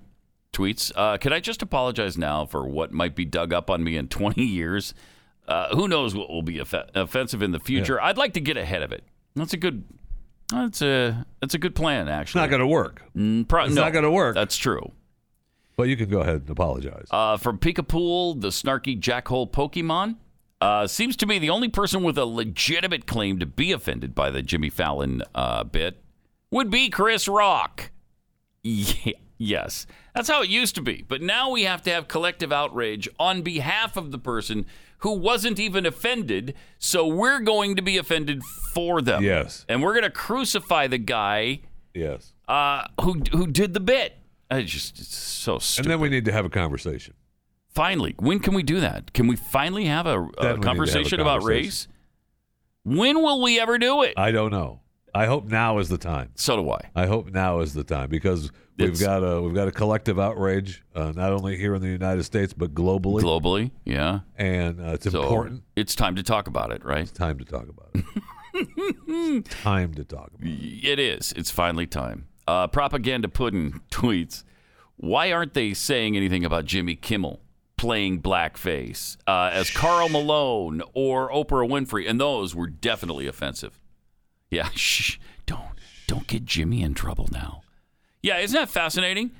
[SPEAKER 2] tweets, uh, Can I just apologize now for what might be dug up on me in 20 years? Uh, who knows what will be offe- offensive in the future? I'd like to get ahead of it. That's a good. That's a that's a good plan. Actually, Mm,
[SPEAKER 3] It's not going to work.
[SPEAKER 2] pro-
[SPEAKER 3] it's
[SPEAKER 2] no.
[SPEAKER 3] not going to work.
[SPEAKER 2] That's true.
[SPEAKER 3] But you can go ahead and apologize.
[SPEAKER 2] Uh, from Pikapool, the snarky jackhole Pokemon. Uh, seems to me the only person with a legitimate claim to be offended by the Jimmy Fallon uh, bit would be Chris Rock. *laughs* Yeah, yes. That's how it used to be. But now we have to have collective outrage on behalf of the person who wasn't even offended. So we're going to be offended for them.
[SPEAKER 3] Yes.
[SPEAKER 2] And we're going to crucify the guy
[SPEAKER 3] Yes.
[SPEAKER 2] uh, who, who did the bit. It's just it's so stupid.
[SPEAKER 3] And then we need to have a conversation.
[SPEAKER 2] Finally, when can we do that? Can we finally have a,
[SPEAKER 3] Then we need to
[SPEAKER 2] a
[SPEAKER 3] have a
[SPEAKER 2] conversation about race?
[SPEAKER 3] conversation.
[SPEAKER 2] When will we ever do it?
[SPEAKER 3] I don't know. I hope now is the time.
[SPEAKER 2] So do I.
[SPEAKER 3] I hope now is the time because we've
[SPEAKER 2] It's-
[SPEAKER 3] got a we've got a collective outrage, uh, not only here in the United States but globally.
[SPEAKER 2] Globally, yeah.
[SPEAKER 3] and uh, it's
[SPEAKER 2] So,
[SPEAKER 3] important.
[SPEAKER 2] It's time to talk about it, right? It's
[SPEAKER 3] time to talk about
[SPEAKER 2] *laughs*
[SPEAKER 3] it. time to talk. About
[SPEAKER 2] It is. It's finally time. Uh, Propaganda Puddin *laughs* tweets Why aren't they saying anything about Jimmy Kimmel playing blackface uh, as Carl Malone or Oprah Winfrey? And those were definitely offensive. Yeah, shh. Don't, don't get Jimmy in trouble now. Yeah, isn't that fascinating?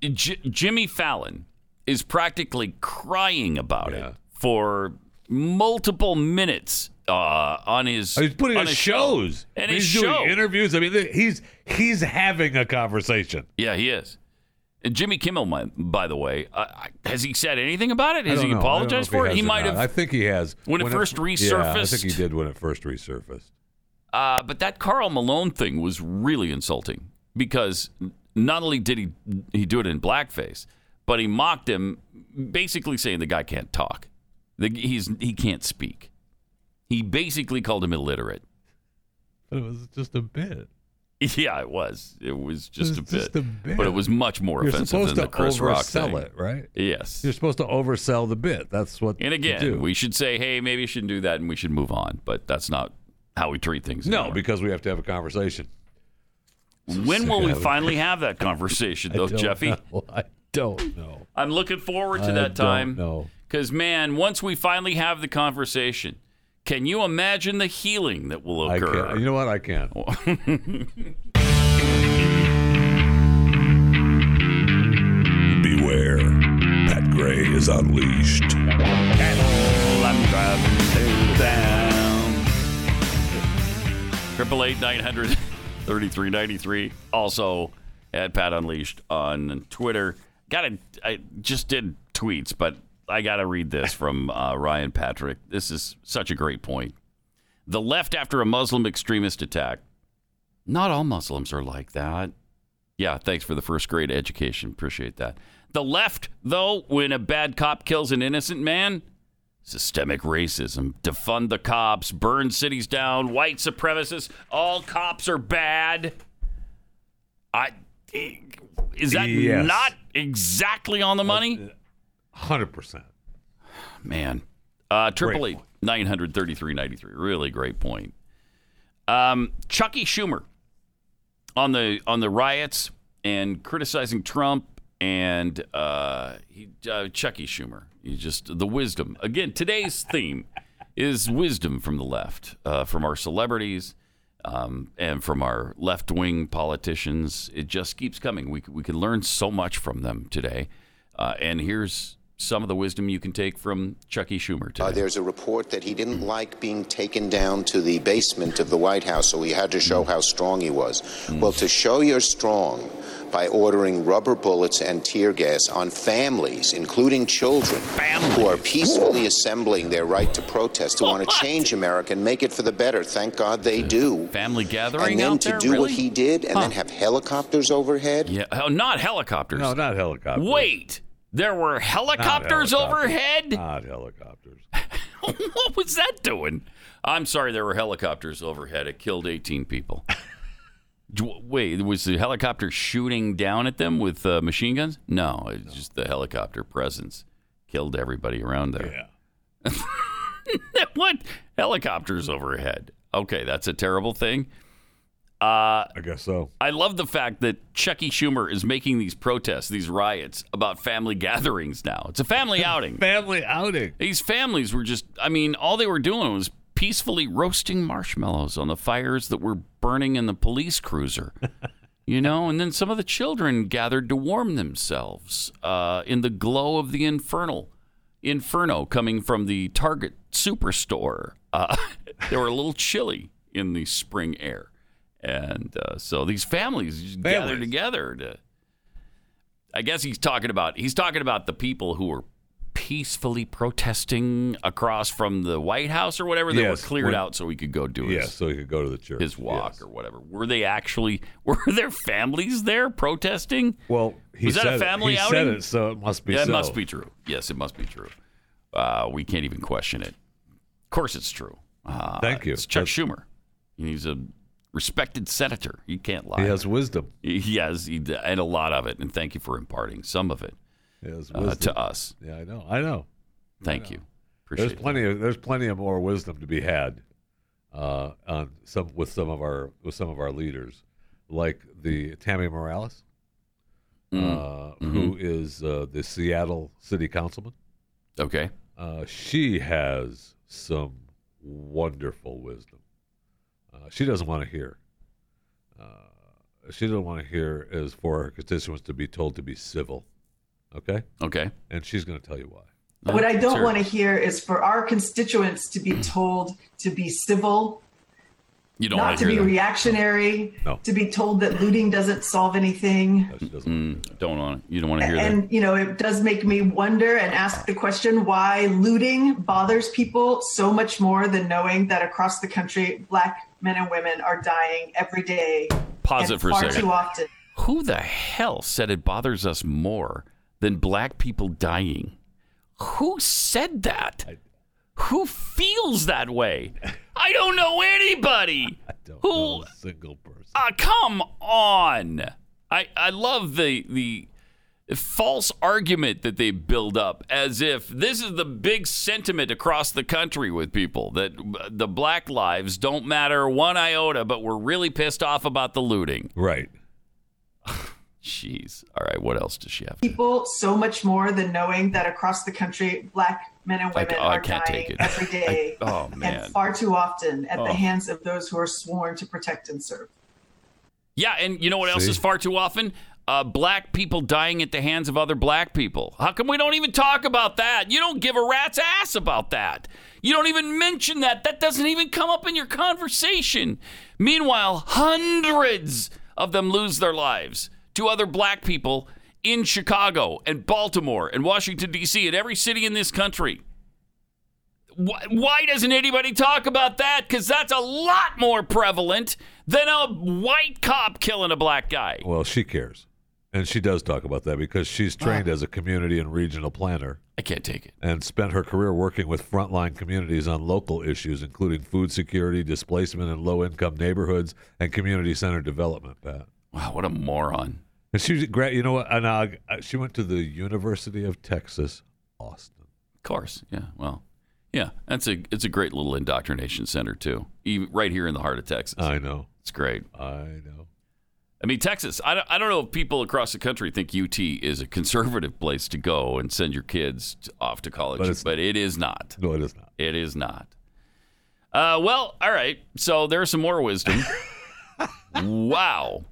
[SPEAKER 2] J- Jimmy Fallon is practically crying about it for multiple minutes uh, on his.
[SPEAKER 3] Oh, He's putting on
[SPEAKER 2] his
[SPEAKER 3] shows
[SPEAKER 2] show. and
[SPEAKER 3] he's
[SPEAKER 2] his
[SPEAKER 3] doing
[SPEAKER 2] show.
[SPEAKER 3] interviews. I mean, th- he's he's having a conversation.
[SPEAKER 2] Yeah, he is. And Jimmy Kimmel, my- by the way, uh, I- has he said anything about it?
[SPEAKER 3] I
[SPEAKER 2] Has
[SPEAKER 3] don't
[SPEAKER 2] he
[SPEAKER 3] know. I don't know
[SPEAKER 2] apologized
[SPEAKER 3] if
[SPEAKER 2] for it?
[SPEAKER 3] has
[SPEAKER 2] He
[SPEAKER 3] or
[SPEAKER 2] might
[SPEAKER 3] not. I
[SPEAKER 2] have.
[SPEAKER 3] think he has.
[SPEAKER 2] When it first
[SPEAKER 3] yeah, I think he
[SPEAKER 2] resurfaced-
[SPEAKER 3] did when it first resurfaced.
[SPEAKER 2] Uh, but that Carl Malone thing was really insulting because not only did he he do it in blackface, but he mocked him, basically saying the guy can't talk. The, he's he can't speak. He basically called him illiterate. *laughs*
[SPEAKER 3] But it was just a bit.
[SPEAKER 2] Yeah, it was. It was just,
[SPEAKER 3] It's
[SPEAKER 2] a,
[SPEAKER 3] just
[SPEAKER 2] bit.
[SPEAKER 3] a bit.
[SPEAKER 2] but it was much more
[SPEAKER 3] You're
[SPEAKER 2] offensive
[SPEAKER 3] supposed
[SPEAKER 2] than
[SPEAKER 3] to
[SPEAKER 2] the Chris Rock
[SPEAKER 3] oversell
[SPEAKER 2] thing.
[SPEAKER 3] it, right?
[SPEAKER 2] Yes.
[SPEAKER 3] You're supposed to oversell the bit. That's what.
[SPEAKER 2] And
[SPEAKER 3] you do.
[SPEAKER 2] again, we should say, hey, maybe you shouldn't do that, and we should move on. But that's not how we treat things.
[SPEAKER 3] no, because we have to have a conversation.
[SPEAKER 2] When will we finally have that conversation,
[SPEAKER 3] *laughs* I
[SPEAKER 2] though,
[SPEAKER 3] don't
[SPEAKER 2] Jeffy?
[SPEAKER 3] know. I don't know.
[SPEAKER 2] I'm looking *laughs* forward to
[SPEAKER 3] I
[SPEAKER 2] that
[SPEAKER 3] don't
[SPEAKER 2] time.
[SPEAKER 3] know.
[SPEAKER 2] Because, man, once we finally have the conversation, can you imagine the healing that will
[SPEAKER 3] I
[SPEAKER 2] occur?
[SPEAKER 3] can't. You know what? I
[SPEAKER 2] *laughs*
[SPEAKER 3] can't.
[SPEAKER 19] Beware. Pat Gray is unleashed.
[SPEAKER 2] Triple eight nine hundred thirty three ninety three. Also at Pat Unleashed on Twitter. Got to I just did tweets, but I got to read this from uh, Ryan Patrick. This is such a great point. The left after a Muslim extremist attack. Not all Muslims are like that. Yeah, thanks for the first grade education. Appreciate that. The left, though, when a bad cop kills an innocent man, systemic racism, defund the cops, burn cities down, white supremacists, all cops are bad. I is that
[SPEAKER 3] Yes.
[SPEAKER 2] not exactly on the money?
[SPEAKER 3] Hundred percent.
[SPEAKER 2] Man, uh, triple eight nine hundred thirty three ninety three. Really great point. Um, Chucky Schumer on the on the riots and criticizing Trump and uh, he, uh, Chucky Schumer. You just the wisdom again. Today's theme is wisdom from the left, uh, from our celebrities, um, and from our left wing politicians. It just keeps coming. We c- we can learn so much from them today. Uh, and here's some of the wisdom you can take from Chucky Schumer today.
[SPEAKER 20] Uh, there's a report that he didn't like being taken down to the basement of the White House, so he had to
[SPEAKER 2] Mm.
[SPEAKER 20] show how strong he was. Well, to show you're strong by ordering rubber bullets and tear gas on families, including children, who are peacefully assembling their right to protest, who
[SPEAKER 2] *laughs*
[SPEAKER 20] want to change America and make it for the better. Thank God they do.
[SPEAKER 2] Family gathering
[SPEAKER 20] And then
[SPEAKER 2] out
[SPEAKER 20] to
[SPEAKER 2] there,
[SPEAKER 20] do what
[SPEAKER 2] really?
[SPEAKER 20] he did, and
[SPEAKER 2] Huh.
[SPEAKER 20] then have helicopters overhead.
[SPEAKER 2] Yeah, hell, not helicopters.
[SPEAKER 20] No,
[SPEAKER 3] not helicopters.
[SPEAKER 2] Wait, there were helicopters overhead?
[SPEAKER 3] Not helicopters.
[SPEAKER 2] *laughs* what was that doing? I'm sorry, there were helicopters overhead. It killed
[SPEAKER 3] *laughs*
[SPEAKER 2] 18 people. D- Wait, was the helicopter shooting down at them with uh, machine guns? No, it's just the helicopter presence killed everybody around there. Yeah. *laughs* what? Helicopters overhead. Okay, that's a terrible thing. Uh,
[SPEAKER 3] I guess so.
[SPEAKER 2] I love the fact that Chucky Schumer is making these protests, these riots about family *laughs* gatherings now. It's
[SPEAKER 3] *laughs*
[SPEAKER 2] a family outing.
[SPEAKER 3] family outing.
[SPEAKER 2] These families were just, I mean, all they were doing was peacefully roasting marshmallows on the fires that were burning in the
[SPEAKER 3] *laughs*
[SPEAKER 2] police cruiser. You know, and then some of the children gathered to warm themselves uh, in the glow of the infernal inferno coming from the Target superstore. Uh, *laughs* they were a little chilly in the spring air, and uh, so these families just gathered together to. I guess he's talking about he's talking about the people who were peacefully protesting across from the White House or whatever. They
[SPEAKER 3] Yes,
[SPEAKER 2] were cleared
[SPEAKER 3] when-
[SPEAKER 2] out so he could go do his
[SPEAKER 3] Yeah, so he could go to the church.
[SPEAKER 2] his walk or whatever. Were they actually *laughs* were their families there protesting?
[SPEAKER 3] Well, he
[SPEAKER 2] was that
[SPEAKER 3] said
[SPEAKER 2] a
[SPEAKER 3] it.
[SPEAKER 2] family
[SPEAKER 3] He said
[SPEAKER 2] outing?
[SPEAKER 3] it, so it must be
[SPEAKER 2] Yeah,
[SPEAKER 3] so.
[SPEAKER 2] it must be true. Yes, it must be true. Uh, we can't even question it. Of course, it's true. Uh,
[SPEAKER 3] Thank you.
[SPEAKER 2] It's Chuck Schumer. He's a respected senator. You can't lie.
[SPEAKER 3] He has wisdom.
[SPEAKER 2] He has, he, and a lot of it. And thank you for imparting some of it
[SPEAKER 3] He has
[SPEAKER 2] uh,
[SPEAKER 3] wisdom.
[SPEAKER 2] to us.
[SPEAKER 3] Yeah, I know. I know.
[SPEAKER 2] Thank you. Appreciate
[SPEAKER 3] There's plenty of there's plenty of more wisdom to be had uh, on some with some of our with some of our leaders, like the Tammy Morales,
[SPEAKER 2] Mm-hmm.
[SPEAKER 3] uh, who is uh, the Seattle City Councilman.
[SPEAKER 2] Okay,
[SPEAKER 3] uh, she has some wonderful wisdom. Uh, she doesn't want to hear. Uh, she doesn't want to hear is for her constituents to be told to be civil. Okay.
[SPEAKER 2] Okay.
[SPEAKER 3] And she's going to tell you why.
[SPEAKER 21] What I don't want to hear is for our constituents to be told to be civil,
[SPEAKER 2] You don't
[SPEAKER 21] not
[SPEAKER 2] want
[SPEAKER 21] to
[SPEAKER 2] hear
[SPEAKER 21] be
[SPEAKER 2] that.
[SPEAKER 21] reactionary,
[SPEAKER 2] No.
[SPEAKER 21] to be told that looting doesn't solve anything.
[SPEAKER 2] Mm, don't want you don't want to hear that.
[SPEAKER 21] And, you know, it does make me wonder and ask the question why looting bothers people so much more than knowing that across the country, black men and women are dying every day.
[SPEAKER 2] Pause
[SPEAKER 21] and
[SPEAKER 2] it for a
[SPEAKER 21] far
[SPEAKER 2] second.
[SPEAKER 21] Too often.
[SPEAKER 2] Who the hell said it bothers us more than black people dying. Who said that? Who feels that way? I don't
[SPEAKER 3] *laughs*
[SPEAKER 2] know anybody. who
[SPEAKER 3] single person.
[SPEAKER 2] Ah, come on. I I love the the false argument that they build up as if this is the big sentiment across the country with people that the black lives don't matter one iota, but we're really pissed off about the looting.
[SPEAKER 3] Right.
[SPEAKER 2] Jeez. All right. What else does she have?
[SPEAKER 21] people so much more than knowing that across the country, black men and
[SPEAKER 2] I
[SPEAKER 21] women
[SPEAKER 2] ca- oh, I
[SPEAKER 21] are
[SPEAKER 2] can't
[SPEAKER 21] dying
[SPEAKER 2] take it.
[SPEAKER 21] every day
[SPEAKER 2] I-
[SPEAKER 21] *laughs*
[SPEAKER 2] oh, man.
[SPEAKER 21] and far too often at
[SPEAKER 2] Oh.
[SPEAKER 21] the hands of those who are sworn to protect and serve.
[SPEAKER 2] Yeah, and you know what else
[SPEAKER 3] See?
[SPEAKER 2] is far too often? Uh, black people dying at the hands of other black people. How come we don't even talk about that? You don't give a rat's ass about that. You don't even mention that. That doesn't even come up in your conversation. Meanwhile, hundreds of them lose their lives to other black people in Chicago and Baltimore and Washington, D.C., and every city in this country. Why, why doesn't anybody talk about that? Because that's a lot more prevalent than a white cop killing a black guy.
[SPEAKER 3] Well, she cares. And she does talk about that because she's trained as a community and regional planner.
[SPEAKER 2] I can't take it.
[SPEAKER 3] And spent her career working with frontline communities on local issues, including food security, displacement in low income neighborhoods, and community center development, Pat.
[SPEAKER 2] Wow, what a moron.
[SPEAKER 3] And she was great. You know what? And uh, she went to the University of Texas, Austin.
[SPEAKER 2] Of course. Yeah. Well, yeah. That's a it's a great little indoctrination center too, even right here in the heart of Texas.
[SPEAKER 3] I know.
[SPEAKER 2] It's great.
[SPEAKER 3] I know.
[SPEAKER 2] I mean, Texas. I don't, I don't know if people across the country think UT is a conservative place to go and send your kids t- off to college,
[SPEAKER 3] But
[SPEAKER 2] but,
[SPEAKER 3] it's-
[SPEAKER 2] it is not.
[SPEAKER 3] No, it is not.
[SPEAKER 2] It is not. Uh, well, all right. So there's some more
[SPEAKER 3] *laughs*
[SPEAKER 2] wisdom. wow.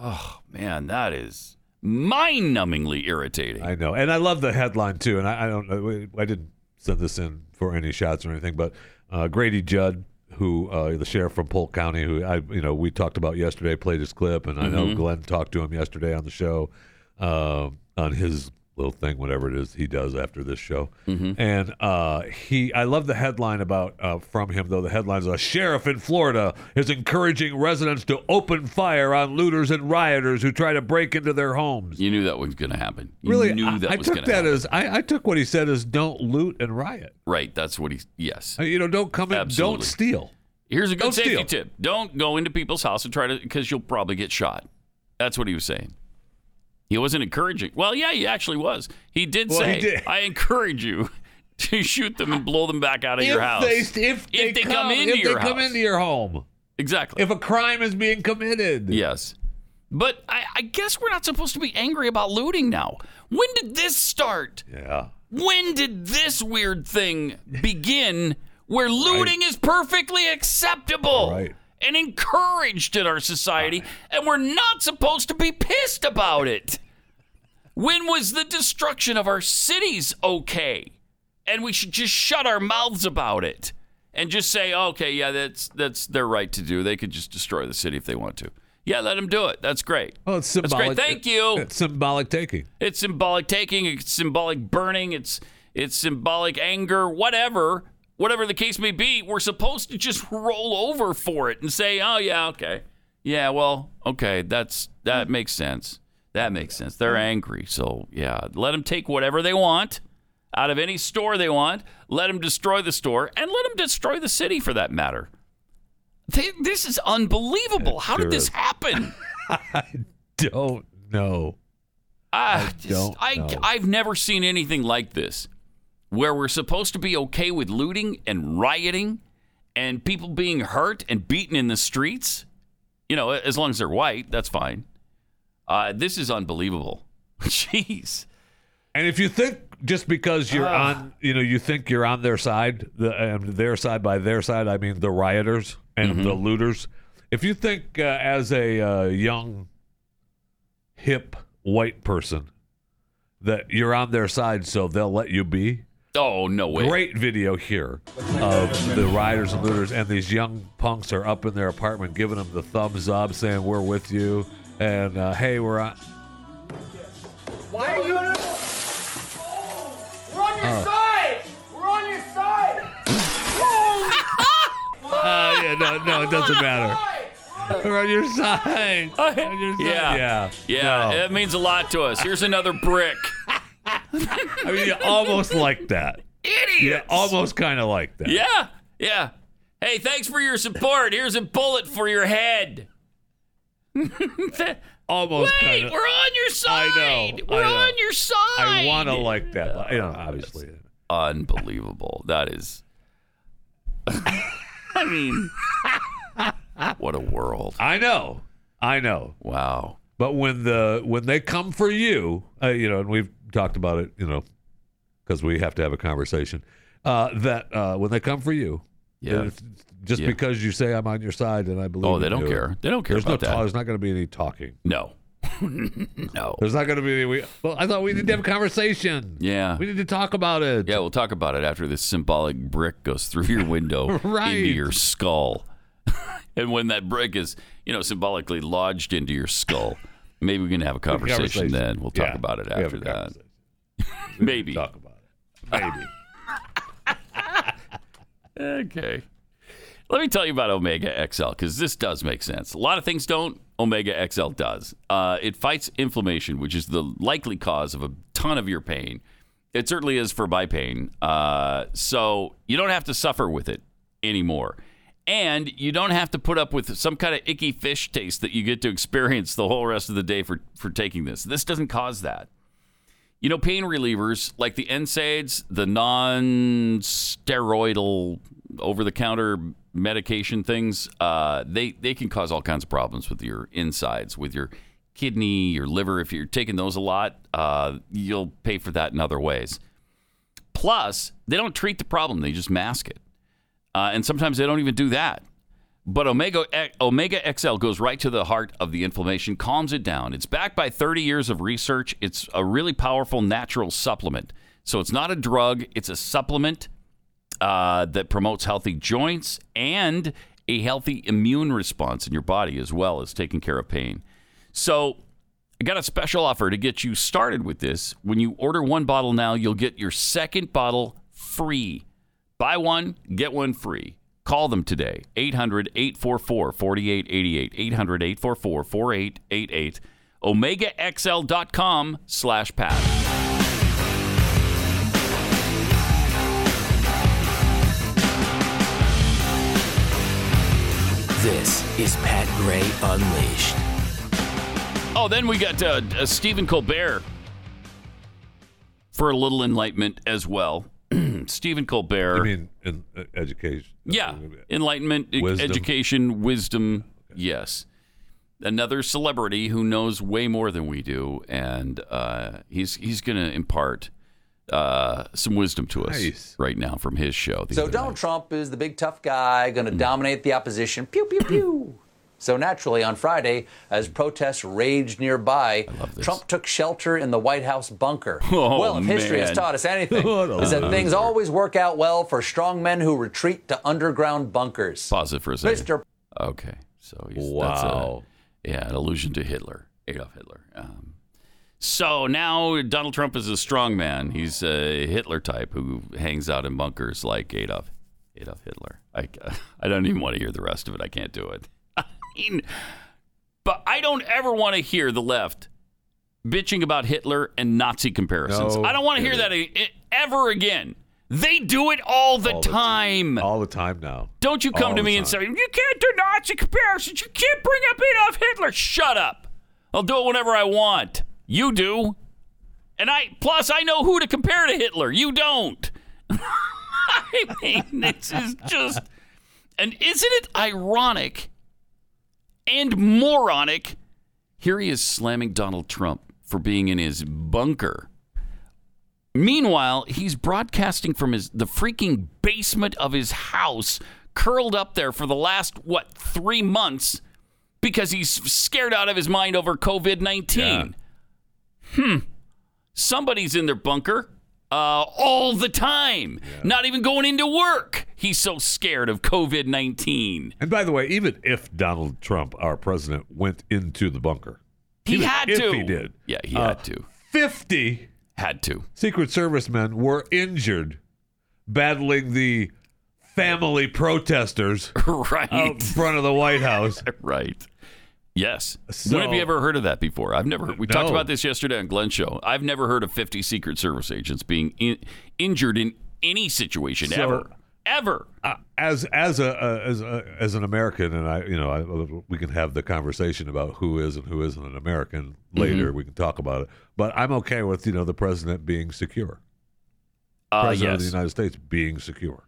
[SPEAKER 2] Oh man, that is mind-numbingly irritating.
[SPEAKER 3] I know, and I love the headline too. And I, I don't know, we- I didn't send this in for any shots or anything, but uh, Grady Judd, who uh, the sheriff from Polk County, who I, you know, we talked about yesterday, played his clip, and I know
[SPEAKER 19] Mhm.
[SPEAKER 3] Glenn talked to him yesterday on the show, uh, on his little thing, whatever it is he does after this show, and uh, he, I love the headline about uh, from him though. The headline's a sheriff in Florida is encouraging residents to open fire on looters and rioters who try to break into their homes.
[SPEAKER 2] You knew that was going to happen. You
[SPEAKER 3] Really,
[SPEAKER 2] knew
[SPEAKER 3] I,
[SPEAKER 2] that
[SPEAKER 3] I
[SPEAKER 2] was
[SPEAKER 3] took
[SPEAKER 2] going to
[SPEAKER 3] that
[SPEAKER 2] happen.
[SPEAKER 3] as I, I took what he said as don't loot and riot.
[SPEAKER 2] Right. That's what he. Yes.
[SPEAKER 3] Uh, You know, don't come in,
[SPEAKER 2] Absolutely.
[SPEAKER 3] don't steal.
[SPEAKER 2] Here's a good
[SPEAKER 3] Don't
[SPEAKER 2] safety
[SPEAKER 3] steal.
[SPEAKER 2] tip: Don't go into people's house and try to, because you'll probably get shot. That's what he was saying. He wasn't encouraging. Well, yeah, he actually was. He did
[SPEAKER 3] Well,
[SPEAKER 2] say,
[SPEAKER 3] he did.
[SPEAKER 2] "I encourage you *laughs* to shoot them and blow them back out of
[SPEAKER 3] If
[SPEAKER 2] your house
[SPEAKER 3] they- if they
[SPEAKER 2] come,
[SPEAKER 3] come-
[SPEAKER 2] into
[SPEAKER 3] if they
[SPEAKER 2] your house.
[SPEAKER 3] come into your home."
[SPEAKER 2] Exactly.
[SPEAKER 3] If a crime is being committed,
[SPEAKER 2] yes. But I, I guess we're not supposed to be angry about looting now. When did this start?
[SPEAKER 3] Yeah.
[SPEAKER 2] When did this weird thing begin where looting is perfectly acceptable and encouraged in our society and we're not supposed to be pissed about it? When was the destruction of our cities okay? And we should just shut our mouths about it and just say, okay, yeah, that's that's their right to do. They could just destroy the city if they want to. Yeah, let them do it. That's great.
[SPEAKER 3] Oh, it's
[SPEAKER 2] That's
[SPEAKER 3] symbolic.
[SPEAKER 2] great. Thank you.
[SPEAKER 3] It's symbolic taking.
[SPEAKER 2] It's symbolic taking, it's symbolic burning, it's it's symbolic anger, whatever, whatever the case may be. We're supposed to just roll over for it and say, "Oh yeah, okay, yeah, well, okay, that's that makes sense. That makes sense. They're angry, so yeah, let them take whatever they want out of any store they want. Let them destroy the store and let them destroy the city for that matter. They, this is unbelievable. How
[SPEAKER 3] sure
[SPEAKER 2] did this
[SPEAKER 3] is.
[SPEAKER 2] happen?
[SPEAKER 3] Don't know.
[SPEAKER 2] Ah, just- I
[SPEAKER 3] don't know.
[SPEAKER 2] I, have never seen anything like this where we're supposed to be okay with looting and rioting and people being hurt and beaten in the streets. You know, as long as they're white, that's fine. Uh, this is unbelievable. *laughs* Jeez.
[SPEAKER 3] And if you think just because you're
[SPEAKER 2] Ugh.
[SPEAKER 3] on, you know, you think you're on their side, the, and their side by their side, I mean the rioters and
[SPEAKER 2] Mm-hmm.
[SPEAKER 3] the looters. If you think uh, as a uh, young, hip white person that you're on their side, so they'll let you be.
[SPEAKER 2] Oh no way!
[SPEAKER 3] Great video here of the rioters and looters, and these young punks are up in their apartment giving them the thumbs up, saying we're with you, and uh, hey, we're on.
[SPEAKER 5] Why are you? We're on your
[SPEAKER 3] Oh.
[SPEAKER 5] side. We're on your
[SPEAKER 3] *laughs*
[SPEAKER 5] side.
[SPEAKER 3] Uh, yeah, no, no, it doesn't matter. We're on your
[SPEAKER 2] *laughs*
[SPEAKER 3] side. On your side.
[SPEAKER 2] Yeah.
[SPEAKER 3] Yeah. No.
[SPEAKER 2] Yeah. It means a lot to us. Here's another
[SPEAKER 3] *laughs*
[SPEAKER 2] brick.
[SPEAKER 3] I mean, you
[SPEAKER 2] *laughs*
[SPEAKER 3] almost like that. Idiot. You almost kind of like that.
[SPEAKER 2] Yeah. Yeah. Hey, thanks for your support. Here's a bullet for your head.
[SPEAKER 3] Almost
[SPEAKER 2] Wait,
[SPEAKER 3] kinda-
[SPEAKER 2] we're on your side.
[SPEAKER 3] I know.
[SPEAKER 2] We're
[SPEAKER 3] I know.
[SPEAKER 2] on your side.
[SPEAKER 3] I want to like that, but you know, obviously.
[SPEAKER 2] Unbelievable.
[SPEAKER 3] *laughs*
[SPEAKER 2] That is. I mean, what a world.
[SPEAKER 3] I know. I know.
[SPEAKER 2] Wow.
[SPEAKER 3] But when the when they come for you, uh, you know, and we've talked about it, you know, because we have to have a conversation. Uh, that uh, when they come for you,
[SPEAKER 2] Yeah.
[SPEAKER 3] if- just
[SPEAKER 2] Yeah.
[SPEAKER 3] because you say I'm on your side and I believe.
[SPEAKER 2] Oh, they
[SPEAKER 3] in
[SPEAKER 2] don't
[SPEAKER 3] you,"
[SPEAKER 2] care. They don't care
[SPEAKER 3] There's
[SPEAKER 2] about
[SPEAKER 3] no
[SPEAKER 2] that.
[SPEAKER 3] There's not going to be any talking. *laughs*
[SPEAKER 2] No. no.
[SPEAKER 3] There's not going to be any. We, well, I thought we need to have a conversation.
[SPEAKER 2] Yeah.
[SPEAKER 3] We need to talk about it.
[SPEAKER 2] Yeah, we'll talk about it after this symbolic brick goes through your window
[SPEAKER 3] *laughs* Right.
[SPEAKER 2] into your skull. *laughs* and when that brick is, you know, symbolically lodged into your skull, maybe we can have a conversation,
[SPEAKER 3] conversation.
[SPEAKER 2] then. We'll talk
[SPEAKER 3] Yeah,
[SPEAKER 2] about it
[SPEAKER 3] we have
[SPEAKER 2] after
[SPEAKER 3] a
[SPEAKER 2] that. *laughs* maybe. Talk
[SPEAKER 3] about
[SPEAKER 2] it. Maybe. okay. Let me tell you about Omega XL because this does make sense. A lot of things don't. Omega XL does. Uh, it fights inflammation, which is the likely cause of a ton of your pain. It certainly is for my pain. Uh, so you don't have to suffer with it anymore. And you don't have to put up with some kind of icky fish taste that you get to experience the whole rest of the day for, for taking this. This doesn't cause that. You know, pain relievers like the NSAIDs, the non steroidal over the counter medication things, uh, they, they can cause all kinds of problems with your insides, with your kidney, your liver. If you're taking those a lot, uh, you'll pay for that in other ways. Plus, they don't treat the problem, they just mask it. Uh, and sometimes they don't even do that. But Omega, E, Omega XL goes right to the heart of the inflammation, calms it down. It's backed by 30 years of research. It's a really powerful natural supplement. So it's not a drug, it's a supplement uh, that promotes healthy joints and a healthy immune response in your body, as well as taking care of pain. So I got a special offer to get you started with this. When you order one bottle now, you'll get your second bottle free. Buy one, get one free. Call them today, 800 844 4888. 800 844 4888. OmegaXL.com slash Pat.
[SPEAKER 17] This is Pat Gray Unleashed.
[SPEAKER 2] Oh, then we got uh, uh, Stephen Colbert for a little enlightenment as well. *clears throat* Stephen Colbert.
[SPEAKER 3] I mean, in uh, education.
[SPEAKER 2] Yeah, enlightenment, e-
[SPEAKER 3] Wisdom.
[SPEAKER 2] education, wisdom. Yes, another celebrity who knows way more than we do, and uh, he's he's going to impart uh, some wisdom to us
[SPEAKER 4] Nice.
[SPEAKER 2] right now from his show. the
[SPEAKER 4] So
[SPEAKER 2] other
[SPEAKER 4] Donald Trump is the big tough guy, going to
[SPEAKER 2] Mm.
[SPEAKER 4] dominate the opposition. Pew pew
[SPEAKER 2] *laughs*
[SPEAKER 4] pew. So naturally, on Friday, as protests raged nearby, Trump took shelter in the White House bunker.
[SPEAKER 2] *laughs* Oh,
[SPEAKER 4] well, if history has
[SPEAKER 2] man.
[SPEAKER 4] taught us
[SPEAKER 2] *laughs*
[SPEAKER 4] anything,
[SPEAKER 2] What a
[SPEAKER 4] is that things
[SPEAKER 2] loser.
[SPEAKER 4] always work out well for strong men who retreat to underground bunkers.
[SPEAKER 2] Pause it for a second.
[SPEAKER 4] Mr.
[SPEAKER 2] Okay, so he's,
[SPEAKER 4] Wow.
[SPEAKER 2] that's a, yeah, an allusion to Hitler, Adolf Hitler. Um, so now Donald Trump is a strong man. He's a Hitler type who hangs out in bunkers like Adolf Adolf Hitler. I *laughs* I don't even want to hear the rest of it. I can't do it. *laughs* I mean, but I don't ever want to hear the left bitching about Hitler and Nazi comparisons.
[SPEAKER 3] No
[SPEAKER 2] I don't want to hear that
[SPEAKER 3] kidding.
[SPEAKER 2] e- ever again. They do it all the time.
[SPEAKER 3] all the time now.
[SPEAKER 2] Don't you come
[SPEAKER 3] All
[SPEAKER 2] to
[SPEAKER 3] the
[SPEAKER 2] me and
[SPEAKER 3] time.
[SPEAKER 2] say, you can't do Nazi comparisons. You can't bring up Adolf Hitler. Shut up. I'll do it whenever I want. You do. And I, plus, I know who to compare to Hitler. You don't. *laughs* I mean, this is just, and isn't it ironic and moronic? Here he is slamming Donald Trump for being in his bunker. Meanwhile, he's broadcasting from his the freaking basement of his house, curled up there for the last what three months because he's scared out of his mind over COVID nineteen. Hmm. Somebody's in their bunker uh, all the time, not even going into work. He's so scared of COVID nineteen.
[SPEAKER 3] And by the way, even if Donald Trump, our president, went into the bunker,
[SPEAKER 2] He
[SPEAKER 3] even
[SPEAKER 2] had
[SPEAKER 3] if
[SPEAKER 2] to.
[SPEAKER 3] He did.
[SPEAKER 2] Yeah, he
[SPEAKER 3] Uh,
[SPEAKER 2] had to.
[SPEAKER 3] Fifty
[SPEAKER 2] Had to.
[SPEAKER 3] Secret Service men were injured battling the family protesters
[SPEAKER 2] *laughs* right
[SPEAKER 3] out front of the White House.
[SPEAKER 2] *laughs* right. Yes.
[SPEAKER 3] So-
[SPEAKER 2] when have you ever heard of that before? I've never. We talked
[SPEAKER 3] No.
[SPEAKER 2] about this yesterday on Glenn's show. I've never heard of 50 Secret Service agents being in, injured in any situation
[SPEAKER 3] So-
[SPEAKER 2] ever. Ever.
[SPEAKER 3] Uh, as as a, a as a, as an American, and I, you know, I, we can have the conversation about who is and who isn't an American later.
[SPEAKER 2] Mhm.
[SPEAKER 3] We can talk about it, but I'm okay with you know the president being secure,
[SPEAKER 2] Uh,
[SPEAKER 3] president of
[SPEAKER 2] yes.
[SPEAKER 3] the United States being secure.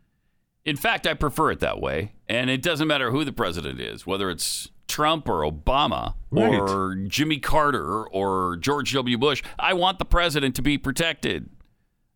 [SPEAKER 2] In fact, I prefer it that way. And it doesn't matter who the president is, whether it's Trump or Obama or Jimmy Carter or George W. Bush. I want the president to be protected.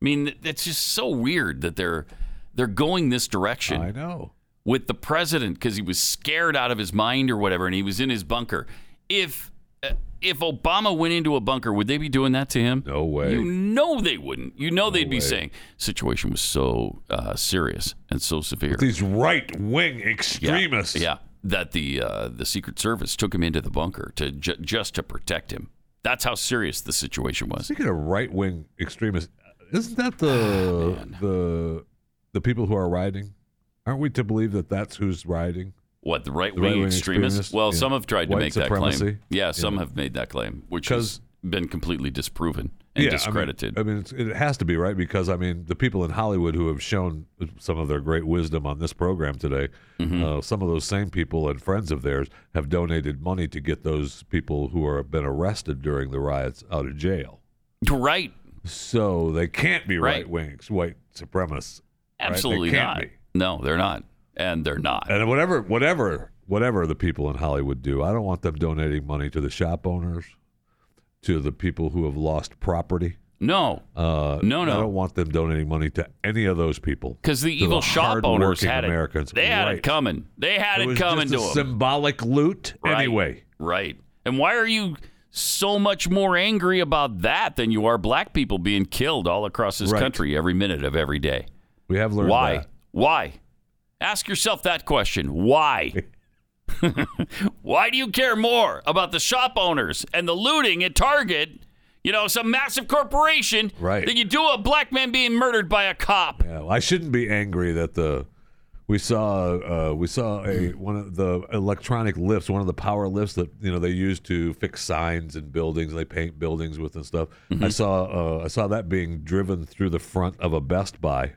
[SPEAKER 2] I mean, it's just so weird that they're they're going this direction. I
[SPEAKER 3] know.
[SPEAKER 2] With the president because he was scared out of his mind or whatever and he was in his bunker. If uh, if Obama went into a bunker, would they be doing that to him?
[SPEAKER 3] No way.
[SPEAKER 2] You know they wouldn't. You know they'd be saying situation was so uh, serious and so severe.
[SPEAKER 3] These right wing
[SPEAKER 2] Yeah,
[SPEAKER 3] extremists.
[SPEAKER 2] Yeah, that the uh, the Secret Service took him into the bunker to ju- just to protect him. That's how serious the situation was.
[SPEAKER 3] Speaking of right wing extremists, isn't that the
[SPEAKER 2] Ah,
[SPEAKER 3] the the people who are rioting? Aren't we to believe that that's who's rioting?
[SPEAKER 2] What the right
[SPEAKER 3] The
[SPEAKER 2] wing
[SPEAKER 3] right-wing
[SPEAKER 2] extremists?
[SPEAKER 3] extremists
[SPEAKER 2] Well,
[SPEAKER 3] in
[SPEAKER 2] some have tried to
[SPEAKER 3] white
[SPEAKER 2] make that
[SPEAKER 3] supremacy?
[SPEAKER 2] claim. Yeah, some
[SPEAKER 3] Yeah.
[SPEAKER 2] have made that claim, which has been completely disproven and
[SPEAKER 3] Yeah, I mean-
[SPEAKER 2] discredited.
[SPEAKER 3] I mean, it's, it has to be right because I mean, the people in Hollywood who have shown some of their great wisdom on this program today,
[SPEAKER 2] Mm-hmm.
[SPEAKER 3] uh, some of those same people and friends of theirs have donated money to get those people who are been arrested during the riots out of jail.
[SPEAKER 2] right.
[SPEAKER 3] So they can't be
[SPEAKER 2] Right.
[SPEAKER 3] right wings, white supremacists. right? They
[SPEAKER 2] Absolutely
[SPEAKER 3] can't
[SPEAKER 2] not.
[SPEAKER 3] be.
[SPEAKER 2] No, they're not, and they're not.
[SPEAKER 3] And whatever, whatever, whatever the people in Hollywood do, I don't want them donating money to the shop owners, to the people who have lost property.
[SPEAKER 2] No,
[SPEAKER 3] uh,
[SPEAKER 2] No, no.
[SPEAKER 3] I don't want them donating money to any of those people.
[SPEAKER 2] Because the
[SPEAKER 3] To
[SPEAKER 2] evil shop owners
[SPEAKER 3] hardworking
[SPEAKER 2] had it.
[SPEAKER 3] Americans.
[SPEAKER 2] They had
[SPEAKER 3] Right.
[SPEAKER 2] it coming. They had
[SPEAKER 3] It
[SPEAKER 2] it,
[SPEAKER 3] was
[SPEAKER 2] coming
[SPEAKER 3] just a
[SPEAKER 2] to them.
[SPEAKER 3] Symbolic loot,
[SPEAKER 2] Right.
[SPEAKER 3] anyway.
[SPEAKER 2] Right. And why are you so much more angry about that than you are black people being killed all across this
[SPEAKER 3] Right.
[SPEAKER 2] country every minute of every day?
[SPEAKER 3] We have learned
[SPEAKER 2] Why?
[SPEAKER 3] that.
[SPEAKER 2] Why? Ask yourself that
[SPEAKER 3] *laughs*
[SPEAKER 2] question. Why? Why do you care more about the shop owners and the looting at Target, you know, some massive corporation,
[SPEAKER 3] Right.
[SPEAKER 2] than you do a black man being murdered by a cop?
[SPEAKER 3] Yeah, well, I shouldn't be angry that the we saw uh, we saw a one of the electronic lifts, one of the power lifts that you know they use to fix signs and buildings. They paint buildings with and stuff.
[SPEAKER 2] Mm-hmm.
[SPEAKER 3] I saw uh, I saw that being driven through the front of a Best Buy.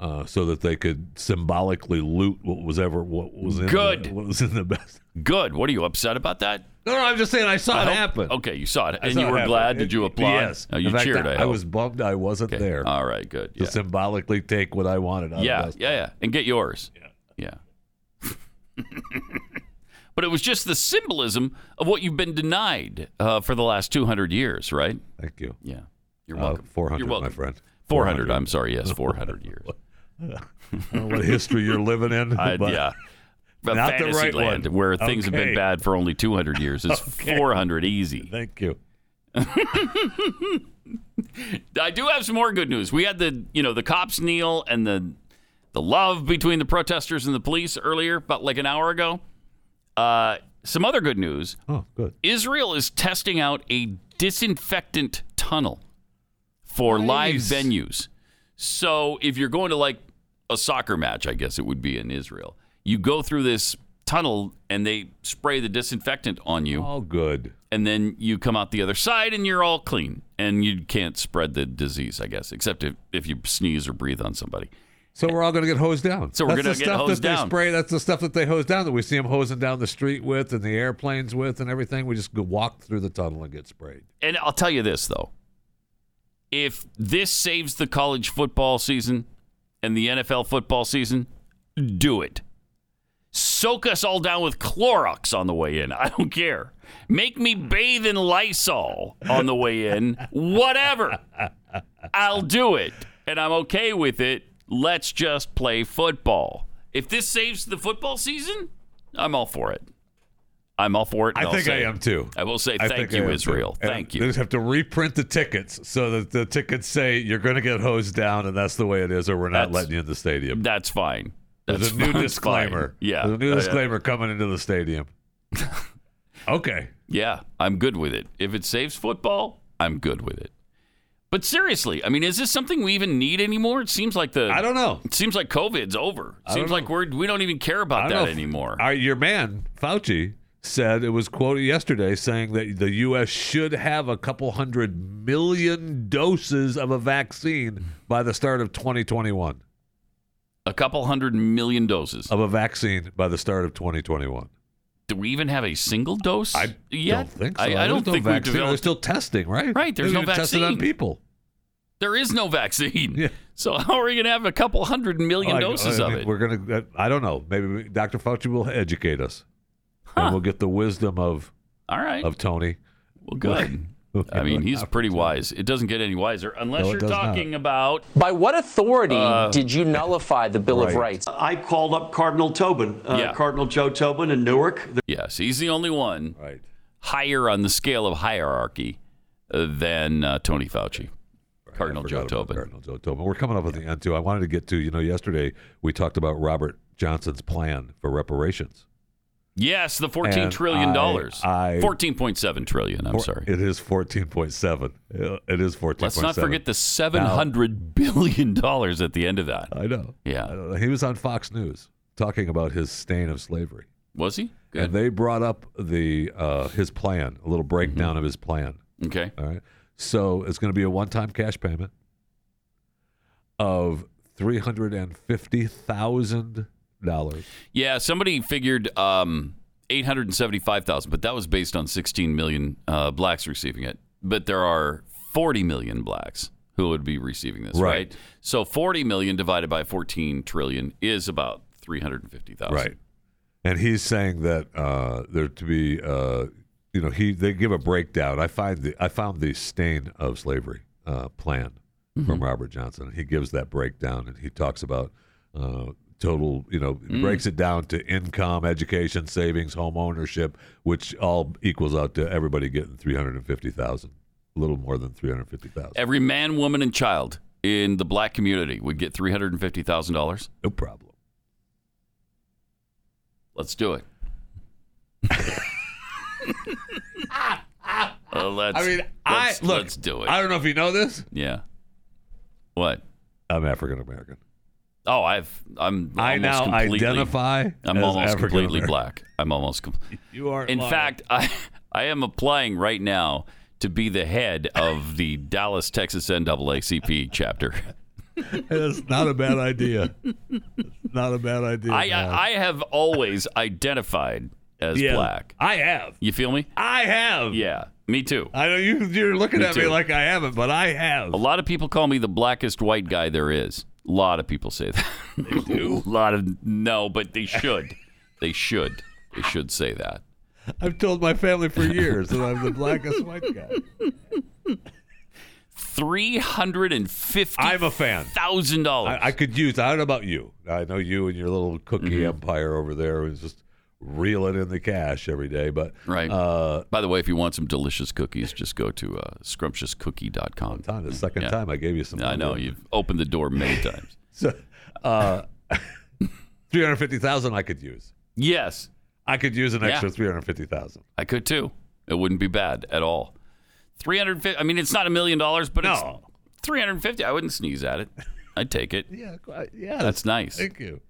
[SPEAKER 3] Uh, so that they could symbolically loot what was ever what was in
[SPEAKER 2] Good.
[SPEAKER 3] The, what was in the best.
[SPEAKER 2] Good. What are you upset about that?
[SPEAKER 3] No, no, I'm just saying I saw
[SPEAKER 2] I
[SPEAKER 3] it
[SPEAKER 2] hope-
[SPEAKER 3] happen.
[SPEAKER 2] Okay, you saw it,
[SPEAKER 3] I
[SPEAKER 2] and
[SPEAKER 3] saw
[SPEAKER 2] you
[SPEAKER 3] it
[SPEAKER 2] were
[SPEAKER 3] happen.
[SPEAKER 2] glad. Did you
[SPEAKER 3] It-
[SPEAKER 2] applaud?
[SPEAKER 3] Yes.
[SPEAKER 2] Oh, you
[SPEAKER 3] In fact,
[SPEAKER 2] cheered.
[SPEAKER 3] I,
[SPEAKER 2] I,
[SPEAKER 3] I
[SPEAKER 2] hope.
[SPEAKER 3] was bummed I wasn't there.
[SPEAKER 2] All right, good.
[SPEAKER 3] to
[SPEAKER 2] Yeah.
[SPEAKER 3] symbolically take what I wanted. Out
[SPEAKER 2] yeah,
[SPEAKER 3] of
[SPEAKER 2] yeah, yeah, and get yours. Yeah, but it was just the symbolism of what you've been denied uh, for the last two hundred years, right?
[SPEAKER 3] Thank you.
[SPEAKER 2] Yeah, you're
[SPEAKER 3] Uh,
[SPEAKER 2] welcome.
[SPEAKER 3] 400,
[SPEAKER 2] You're welcome.
[SPEAKER 3] my friend.
[SPEAKER 2] Four hundred. I'm sorry. Yes, four
[SPEAKER 3] *laughs*
[SPEAKER 2] hundred years.
[SPEAKER 3] I don't know what history you're living in.
[SPEAKER 2] *laughs* I-
[SPEAKER 3] but
[SPEAKER 2] yeah. But
[SPEAKER 3] Not the
[SPEAKER 2] fantasy
[SPEAKER 3] right
[SPEAKER 2] land
[SPEAKER 3] one.
[SPEAKER 2] where things have been
[SPEAKER 3] Okay.
[SPEAKER 2] bad for only 200 years is
[SPEAKER 3] *laughs* Okay.
[SPEAKER 2] 400 easy.
[SPEAKER 3] Thank
[SPEAKER 2] *laughs*
[SPEAKER 3] you.
[SPEAKER 2] I do have some more good news. We had the you know the cops kneel and the the love between the protesters and the police earlier, about like an hour ago. Uh, some other good news.
[SPEAKER 3] Oh, good.
[SPEAKER 2] Israel is testing out a disinfectant tunnel for
[SPEAKER 3] Nice.
[SPEAKER 2] live venues. So if you're going to like a soccer match, I guess it would be in Israel, you go through this tunnel and they spray the disinfectant on you.
[SPEAKER 3] All good.
[SPEAKER 2] And then you come out the other side and you're all clean and you can't spread the disease, I guess, except if, if you sneeze or breathe on somebody.
[SPEAKER 3] So we're all going to get hosed down.
[SPEAKER 2] So we're
[SPEAKER 3] That's
[SPEAKER 2] gonna
[SPEAKER 3] the
[SPEAKER 2] get
[SPEAKER 3] stuff
[SPEAKER 2] hosed
[SPEAKER 3] that
[SPEAKER 2] down.
[SPEAKER 3] They spray. That's the stuff that they hose down that we see them hosing down the street with and the airplanes with and everything. We just go walk through the tunnel and get sprayed.
[SPEAKER 2] And I'll tell you this, though. If this saves the college football season and the NFL football season, do it. Soak us all down with Clorox on the way in. *laughs* I don't care. Make me bathe in Lysol on the way in. Whatever. I'll do it. And I'm okay with it. Let's just play football. If this saves the football season, I'm all for it. I'm all for it. and
[SPEAKER 3] I
[SPEAKER 2] I'll
[SPEAKER 3] think
[SPEAKER 2] say
[SPEAKER 3] I
[SPEAKER 2] it.
[SPEAKER 3] am too.
[SPEAKER 2] I will say
[SPEAKER 3] I
[SPEAKER 2] thank
[SPEAKER 3] think I
[SPEAKER 2] you,
[SPEAKER 3] am,
[SPEAKER 2] Israel.
[SPEAKER 3] too. And
[SPEAKER 2] Thank
[SPEAKER 3] They
[SPEAKER 2] you.
[SPEAKER 3] just have to reprint the tickets so that the tickets say you're going to get hosed down and that's the way it is, or we're not
[SPEAKER 2] That's-
[SPEAKER 3] letting you in the stadium.
[SPEAKER 2] That's fine.
[SPEAKER 3] There's
[SPEAKER 2] That's
[SPEAKER 3] a new
[SPEAKER 2] fine.
[SPEAKER 3] disclaimer.
[SPEAKER 2] *laughs* Yeah. Uh,
[SPEAKER 3] There's a
[SPEAKER 2] Yeah.
[SPEAKER 3] new disclaimer coming into the stadium. okay.
[SPEAKER 2] Yeah, I'm good with it. If it saves football, I'm good with it. But seriously, I mean, is this something we even need anymore? It seems like the I
[SPEAKER 3] don't know.
[SPEAKER 2] It seems like COVID's over. It
[SPEAKER 3] I
[SPEAKER 2] seems
[SPEAKER 3] don't
[SPEAKER 2] like we're we don't even care about
[SPEAKER 3] I don't
[SPEAKER 2] that
[SPEAKER 3] know if-
[SPEAKER 2] anymore.
[SPEAKER 3] All right, your man Fauci said it was quoted yesterday saying that the U.S. should have a couple hundred million doses of a vaccine by the start of 2021.
[SPEAKER 2] A couple hundred million doses
[SPEAKER 3] of a vaccine by the start of 2021.
[SPEAKER 2] Do we even have a single dose? I
[SPEAKER 3] Don't think so.
[SPEAKER 2] I, I don't
[SPEAKER 3] There's no
[SPEAKER 2] think
[SPEAKER 3] vaccine.
[SPEAKER 2] we've
[SPEAKER 3] They're
[SPEAKER 2] developed.
[SPEAKER 3] still testing, right?
[SPEAKER 2] Right, there's
[SPEAKER 3] They're
[SPEAKER 2] no
[SPEAKER 3] gonna test it on
[SPEAKER 2] vaccine.
[SPEAKER 3] people.
[SPEAKER 2] there is
[SPEAKER 3] *laughs*
[SPEAKER 2] no vaccine. So how are we going to have a couple hundred million
[SPEAKER 3] Like,
[SPEAKER 2] doses
[SPEAKER 3] I
[SPEAKER 2] of
[SPEAKER 3] mean,
[SPEAKER 2] it?
[SPEAKER 3] We're gonna. uh, I don't know. Maybe we- Dr. Fauci will educate us, and we'll get the wisdom of
[SPEAKER 2] All right.
[SPEAKER 3] of Tony. *laughs*
[SPEAKER 2] Well, good. I mean, he's pretty wise. It doesn't get any wiser unless
[SPEAKER 3] No, it
[SPEAKER 2] you're
[SPEAKER 3] does not.
[SPEAKER 2] talking about
[SPEAKER 13] By what authority
[SPEAKER 2] Uh,
[SPEAKER 13] did you nullify the Bill of
[SPEAKER 2] right.
[SPEAKER 13] Rights?
[SPEAKER 14] I called up Cardinal Tobin, uh,
[SPEAKER 2] Yeah.
[SPEAKER 14] Cardinal Joe Tobin in Newark.
[SPEAKER 2] Yes, he's the only one
[SPEAKER 3] right.
[SPEAKER 2] higher on the scale of hierarchy uh, than uh, Tony Fauci, Cardinal Joe Tobin.
[SPEAKER 3] Cardinal Joe Tobin. We're coming up at the end too. I wanted to get to. You know, yesterday we talked about Robert Johnson's plan for reparations.
[SPEAKER 2] Yes, the fourteen
[SPEAKER 3] And
[SPEAKER 2] trillion
[SPEAKER 3] I-
[SPEAKER 2] dollars,
[SPEAKER 3] I-
[SPEAKER 2] fourteen point seven trillion. I'm
[SPEAKER 3] Or-
[SPEAKER 2] sorry.
[SPEAKER 3] It is fourteen point seven. It is fourteen.
[SPEAKER 2] Let's not forget the seven hundred billion dollars at the end of that.
[SPEAKER 3] I know.
[SPEAKER 2] Yeah.
[SPEAKER 3] He was on Fox News talking about his stain of slavery.
[SPEAKER 2] Was he?
[SPEAKER 3] And they brought up the uh, his plan, a little breakdown of his plan.
[SPEAKER 2] Mm-hmm. Okay.
[SPEAKER 3] All right. So it's going to be a one-time cash payment of three hundred and fifty thousand dollars.
[SPEAKER 2] Yeah, somebody figured um, eight hundred and seventy-five thousand, but that was based on sixteen million uh, blacks receiving it. But there are forty million blacks who would be receiving this, right?
[SPEAKER 3] Right.
[SPEAKER 2] So forty million divided by fourteen trillion is about three hundred and fifty thousand.
[SPEAKER 3] Right. And he's saying that uh, there to be, uh, you know, he they give a breakdown. I find the I found the stain of slavery uh, plan
[SPEAKER 2] Mm-hmm.
[SPEAKER 3] from Robert Johnson. He gives that breakdown and he talks about uh, total, you know,
[SPEAKER 6] Mm.
[SPEAKER 3] breaks it down to income, education, savings, home ownership, which all equals out to everybody getting three hundred and fifty thousand, a little more than three hundred fifty thousand.
[SPEAKER 2] Every man, woman, and child in the black community would get three hundred and fifty thousand dollars.
[SPEAKER 3] No problem.
[SPEAKER 2] Let's do it. Uh, let's,
[SPEAKER 3] Ah, I mean, I
[SPEAKER 2] let's-
[SPEAKER 3] look.
[SPEAKER 2] Let's do it.
[SPEAKER 3] I don't know if you know this.
[SPEAKER 2] Yeah. What?
[SPEAKER 3] I'm African American.
[SPEAKER 2] Oh, I've I'm.
[SPEAKER 3] I
[SPEAKER 2] almost
[SPEAKER 3] now
[SPEAKER 2] completely,
[SPEAKER 3] identify
[SPEAKER 2] I'm
[SPEAKER 3] as
[SPEAKER 2] almost
[SPEAKER 3] African
[SPEAKER 2] completely
[SPEAKER 3] American.
[SPEAKER 2] black. I'm almost. Com-
[SPEAKER 3] *laughs* You are.
[SPEAKER 2] In fact, *laughs* I I am applying right now to be the head of the *laughs* Dallas, Texas NAACP
[SPEAKER 3] *laughs*
[SPEAKER 2] chapter.
[SPEAKER 3] That's not a bad idea. not a bad idea.
[SPEAKER 2] I, uh,
[SPEAKER 3] man.
[SPEAKER 2] I I have always
[SPEAKER 3] *laughs*
[SPEAKER 2] identified as
[SPEAKER 3] Yeah,
[SPEAKER 2] black.
[SPEAKER 3] I have.
[SPEAKER 2] You feel me?
[SPEAKER 3] I have.
[SPEAKER 2] Yeah, me too.
[SPEAKER 3] I know you. You're looking
[SPEAKER 2] Me
[SPEAKER 3] at me
[SPEAKER 2] too.
[SPEAKER 3] like I haven't, but I have.
[SPEAKER 2] A lot of people call me the blackest white guy there is. A lot of people
[SPEAKER 3] *laughs*
[SPEAKER 2] say that. *laughs* a lot of no, but they should. they should. They should say that.
[SPEAKER 3] I've told my family for years that I'm the blackest white guy.
[SPEAKER 2] Three hundred and fifty.
[SPEAKER 3] I'm a fan.
[SPEAKER 2] Thousand dollars.
[SPEAKER 3] I, I *laughs* could use. I don't know about you. I know you and your little cookie
[SPEAKER 2] Mm-hmm.
[SPEAKER 3] empire over there is just reeling in the cash every day. But
[SPEAKER 2] Right.
[SPEAKER 3] Uh,
[SPEAKER 2] By the way, if you want some delicious cookies, just go to uh, scrumptiouscookie.com.
[SPEAKER 3] Time, the second time I gave you some.
[SPEAKER 2] I know you've opened the door many
[SPEAKER 3] *laughs*
[SPEAKER 2] times.
[SPEAKER 3] so, uh, *laughs* three hundred fifty thousand I could use.
[SPEAKER 2] Yes,
[SPEAKER 3] I could use an extra
[SPEAKER 2] Yeah.
[SPEAKER 3] three hundred fifty thousand.
[SPEAKER 2] I could too. It wouldn't be bad at all. Three hundred fifty. I mean, it's not a million dollars, but
[SPEAKER 3] No.
[SPEAKER 2] it's three hundred fifty. I wouldn't sneeze at it. *laughs* I'd take it.
[SPEAKER 3] Yeah, quite- yeah.
[SPEAKER 2] That's nice.
[SPEAKER 3] Thank you.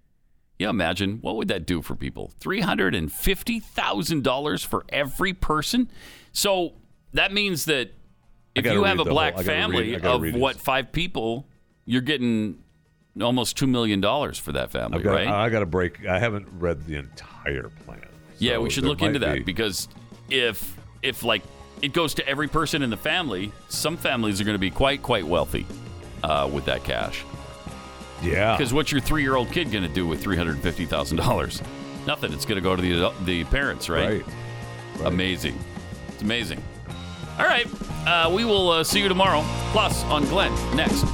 [SPEAKER 2] Yeah, imagine what would that do for people? Three hundred and fifty thousand dollars for every person. So that means that
[SPEAKER 3] I
[SPEAKER 2] if
[SPEAKER 3] gotta
[SPEAKER 2] you have
[SPEAKER 3] read the
[SPEAKER 2] a
[SPEAKER 3] whole-
[SPEAKER 2] black
[SPEAKER 3] I gotta read-
[SPEAKER 2] family
[SPEAKER 3] I gotta
[SPEAKER 2] of
[SPEAKER 3] read
[SPEAKER 2] what five people, you're getting almost two million dollars for that family,
[SPEAKER 3] I've got,
[SPEAKER 2] right?
[SPEAKER 3] I got a break. I haven't read the entire plan.
[SPEAKER 2] yeah,
[SPEAKER 3] so
[SPEAKER 2] we should
[SPEAKER 3] there
[SPEAKER 2] look into
[SPEAKER 3] might
[SPEAKER 2] that
[SPEAKER 3] be-
[SPEAKER 2] because if if like it goes to every person in the family, some families are going to be quite quite wealthy uh, with that cash.
[SPEAKER 3] Yeah.
[SPEAKER 2] Because what's your three year old kid going to do with three hundred fifty thousand dollars? *laughs* Nothing. It's going to go to the adult- the parents, right? Amazing. It's amazing. All right. Uh, we will uh, see you tomorrow. Plus on Glenn next.